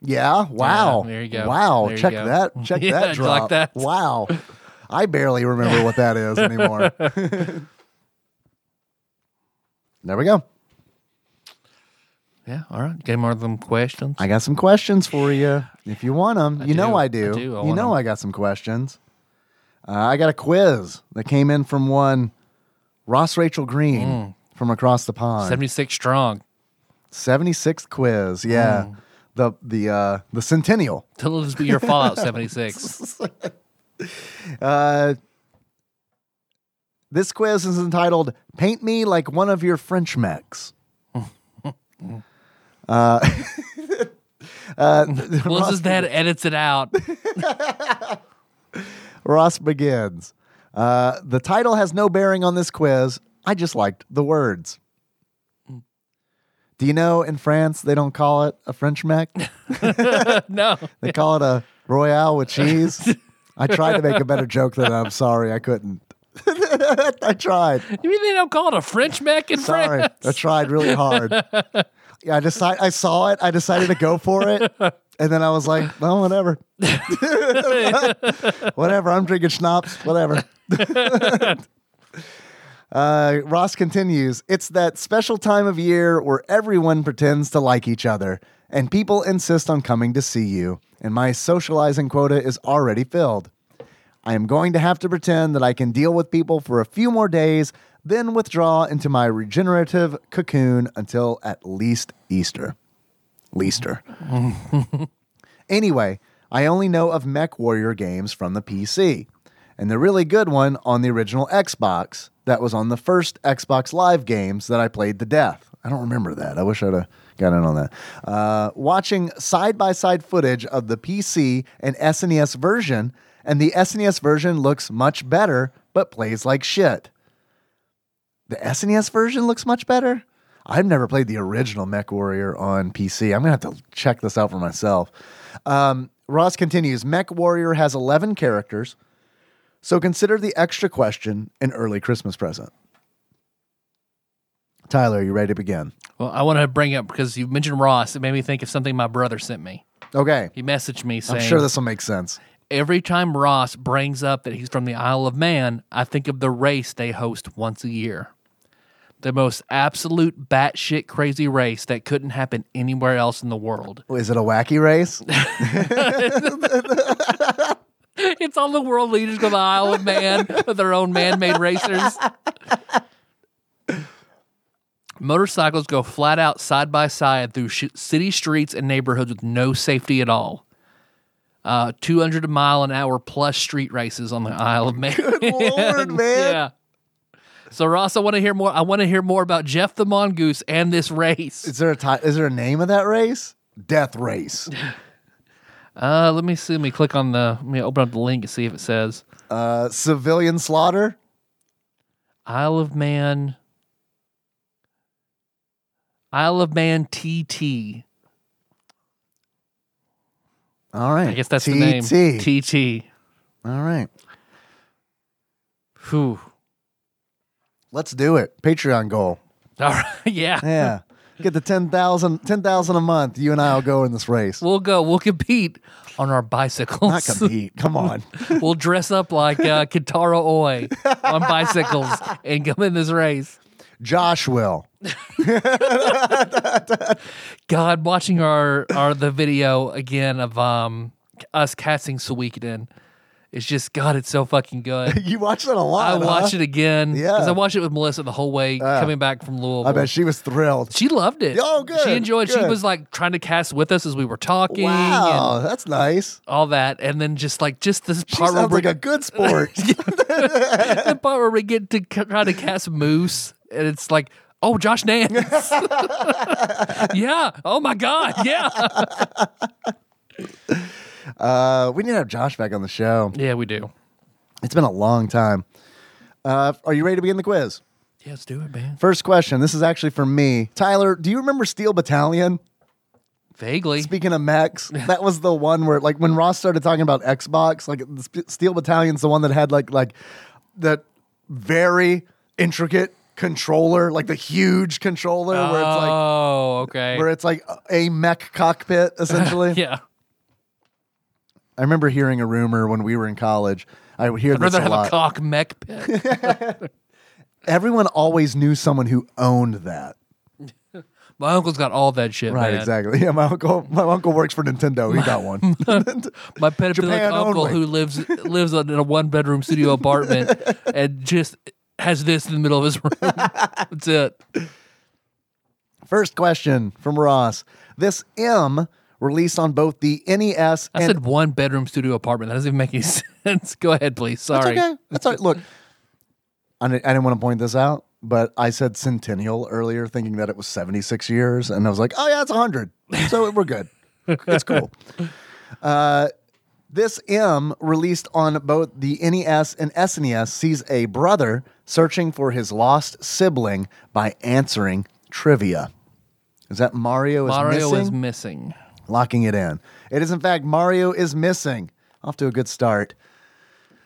S2: Yeah. Wow.
S1: there you go.
S2: Wow.
S1: There you
S2: check
S1: go.
S2: that. Check
S1: Yeah,
S2: that
S1: do you like
S2: drop.
S1: that?
S2: Wow. I barely remember what that is anymore. there we go.
S1: Yeah. All right. Get more of them questions.
S2: I got some questions for you if you want them. you know
S1: do.
S2: I do.
S1: I do. I
S2: you
S1: want
S2: know
S1: 'em.
S2: I got some questions. Uh, I got a quiz that came in from one Ross Rachel Green
S1: Mm.
S2: from across the pond.
S1: Seventy six strong.
S2: 76th quiz. Yeah.
S1: Mm.
S2: The the uh, the centennial.
S1: It'll just be your Fallout 76.
S2: Uh, this quiz is entitled "Paint Me Like One of Your French Mechs." uh, Uh,
S1: Melissa's dad edits it out.
S2: Ross begins. Uh, the title has no bearing on this quiz. I just liked the words. Do you know in France they don't call it a French mac?
S1: no.
S2: They call it a Royale with cheese. I tried to make a better joke than that. I'm sorry I couldn't. I tried.
S1: You mean they don't call it a French mac in
S2: Sorry.
S1: France?
S2: I tried really hard. Yeah, I decide I saw it. I decided to go for it. And then I was like, well, whatever. whatever. I'm drinking schnapps. Whatever. uh, Ross continues It's that special time of year where everyone pretends to like each other and people insist on coming to see you. And my socializing quota is already filled. I am going to have to pretend that I can deal with people for a few more days, then withdraw into my regenerative cocoon until at least Easter. Leaster. anyway, I only know of Mech Warrior games from the PC, and the really good one on the original Xbox that was on the first Xbox Live games that I played to death. I don't remember that. I wish I'd have got in on that. Uh, watching side by side footage of the PC and SNES version, and the SNES version looks much better, but plays like shit. The SNES version looks much better. I've never played the original Mech Warrior on PC. I'm gonna have to check this out for myself. Um, Ross continues Mech Warrior has 11 characters, so consider the extra question an early Christmas present. Tyler, you ready to begin?
S1: Well, I want to bring up because you mentioned Ross. It made me think of something my brother sent me.
S2: Okay.
S1: He messaged me
S2: I'm
S1: saying,
S2: sure this will make sense.
S1: every time Ross brings up that he's from the Isle of Man, I think of the race they host once a year. The most absolute batshit crazy race that couldn't happen anywhere else in the world.
S2: Is it a wacky race?
S1: It's all the world leaders go to the Isle of Man with their own man made racers. Motorcycles go flat out side by side through sh- city streets and neighborhoods with no safety at all. Uh, 200 mile an hour plus street races on the Isle of Man.
S2: Lord, man.
S1: Yeah. So Ross, I want to hear more. I want to hear more about Jeff the Mongoose and this race.
S2: Is there a ti is there a name of that race? Death race.
S1: Uh, let me see. Let me click on the. Let me open up the link and see if it says
S2: Uh, civilian slaughter.
S1: Isle of Man. Isle of Man TT.
S2: All right.
S1: I guess that's
S2: TT.
S1: the name. TT.
S2: All right.
S1: Whew.
S2: Let's do it. Patreon goal.
S1: All right. Yeah.
S2: Yeah. Get the 10,000 10,000 a month. You and I will go in this race.
S1: We'll go. We'll compete on our
S2: Not
S1: bicycles.
S2: compete. Come on.
S1: we'll dress up like uh, Kitaro Oi on bicycles and come in this race.
S2: Josh will.
S1: God, watching our our the video again of um us casting Suikoden, it's just God, it's so fucking good.
S2: You watch that a
S1: I
S2: lot.
S1: watched it again
S2: Uh-huh. Yeah. Uh,
S1: I watched it with Melissa the whole way coming back from Louisville.
S2: I bet she was thrilled.
S1: she loved it.
S2: Oh, good,
S1: She enjoyed. She
S2: good.
S1: was like trying to cast with us as we were talking
S2: Wow, that's nice.
S1: and all that, and then just like just this
S2: She
S1: part where
S2: sounds
S1: we
S2: like a good sport.
S1: the part where we get to c- try to cast Moose, and it's like, oh, Josh Nance. yeah. Oh my God. Yeah.
S2: uh, we need to have Josh back on the show.
S1: yeah, we do.
S2: It's been a long time. Uh, are you ready to begin the quiz?
S1: Yeah, let's do it, man.
S2: First question. This is actually for me. Tyler, do you remember Steel Battalion?
S1: Vaguely.
S2: Speaking of mechs, that was the one where, like, when Ross started talking about Xbox, like, the Sp- Steel Battalion's the one that had like like that very intricate controller, like the huge controller where it's like
S1: oh, okay.
S2: where it's like a mech cockpit essentially.
S1: yeah.
S2: I remember hearing a rumor when we were in college. I would hear
S1: I'd
S2: this
S1: rather
S2: a
S1: have a
S2: lot.
S1: cock mech pit.
S2: Everyone always knew someone who owned that.
S1: My uncle's got all that shit,
S2: Right,
S1: man.
S2: exactly. Yeah, my uncle my uncle works for Nintendo. He got one.
S1: My pedophilic
S2: Japan
S1: uncle
S2: only.
S1: who lives lives in a one bedroom studio apartment and just has this in the middle of his room. That's it.
S2: First question from Ross. This M released on both the NES
S1: I
S2: and
S1: said one bedroom studio apartment. That doesn't even make any sense. Go ahead, please.
S2: That's
S1: Sorry.
S2: okay. That's all right. Look, I didn't, I didn't want to point this out, but I said centennial earlier, thinking that it was 76 years, and I was like, oh yeah, it's 100, so we're good. It's cool. uh, this M, released on both the NES and SNES, sees a brother searching for his lost sibling by answering trivia. Is that Mario is
S1: Mario
S2: missing?
S1: is missing.
S2: locking it in. It is, in fact, Mario is missing. Off to a good start.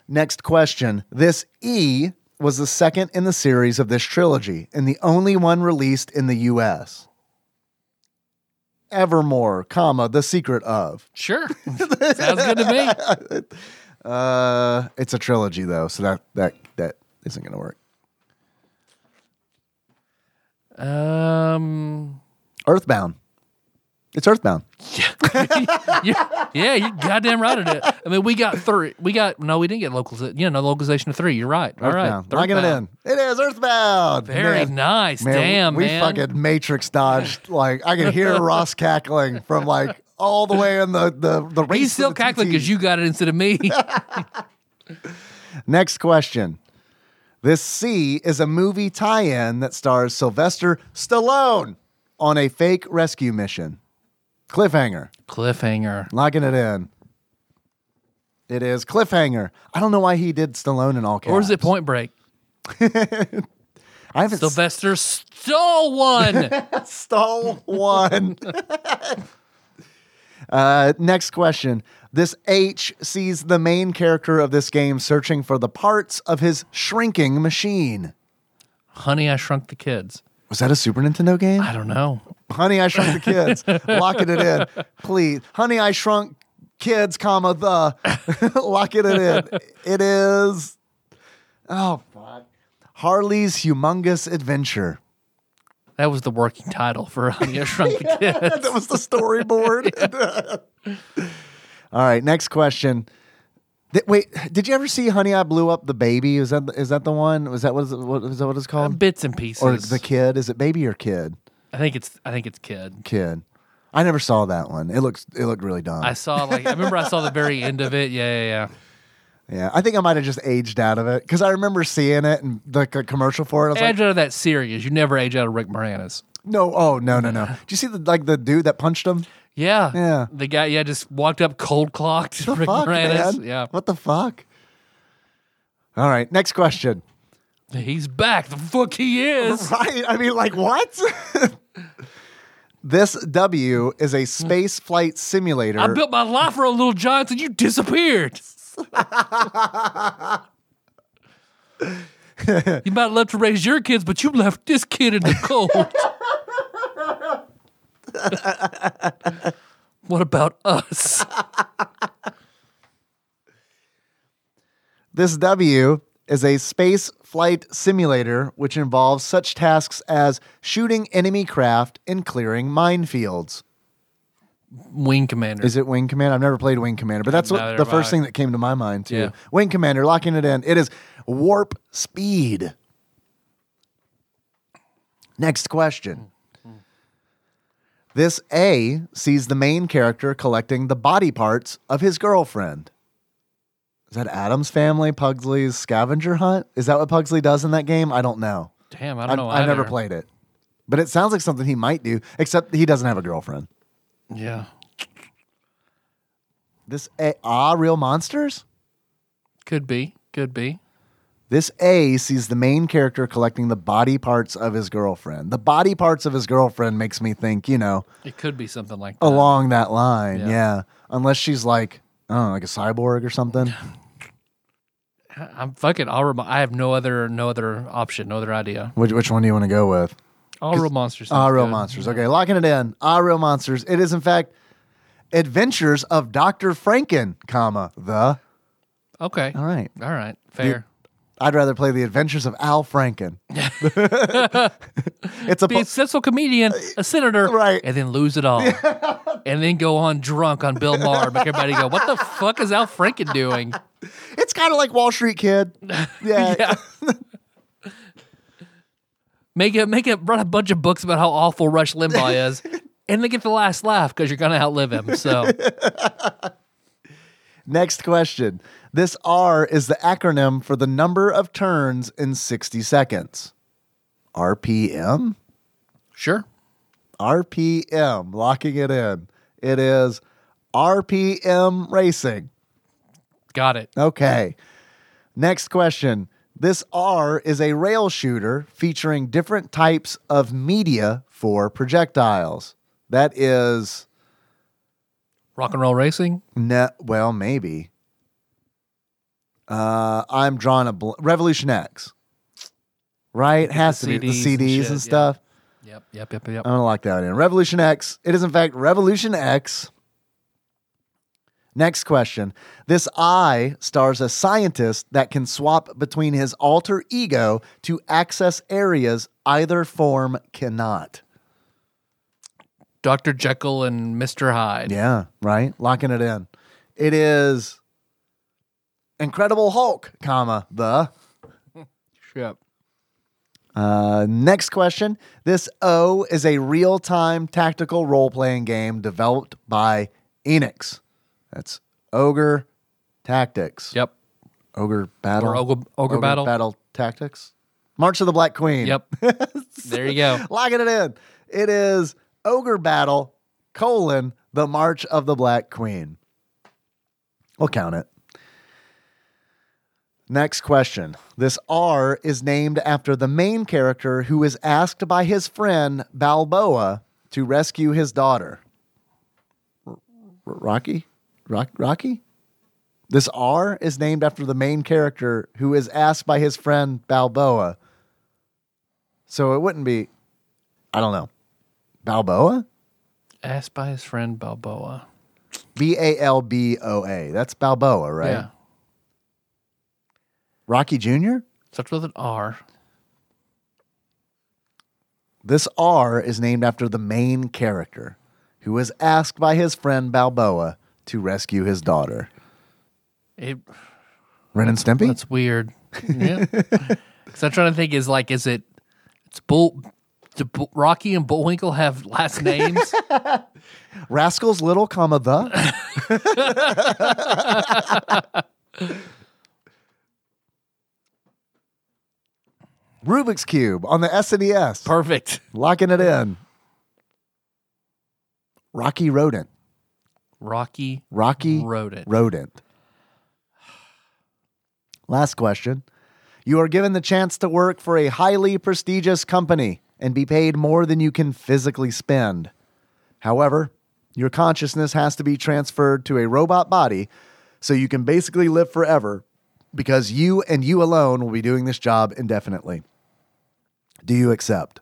S2: Next question. This E was the second in the series of this trilogy and the only one released in the US. Evermore, comma, the secret of.
S1: Sure, sounds good to me.
S2: Uh, it's a trilogy though, so that that that isn't going to work.
S1: Um,
S2: Earthbound. It's Earthbound.
S1: yeah, yeah, you goddamn right it. is. I mean, we got three. We got no, we didn't get locals. Yeah, no localization of three. You're right. All right,
S2: Earthbound. Locking it
S1: Earthbound.
S2: in. It is Earthbound.
S1: Very
S2: Man.
S1: nice.
S2: Man,
S1: Damn,
S2: we
S1: man.
S2: fucking matrix dodged. Like I could hear Ross cackling from like all the way in the the the race.
S1: He's
S2: to
S1: still
S2: the
S1: cackling
S2: TT.
S1: because you got it instead of me.
S2: Next question. This C is a movie tie-in that stars Sylvester Stallone on a fake rescue mission. Cliffhanger.
S1: Cliffhanger.
S2: Locking it in. It is cliffhanger. I don't know why he did Stallone in all caps.
S1: Or is it Point Break?
S2: I haven't
S1: Sylvester stole one.
S2: Stall one. uh, next question. This H sees the main character of this game searching for the parts of his shrinking machine.
S1: Honey, I Shrunk the Kids.
S2: Was that a Super Nintendo game?
S1: I don't know.
S2: Honey, I Shrunk the Kids. Locking it in, please. Honey, I Shrunk Kids, comma the. Locking it in. It is. Oh fuck. Harley's humongous adventure.
S1: That was the working title for Honey, I Shrunk the Kids.
S2: that was the storyboard. All right, next question. Th- wait, did you ever see Honey I Blew Up the Baby? Is that is that the one? Was that what is, what is that what it's called?
S1: Bits and
S2: Or
S1: pieces.
S2: the kid? Is it baby or kid?
S1: I think it's. I think it's Kid.
S2: Kid. I never saw that one. It looks it looked really dumb.
S1: I saw like I remember I saw the very end of it. Yeah, yeah, yeah.
S2: yeah, I think I might have just aged out of it because I remember seeing it and the c- commercial for it. I was
S1: age
S2: like,
S1: out of that series. You never age out of Rick Moranis.
S2: no, oh no, no, no. Do you see the like the dude that punched him?
S1: Yeah,
S2: Yeah.
S1: The guy, yeah, just walked up cold clocked
S2: the
S1: Rick
S2: fuck,
S1: Moranis.
S2: man?
S1: Yeah,
S2: What the fuck? All right, next question.
S1: he's back. The fuck he is.
S2: Right. I mean, like, what? this W is a space flight simulator.
S1: I built my life around Little Johnson. You disappeared. you might have left to raise your kids, but you left this kid in the cold. what about us?
S2: this W is a space flight simulator which involves such tasks as shooting enemy craft and clearing minefields.
S1: Wing Commander.
S2: Is it Wing Commander? I've never played Wing Commander, but that's
S1: Neither
S2: what the
S1: have I.
S2: first thing that came to my mind, too.
S1: Yeah.
S2: Wing Commander, locking it in. It is warp speed. Next question. This A sees the main character collecting the body parts of his girlfriend. Is that Adam's family, Pugsley's scavenger hunt? Is that what Pugsley does in that game? I don't know.
S1: Damn, I don't know.
S2: I never
S1: either.
S2: played it. But it sounds like something he might do, except he doesn't have a girlfriend.
S1: Yeah.
S2: This A, ah, real monsters?
S1: Could be. Could be.
S2: This A sees the main character collecting the body parts of his girlfriend. The body parts of his girlfriend makes me think, you know,
S1: It could be something like that.
S2: along that line.
S1: Yeah.
S2: Yeah. Unless she's like, I don't know, like a cyborg or something.
S1: I'm fucking all real. I have no other no other option, no other idea.
S2: Which, which one do you want to go with?
S1: All real monsters.
S2: Ah,
S1: sounds
S2: real
S1: good.
S2: monsters. Okay, locking it in. Ah, real monsters. It is in fact Adventures of Dr. Franken, comma, the.
S1: Okay.
S2: All right.
S1: All right. Fair.
S2: I'd rather play The Adventures of Al Franken. it's a
S1: Be a successful comedian, a senator,
S2: Right.
S1: and then lose it all, and then go on drunk on Bill Maher. Make everybody go, "What the fuck is Al Franken doing?"
S2: it's kind of like Wall Street Kid. yeah.
S1: Yeah. Make it make it run a bunch of books about how awful Rush Limbaugh is, and then get the last laugh because you're gonna outlive him. So
S2: Next question. This R is the acronym for the number of turns in 60 seconds. RPM?
S1: sure.
S2: RPM, locking it in. It is RPM Racing.
S1: Got it.
S2: Okay. Next question. This R is a rail shooter featuring different types of media for projectiles. That is,
S1: Rock and roll racing.
S2: ne- well, maybe. Uh, I'm drawing a bl- Revolution X, right? Has to be the
S1: CDs and
S2: CDs and,
S1: shit, yeah.
S2: stuff.
S1: Yep. Yep. Yep. Yep.
S2: I'm gonna lock that in. Revolution X. It is in fact Revolution X. Next question. This I stars a scientist that can swap between his alter ego to access areas either form cannot.
S1: Dr. Jekyll and Mr. Hyde.
S2: Yeah, right? Locking it in. It is Incredible Hulk, comma, the
S1: Yep.
S2: Uh, next question. This O is a real time tactical role playing game developed by Enix. That's Ogre Tactics.
S1: Yep.
S2: Ogre Battle.
S1: Or Ogre, Ogre, Battle.
S2: Tactics. March of the Black Queen.
S1: Yep. there you go.
S2: Locking it in. It is Ogre Battle colon the March of the Black Queen. We'll count it. Next question. This R is named after the main character who is asked by his friend Balboa to rescue his daughter. R- R- Rocky? Rock- Rocky? This R is named after the main character who is asked by his friend Balboa. So it wouldn't be, I don't know, Balboa?
S1: Asked by his friend Balboa.
S2: B A L B O A. That's Balboa, right?
S1: Yeah.
S2: Rocky Jr.?
S1: Starts with an R.
S2: This R is named after the main character who was asked by his friend Balboa to rescue his daughter.
S1: It,
S2: Ren and Stimpy?
S1: that's weird. Yeah. Because I'm trying to think is like, is it, it's Bull, do Bu- Rocky and Bullwinkle have last names?
S2: Rascal's Little, comma, the. Rubik's Cube on the SNES.
S1: Perfect.
S2: Locking it in. Rocky Rodent.
S1: Rocky
S2: Rocky
S1: Rodent.
S2: Rodent. Last question. You are given the chance to work for a highly prestigious company and be paid more than you can physically spend. However, your consciousness has to be transferred to a robot body so you can basically live forever because you and you alone will be doing this job indefinitely. Do you accept?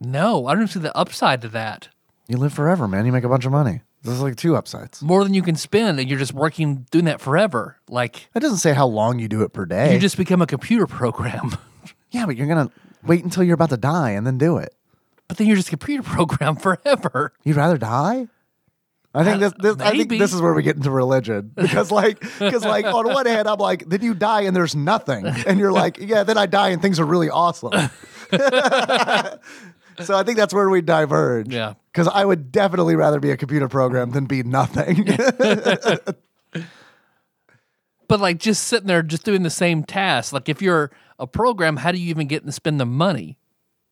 S1: No, I don't see the upside to that.
S2: You live forever, man. You make a bunch of money. This is like two upsides.
S1: More than you can spend, and you're just working, doing that forever. Like,
S2: That doesn't say how long you do it per day.
S1: you just become a computer program.
S2: yeah, but you're gonna wait until you're about to die and then do it.
S1: but then you're just a computer program forever.
S2: You'd rather die? I think this, this I think
S1: Maybe.
S2: this is where we get into religion because like because like on one hand I'm like then you die and there's nothing and you're like yeah then I die and things are really awesome. so I think that's where we diverge.
S1: Yeah.
S2: Because I would definitely rather be a computer program than be nothing.
S1: But like just sitting there, just doing the same task. Like if you're a program, how do you even get to spend the money?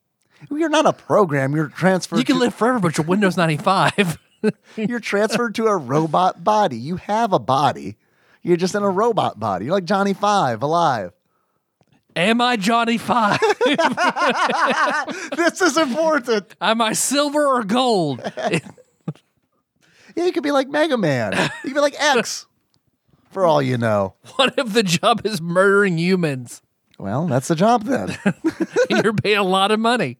S2: you're not a program. You're transferred.
S1: You can
S2: to-
S1: live forever, but your Windows 95.
S2: You're transferred to a robot body. You have a body. You're just in a robot body. You're like Johnny Five alive.
S1: Am I Johnny Five?
S2: This is important.
S1: Am I silver or gold?
S2: Yeah, you could be like Mega Man. You could be like X. For all you know.
S1: what if the job is murdering humans?
S2: Well, that's the job then.
S1: You're paying a lot of money.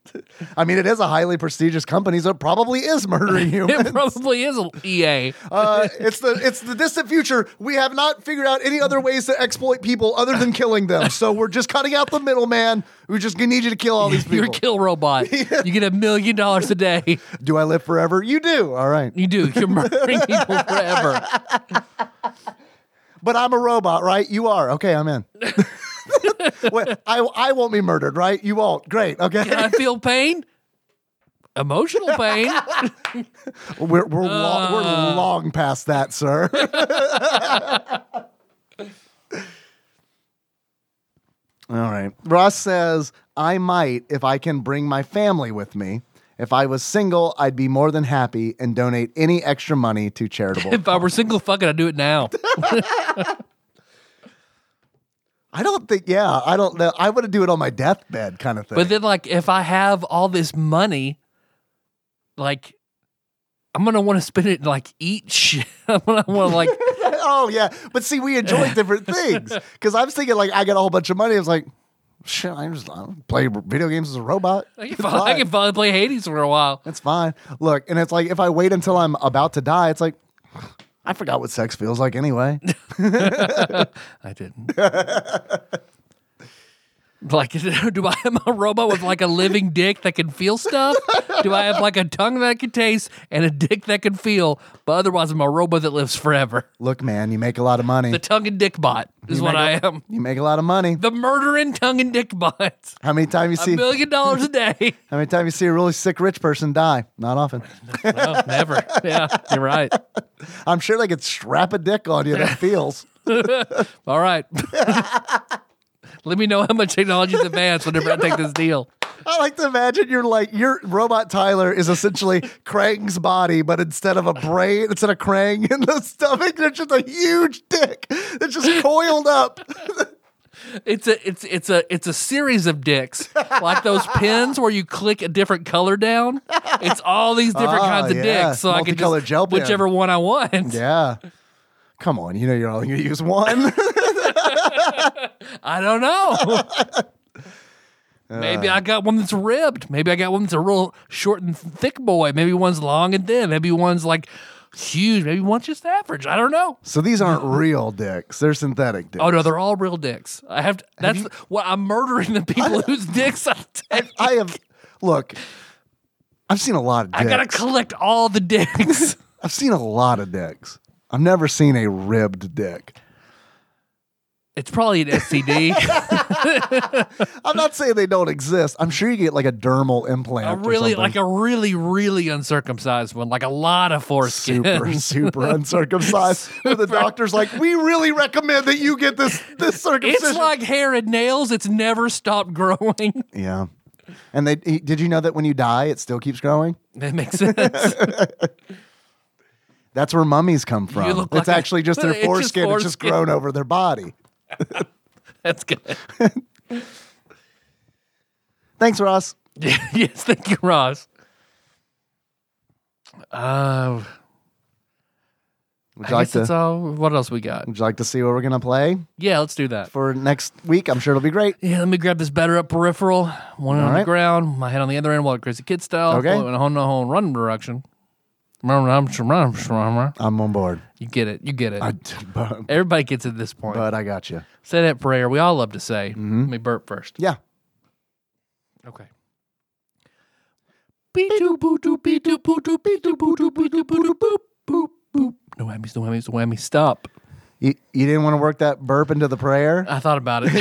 S2: I mean, it is a highly prestigious company, so it probably is murdering humans.
S1: It probably is a EA.
S2: Uh, it's the it's the distant future. We have not figured out any other ways to exploit people other than killing them. So we're just cutting out the middleman. We just need you to kill all these
S1: You're a
S2: people.
S1: kill robot. You get a million dollars a day.
S2: Do I live forever? You do. All right.
S1: You do. You're murdering people forever.
S2: But I'm a robot, right? You are. Okay, I'm in. Wait, I, I won't be murdered, right? You won't. Great.
S1: Can
S2: Okay.
S1: I feel pain? Emotional pain.
S2: We're, we're, long, we're
S1: Uh.
S2: long past that, sir. All right. Ross says, I might if I can bring my family with me. If I was single, I'd be more than happy and donate any extra money to charitable.
S1: If I were single, fuck it, I'd do it now.
S2: I don't think, yeah, I don't know. I would do it on my deathbed kind of thing.
S1: But then, like, if I have all this money, like, I'm gonna want to spend it like eat shit. I'm gonna want to like,
S2: oh, yeah. But see, we enjoy different things. Because I was thinking, like, I got a whole bunch of money. I was like, shit, I just I don't play video games as a robot.
S1: I can,
S2: It's
S1: finally, I
S2: fine.
S1: can finally play Hades for a while.
S2: It's fine. Look, and it's like if I wait until I'm about to die, it's like I forgot what sex feels like anyway.
S1: I didn't. like, do I am I a robot with like a living dick that can feel stuff? Do I have like a tongue that can taste and a dick that can feel? But otherwise, I'm a robot that lives forever.
S2: Look, man, you make a lot of money.
S1: The tongue and dick bot is what I am.
S2: you make a lot of money.
S1: The murdering tongue and dick bot.
S2: How many times you
S1: A
S2: see?
S1: million dollars a day.
S2: How many times you see a really sick rich person die? Not often.
S1: No, never. Yeah, you're right.
S2: I'm sure they could strap a dick on you that feels.
S1: All right. Let me know how much technology's advanced whenever I take this deal.
S2: I like to imagine you're like your robot Tyler is essentially Krang's body, but instead of a brain, instead of Krang in the stomach, there's just a huge dick that's just coiled up.
S1: It's a it's it's a it's a series of dicks. Like those pins where you click a different color down. It's all these different
S2: Ah,
S1: kinds of
S2: yeah.
S1: dicks. So I can
S2: Multicolored
S1: just
S2: gel pin.
S1: whichever one I want.
S2: Yeah. Come on, you know you're only gonna use one.
S1: I don't know.
S2: Uh.
S1: Maybe I got one that's ribbed. Maybe I got one that's a real short and thick boy. Maybe one's long and thin. Maybe one's like huge. Maybe one's just average. I don't know.
S2: So these aren't real dicks; they're synthetic dicks.
S1: Oh no, they're all real dicks. I have. To, that's what I'm murdering the people whose dicks I take.
S2: I have look. I've seen a lot of dicks.
S1: I gotta collect all the dicks.
S2: I've seen a lot of dicks. I've never seen a ribbed dick.
S1: it's probably an STD.
S2: I'm not saying they don't exist. I'm sure you get like a dermal implant.
S1: a
S2: or
S1: really,
S2: something.
S1: like a really, really uncircumcised one, like a lot of foreskin.
S2: super super uncircumcised. Where the doctor's like, we really recommend that you get this this circumcision.
S1: It's like hair and nails. It's never stopped growing.
S2: yeah. And they he- did you know that when you die, it still keeps growing?
S1: That makes sense.
S2: That's where mummies come from.
S1: look
S2: it's
S1: like a-
S2: actually just their
S1: it's just
S2: foreskin. It's just
S1: foreskin.
S2: grown over their body.
S1: That's good.
S2: Thanks, Ross.
S1: yes, thank you, Ross. Uh,
S2: Would
S1: I
S2: you like
S1: guess that's
S2: to?
S1: all. What else we got?
S2: Would you like to see what we're gonna play
S1: Yeah, let's do that.
S2: for next week? I'm sure it'll be great.
S1: Yeah, let me grab this batter up peripheral. One on the
S2: right.
S1: ground, my head on the other end, while crazy kid style.
S2: Okay.
S1: In a whole no whole run direction. You
S2: I'm on board.
S1: get it. You get it.
S2: I d- but,
S1: Everybody gets it at this point.
S2: but I got you.
S1: say that prayer. We all love to say. Let me burp first.
S2: Yeah.
S1: Okay. Beep-doo, boo-doo, beep-doo, boo-doo, beep-doo, boo-doo, beep-doo, boo-doo, boop, boop, boop. No whammies, no whammies, no whammies. Stop.
S2: You, you didn't want to work that burp into the prayer.
S1: I thought about it.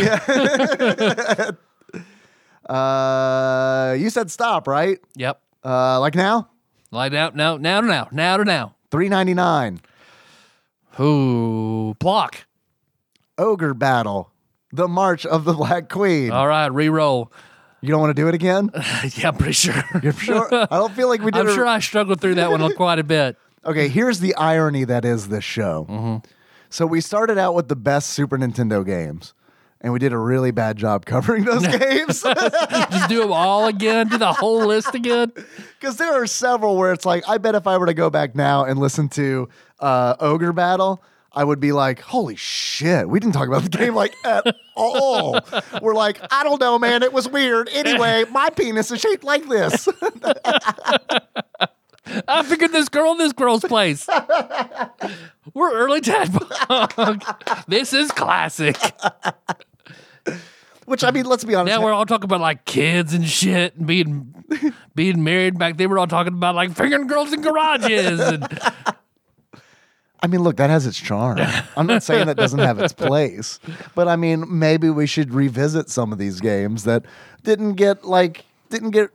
S2: Uh, you said stop, right?
S1: Yep.
S2: Uh, like now,
S1: Lie down. Now, now to now. Now to now.
S2: three ninety nine.
S1: Ooh, block.
S2: Ogre battle, the march of the Black Queen.
S1: All right, re-roll.
S2: you don't want to do it again?
S1: yeah, I'm pretty sure.
S2: You're sure? I don't feel like we did.
S1: I'm
S2: a-
S1: sure I struggled through that one quite a bit.
S2: okay, here's the irony that is this show. So we started out with the best Super Nintendo games, and we did a really bad job covering those games.
S1: Just do them all again, do the whole list again.
S2: Because there are several where it's like, I bet if I were to go back now and listen to uh, Ogre Battle, I would be like, holy shit, we didn't talk about the game like at all. We're like, I don't know, man, it was weird. Anyway, my penis is shaped like this.
S1: I figured this girl in this girl's place. We're early Tadpog. this is classic.
S2: Which I mean, let's be honest.
S1: Now we're all talking about like kids and shit and being being married. Back then, we're all talking about like fingering girls in garages. And
S2: I mean, look, that has its charm. I'm not saying that doesn't have its place, but I mean, maybe we should revisit some of these games that didn't get like didn't get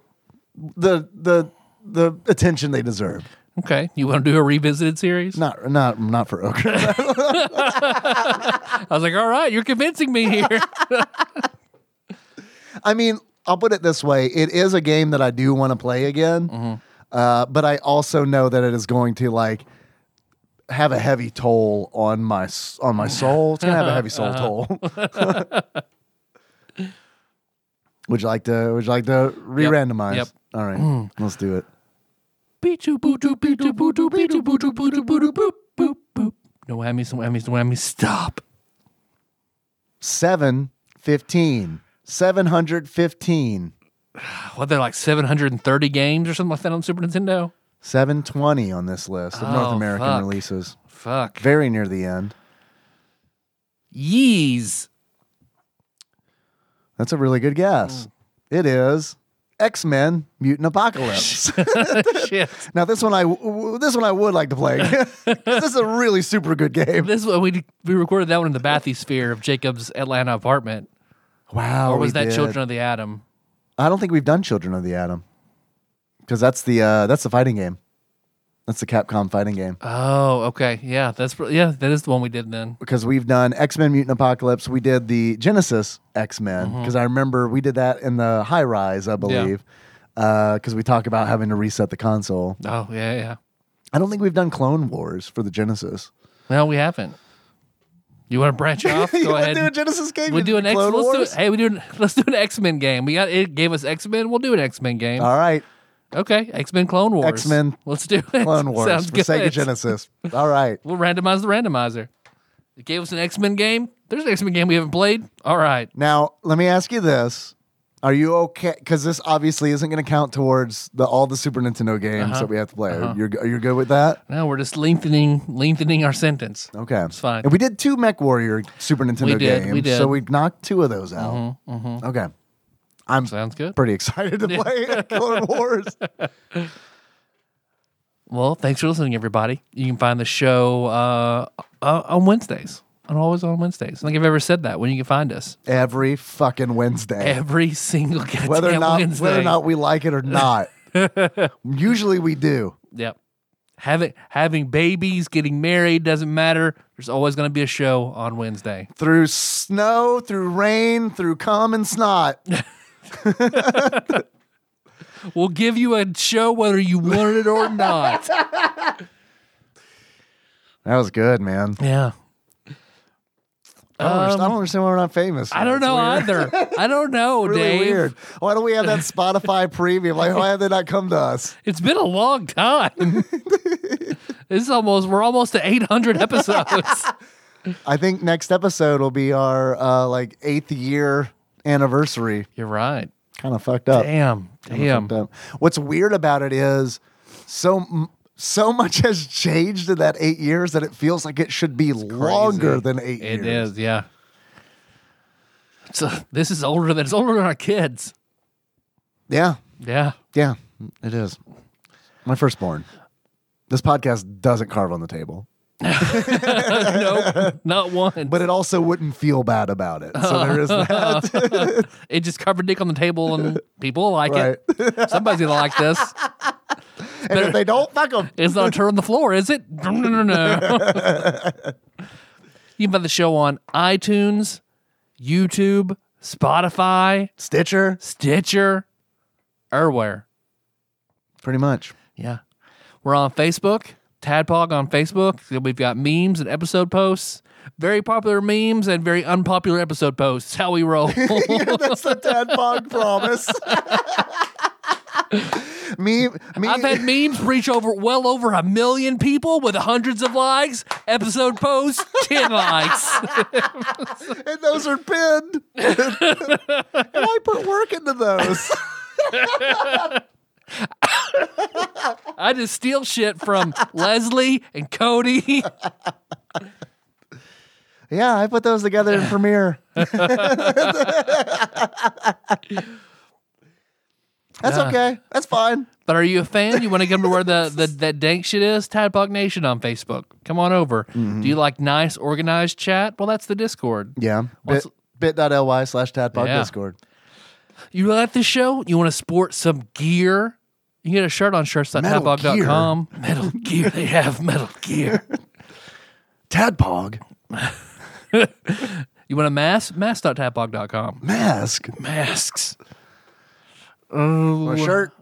S2: the the the attention they deserved.
S1: okay, you want to do a revisited series?
S2: Not not not for Ogre.
S1: I was like, all right, you're convincing me here.
S2: I mean, I'll put it this way: it is a game that I do want to play again,
S1: Mm-hmm.
S2: uh, but I also know that it is going to like have a heavy toll on my s- on my soul. It's gonna have a heavy soul
S1: Uh-huh.
S2: toll. would you like to? Would you like to re-randomize?
S1: Yep. Mm.
S2: All right, let's do it.
S1: Beechu boo doo bee doo boo doo bee doo boo doo boo doo boo doo boop boop boop. No whammies, no whammies, no whammies. Stop.
S2: 715. 715.
S1: What they're like 730 games or something like that on Super Nintendo.
S2: 720 on this list of North
S1: Oh,
S2: American
S1: fuck.
S2: releases.
S1: Fuck.
S2: Very near the end.
S1: Yeez.
S2: That's a really good guess.
S1: Hmm.
S2: It is X Men Mutant Apocalypse.
S1: Shit.
S2: now this one I w- w- this one I would like to play. 'Cause this is a really super good game.
S1: This one we we recorded that one in the bathysphere of Jacob's Atlanta apartment,
S2: Wow.
S1: or was
S2: Oh, we
S1: that
S2: did.
S1: Children of the Atom?
S2: I don't think we've done Children of the Atom because that's the uh, that's the fighting game. That's the Capcom fighting game.
S1: Oh, okay, yeah, that's pr- yeah, that is the one we did then.
S2: because we've done X Men Mutant Apocalypse. We did the Genesis X Men
S1: Mm-hmm.
S2: because I remember we did that in the high rise, I believe, because we talk about having to reset the console.
S1: Oh, yeah, yeah.
S2: I don't think we've done Clone Wars for the Genesis.
S1: No, we haven't. You want to branch off?
S2: You
S1: Go
S2: wanna
S1: ahead.
S2: do a Genesis game.
S1: we do an X.
S2: Clone
S1: Let's do
S2: Wars.
S1: it. Hey, we do. An, let's do an X Men game. We got it. Gave us X Men. We'll do an X Men game.
S2: All right,
S1: Okay, X Men Clone Wars.
S2: Uh, X-Men
S1: Let's do it.
S2: Clone Wars
S1: Sounds
S2: for
S1: good.
S2: Sega Genesis. All right,
S1: We'll randomize the randomizer. It gave us an X Men game. There's an X Men game we haven't played. All right.
S2: now let me ask you this. Are you okay? Because this obviously isn't going to count towards the all the Super Nintendo games
S1: Uh-huh.
S2: that we have to play. You're are you good with that?
S1: Now we're just lengthening lengthening our sentence.
S2: Okay, it's
S1: fine.
S2: And we did two Mech Warrior Super Nintendo
S1: did,
S2: games,
S1: we did. Mm-hmm,
S2: so we knocked two of those out. Okay, I'm
S1: Sounds good.
S2: pretty excited to play Clone Wars.
S1: Well, thanks for listening, everybody. You can find the show uh, uh, on Wednesdays. I'm always on Wednesdays. I think I've ever said that when you can find us
S2: Every fucking Wednesday,
S1: every single goddamn
S2: whether or not
S1: Wednesday.
S2: whether or not we like it or not. Usually we do.
S1: Yep. Having having babies, getting married doesn't matter. There's always going to be a show on Wednesday.
S2: Through snow, through rain, through cum and snot.
S1: We'll give you a show whether you want it or not.
S2: That was good, man.
S1: yeah.
S2: I don't, understand, I don't understand why we're not famous.
S1: Um, I don't
S2: It's
S1: know
S2: weird.
S1: either. I don't know,
S2: Really
S1: Dave.
S2: weird. Why don't we have that Spotify premium? Like, why have they not come to us?
S1: It's been a long time. this is almost we're almost to 800 episodes.
S2: I think next episode will be our uh, like eighth year anniversary.
S1: You're right.
S2: Kind of fucked up.
S1: Damn. Damn.
S2: Fucked up. What's weird about it is so m- so much has changed in that eight years that it feels like it should be
S1: Crazy.
S2: longer than eight
S1: It
S2: years.
S1: is, yeah. So this is older than it's older than our kids.
S2: Yeah,
S1: Yeah.
S2: yeah, it is. My firstborn. This podcast doesn't carve on the table,
S1: nope. Not one.
S2: but it also wouldn't feel bad about it. So there is that.
S1: It just covered dick on the table and people like
S2: right.
S1: it. Somebody's gonna like this.
S2: and if they don't, fuck them.
S1: It's not a turn on the floor, is it? No, no, no, no. you can find the show on iTunes, YouTube, Spotify,
S2: Stitcher,
S1: Stitcher, everywhere.
S2: pretty much.
S1: Yeah. We're on Facebook, Tadpog on Facebook. We've got memes and episode posts. Very popular memes and very unpopular episode posts. How we roll.
S2: That's the dad bog promise. me, me,
S1: I've had memes reach over well over a million people with hundreds of likes. Episode posts, 10 likes.
S2: and those are pinned. and I put work into those.
S1: I just steal shit from Leslie and Cody.
S2: yeah, I put those together in Premiere. That's okay. That's fine.
S1: But are you a fan? You want to come to where the, the that dank shit is? Tadpog Nation on Facebook. Come on over.
S2: Mm-hmm.
S1: Do you like nice, organized chat? Well, that's the Discord.
S2: Yeah. Bit, bit.ly slash tadpog
S1: Yeah.
S2: discord.
S1: You like this show? You want to sport some gear? You can get a shirt on shirts.tadpog.com. Metal gear. They have metal gear.
S2: Tadpog
S1: You want a mask? Mask.tadpog.com.
S2: mask.
S1: Masks.
S2: Want a shirt?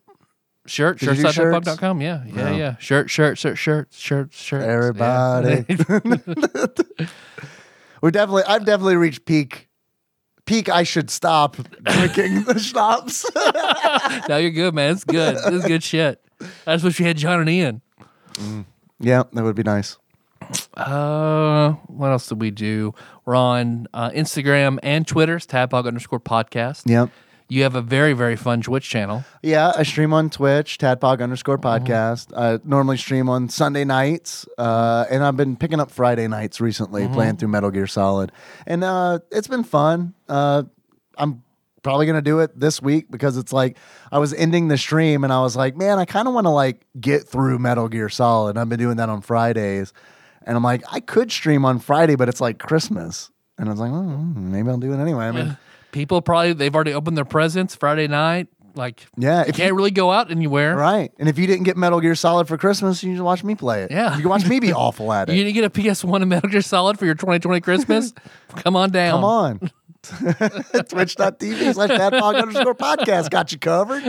S1: Shirt,
S2: Did you do
S1: shirts.com. Yeah, yeah, yeah. Shirt, shirt, shirt, shirt, shirt, shirt.
S2: Everybody. We're definitely. I've definitely reached peak. Peak. I should stop drinking the schnapps.
S1: now you're good, man. It's good. This is good shit. That's what you had John and Ian.
S2: yeah, that would be nice.
S1: Uh, what else did we do? We're on uh, Instagram and Twitter. It's Tadpog underscore podcast.
S2: Yep.
S1: You have a very, very fun Twitch channel.
S2: Yeah, I stream on Twitch, Tadpog underscore podcast. I normally stream on Sunday nights, uh, and I've been picking up Friday nights recently, playing through Metal Gear Solid, and uh, it's been fun. Uh, I'm probably gonna do it this week because it's like I was ending the stream and I was like, man, I kind of want to like get through Metal Gear Solid. I've been doing that on Fridays, and I'm like, I could stream on Friday, but it's like Christmas, and I was like, oh, maybe I'll do it anyway. I mean,
S1: People probably, they've already opened their presents Friday night. Like,
S2: yeah,
S1: you
S2: if you
S1: can't really go out anywhere.
S2: Right. And if you didn't get Metal Gear Solid for Christmas, you can just watch me play it.
S1: Yeah.
S2: You can watch me be awful at
S1: You
S2: it.
S1: didn't get a PS1 and Metal Gear Solid for your 2020 Christmas? Come on down.
S2: Come on. Twitch.tv slash dadpog underscore podcast. Got you covered.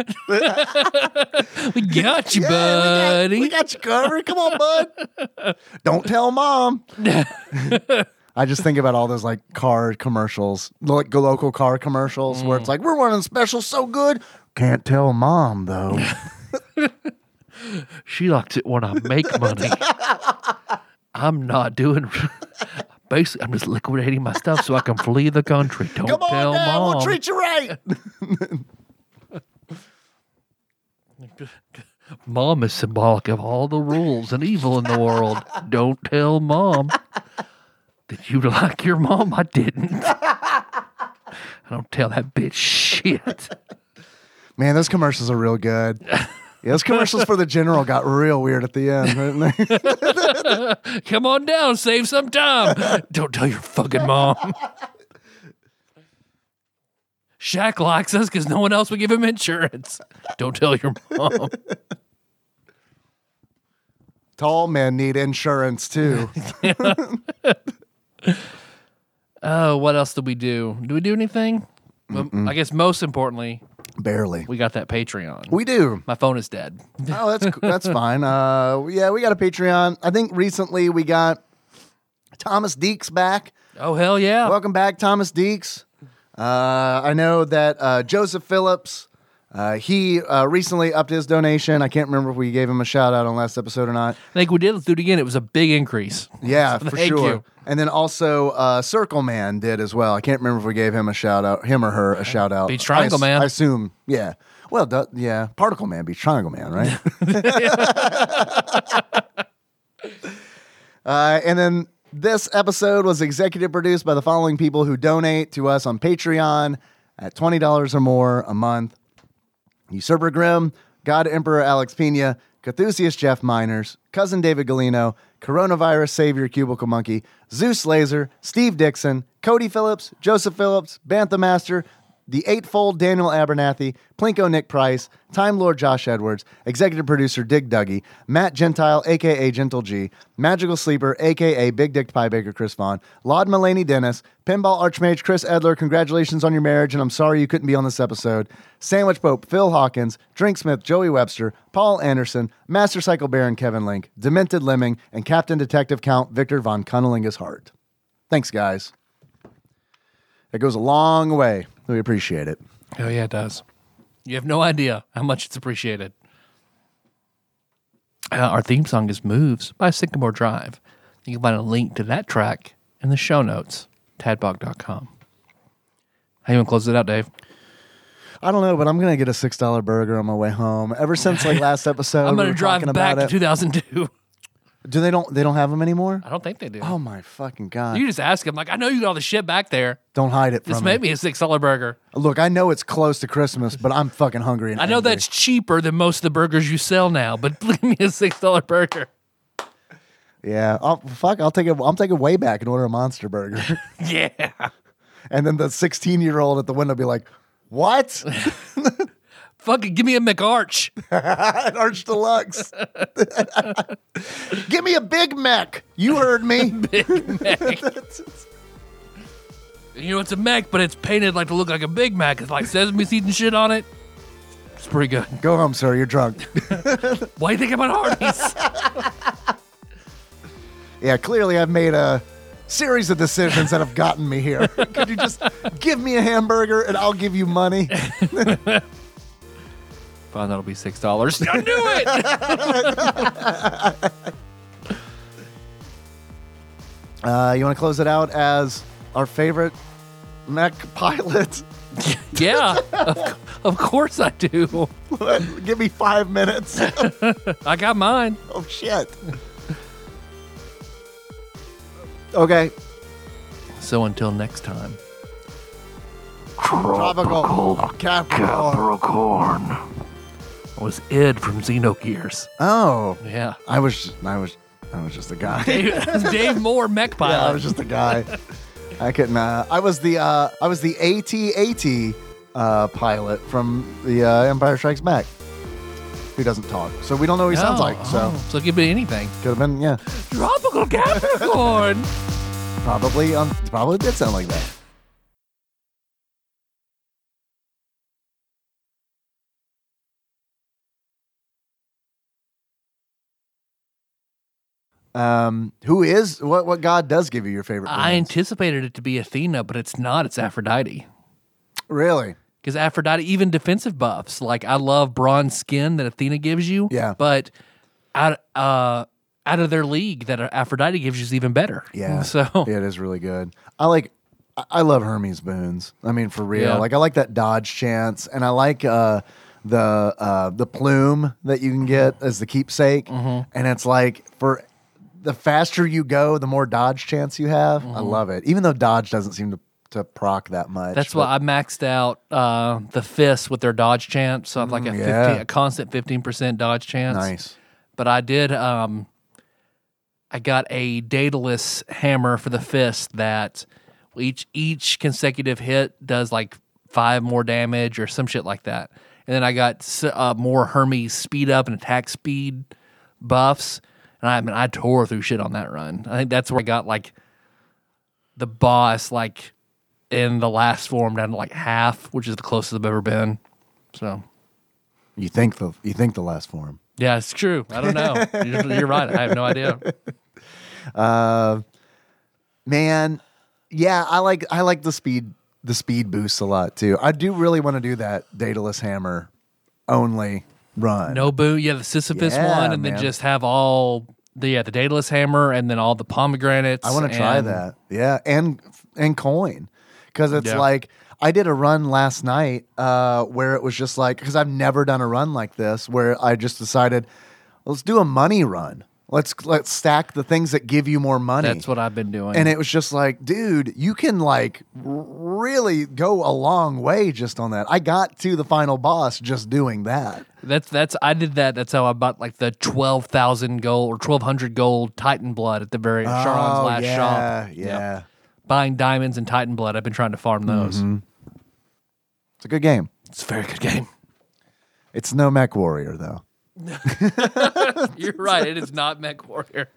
S1: We got you,
S2: Yeah,
S1: buddy.
S2: We got, we got you covered. Come on, bud. Don't tell mom. I just think about all those like car commercials, like go local car commercials where
S1: Mm.
S2: it's like, we're running specials so good. Can't tell mom though.
S1: she likes it when I make money. I'm not doing. Basically, I'm just liquidating my stuff so I can flee the country. Don't
S2: Come
S1: tell
S2: on, Dad,
S1: mom.
S2: we'll treat you right.
S1: mom is symbolic of all the rules and evil in the world. Don't tell mom. Did you like your mom? I didn't. I don't tell that bitch shit.
S2: Man, those commercials are real good. Yeah, those commercials for the general got real weird at the end, didn't they?
S1: Come on down, save some time. Don't tell your fucking mom. Shaq likes us because no one else would give him insurance. Don't tell your mom.
S2: Tall men need insurance too.
S1: Oh, what else did we do? Do we do anything? Well, I guess most importantly,
S2: Barely.
S1: we got that Patreon.
S2: We do.
S1: My phone is dead.
S2: Oh, that's that's fine. Uh, yeah, we got a Patreon. I think recently we got Thomas Deeks back.
S1: Oh hell yeah!
S2: Welcome back, Thomas Deeks. Uh, I know that uh, Joseph Phillips, uh, he uh, recently upped his donation. I can't remember if we gave him a shout out on last episode or not.
S1: I think we did. Let's do it again. It was a big increase.
S2: Yeah, for
S1: Thank
S2: sure.
S1: you.
S2: And then also uh, Circle Man did as well. I can't remember if we gave him a shout out, him or her a shout out.
S1: Beach Triangle
S2: I s-
S1: Man.
S2: I assume. Yeah. Well, duh, yeah. Particle Man, Beach Triangle Man, right? uh, and then this episode was executive produced by the following people who donate to us on Patreon at twenty dollars or more a month. Usurper Grimm, God Emperor Alex Pena, Cthusiast Jeff Miners, Cousin David Galino, Coronavirus Savior Cubicle Monkey, Zeus Laser, Steve Dixon, Cody Phillips, Joseph Phillips, Bantha Master, The Eightfold Daniel Abernathy, Plinko Nick Price, Time Lord Josh Edwards, Executive Producer Dig Dougie, Matt Gentile, aka Gentle G, Magical Sleeper, aka Big Dick Pie Baker Chris Vaughn, Laud Mulaney Dennis, Pinball Archmage Chris Edler, congratulations on your marriage, and I'm sorry you couldn't be on this episode. Sandwich Pope, Phil Hawkins, Drinksmith, Joey Webster, Paul Anderson, Master Cycle Baron Kevin Link, Demented Lemming, and Captain Detective Count Victor von Cunnilingus Hart. Thanks, guys. That goes a long way. We appreciate it.
S1: Oh yeah, it does. You have no idea how much it's appreciated. Uh, our theme song is "Moves" by Sycamore Drive. You can find a link to that track in the show notes, tadbog.com. How you gonna close it out, Dave?
S2: I don't know, but I'm gonna get a six dollar burger on my way home. Ever since like last episode,
S1: I'm
S2: we
S1: gonna
S2: were
S1: drive
S2: talking
S1: back
S2: about
S1: to
S2: it.
S1: 2002.
S2: Do they don't they don't have them anymore?
S1: I don't think they do.
S2: Oh my fucking god!
S1: You just ask him, like, I know you got all the shit back there.
S2: don't hide it from
S1: This
S2: me.
S1: made me a six dollar burger.
S2: Look, I know it's close to Christmas, but I'm fucking hungry. And
S1: I know
S2: angry.
S1: that's cheaper than most of the burgers you sell now, but give me a six dollar burger.
S2: Yeah. I'll, fuck, I'll take it. I'm taking way back and order a monster burger,
S1: Yeah.
S2: and then the 16 year old at the window be like, "What?
S1: Fuck it, give me a McArch.
S2: An Arch Deluxe? Give me a Big Mac. You heard me.
S1: You know, it's a Mac, but it's painted like to look like a Big Mac. It's like sesame seeds and shit on it. It's pretty good.
S2: Go home, sir. You're drunk.
S1: Why you think about Hardee's?
S2: yeah, clearly I've made a series of decisions that have gotten me here. Could you just give me a hamburger and I'll give you money?
S1: Fine, that'll be six dollars. I knew it.
S2: Uh, you want to close it out as our favorite mech pilot?
S1: yeah, of, of course I do.
S2: give me five minutes.
S1: I got mine.
S2: oh, shit. Okay.
S1: So until next time.
S2: Tropical Capricorn.
S1: Capricorn. I was Id from Xenogears.
S2: Oh.
S1: Yeah.
S2: I was, I was, I was just a guy.
S1: Dave, Dave Moore, mech
S2: Yeah, I
S1: pilot.
S2: was just a guy. I couldn't. Uh, I was the uh, I was the AT-AT uh, pilot from the uh, Empire Strikes Back, who doesn't talk, so we don't know what he sounds
S1: Oh,
S2: like. So
S1: oh, so it could be anything.
S2: could have been, yeah,
S1: Tropical Capricorn.
S2: probably, um, probably did sound like that. Um, who is what? What God does give you your favorite?
S1: I
S2: brands?
S1: anticipated it to be Athena, but it's not. It's Aphrodite.
S2: really.
S1: Because Aphrodite, even defensive buffs, like I love bronze skin that Athena gives you.
S2: Yeah.
S1: But out uh out of their league that Aphrodite gives you is even better.
S2: Yeah.
S1: So
S2: yeah, it is really good. I like. I- I love Hermes Boons. I mean, for real.
S1: Yeah.
S2: Like I like that dodge chance, and I like uh, the uh, the plume that you can
S1: Mm-hmm.
S2: get as the keepsake. And it's like for the faster you go, the more dodge chance you have. I
S1: Mm-hmm.
S2: love it. Even though dodge doesn't seem to to proc that much.
S1: that's
S2: but
S1: why I maxed out uh the fists with their dodge chance. So I have like a
S2: Mm, yeah.
S1: 15, a constant fifteen percent dodge chance.
S2: nice.
S1: But I did um I got a Daedalus hammer for the fist that each each consecutive hit does like five more damage or some shit like that. And then I got s- uh, more Hermes speed up and attack speed buffs. And I, I mean, I tore through shit on that run. I think that's where I got like the boss like in the last form down to like half, which is the closest I've ever been. So
S2: You think the you think the last form.
S1: yeah, it's true. I don't know. you're, you're right. I have no idea.
S2: Uh, man yeah i like i like the speed the speed boosts a lot too i do really want to do that daedalus hammer only run
S1: No boo. Yeah, the Sisyphus
S2: Yeah,
S1: one, and then
S2: man.
S1: just have all the yeah the Daedalus hammer, and then all the pomegranates.
S2: i want to try
S1: and-
S2: that yeah and and coin because it's
S1: Yeah.
S2: like i did a run last night uh where it was just like because i've never done a run like this where i just decided let's do a money run let's let's stack the things that give you more money
S1: That's what I've been doing.
S2: and it was just like, dude, you can like r- really go a long way just on that. I got to the final boss just doing that.
S1: that's that's I did that. That's how I bought like the twelve thousand gold or twelve hundred gold Titan blood at the very Sharon's last
S2: Oh, yeah,
S1: shop.
S2: yeah,
S1: Yep. buying diamonds and Titan blood. I've been trying to farm those.
S2: Mm-hmm. It's a good game.
S1: It's a very good game.
S2: It's no Mech Warrior though.
S1: You're right. It is not Mech Warrior.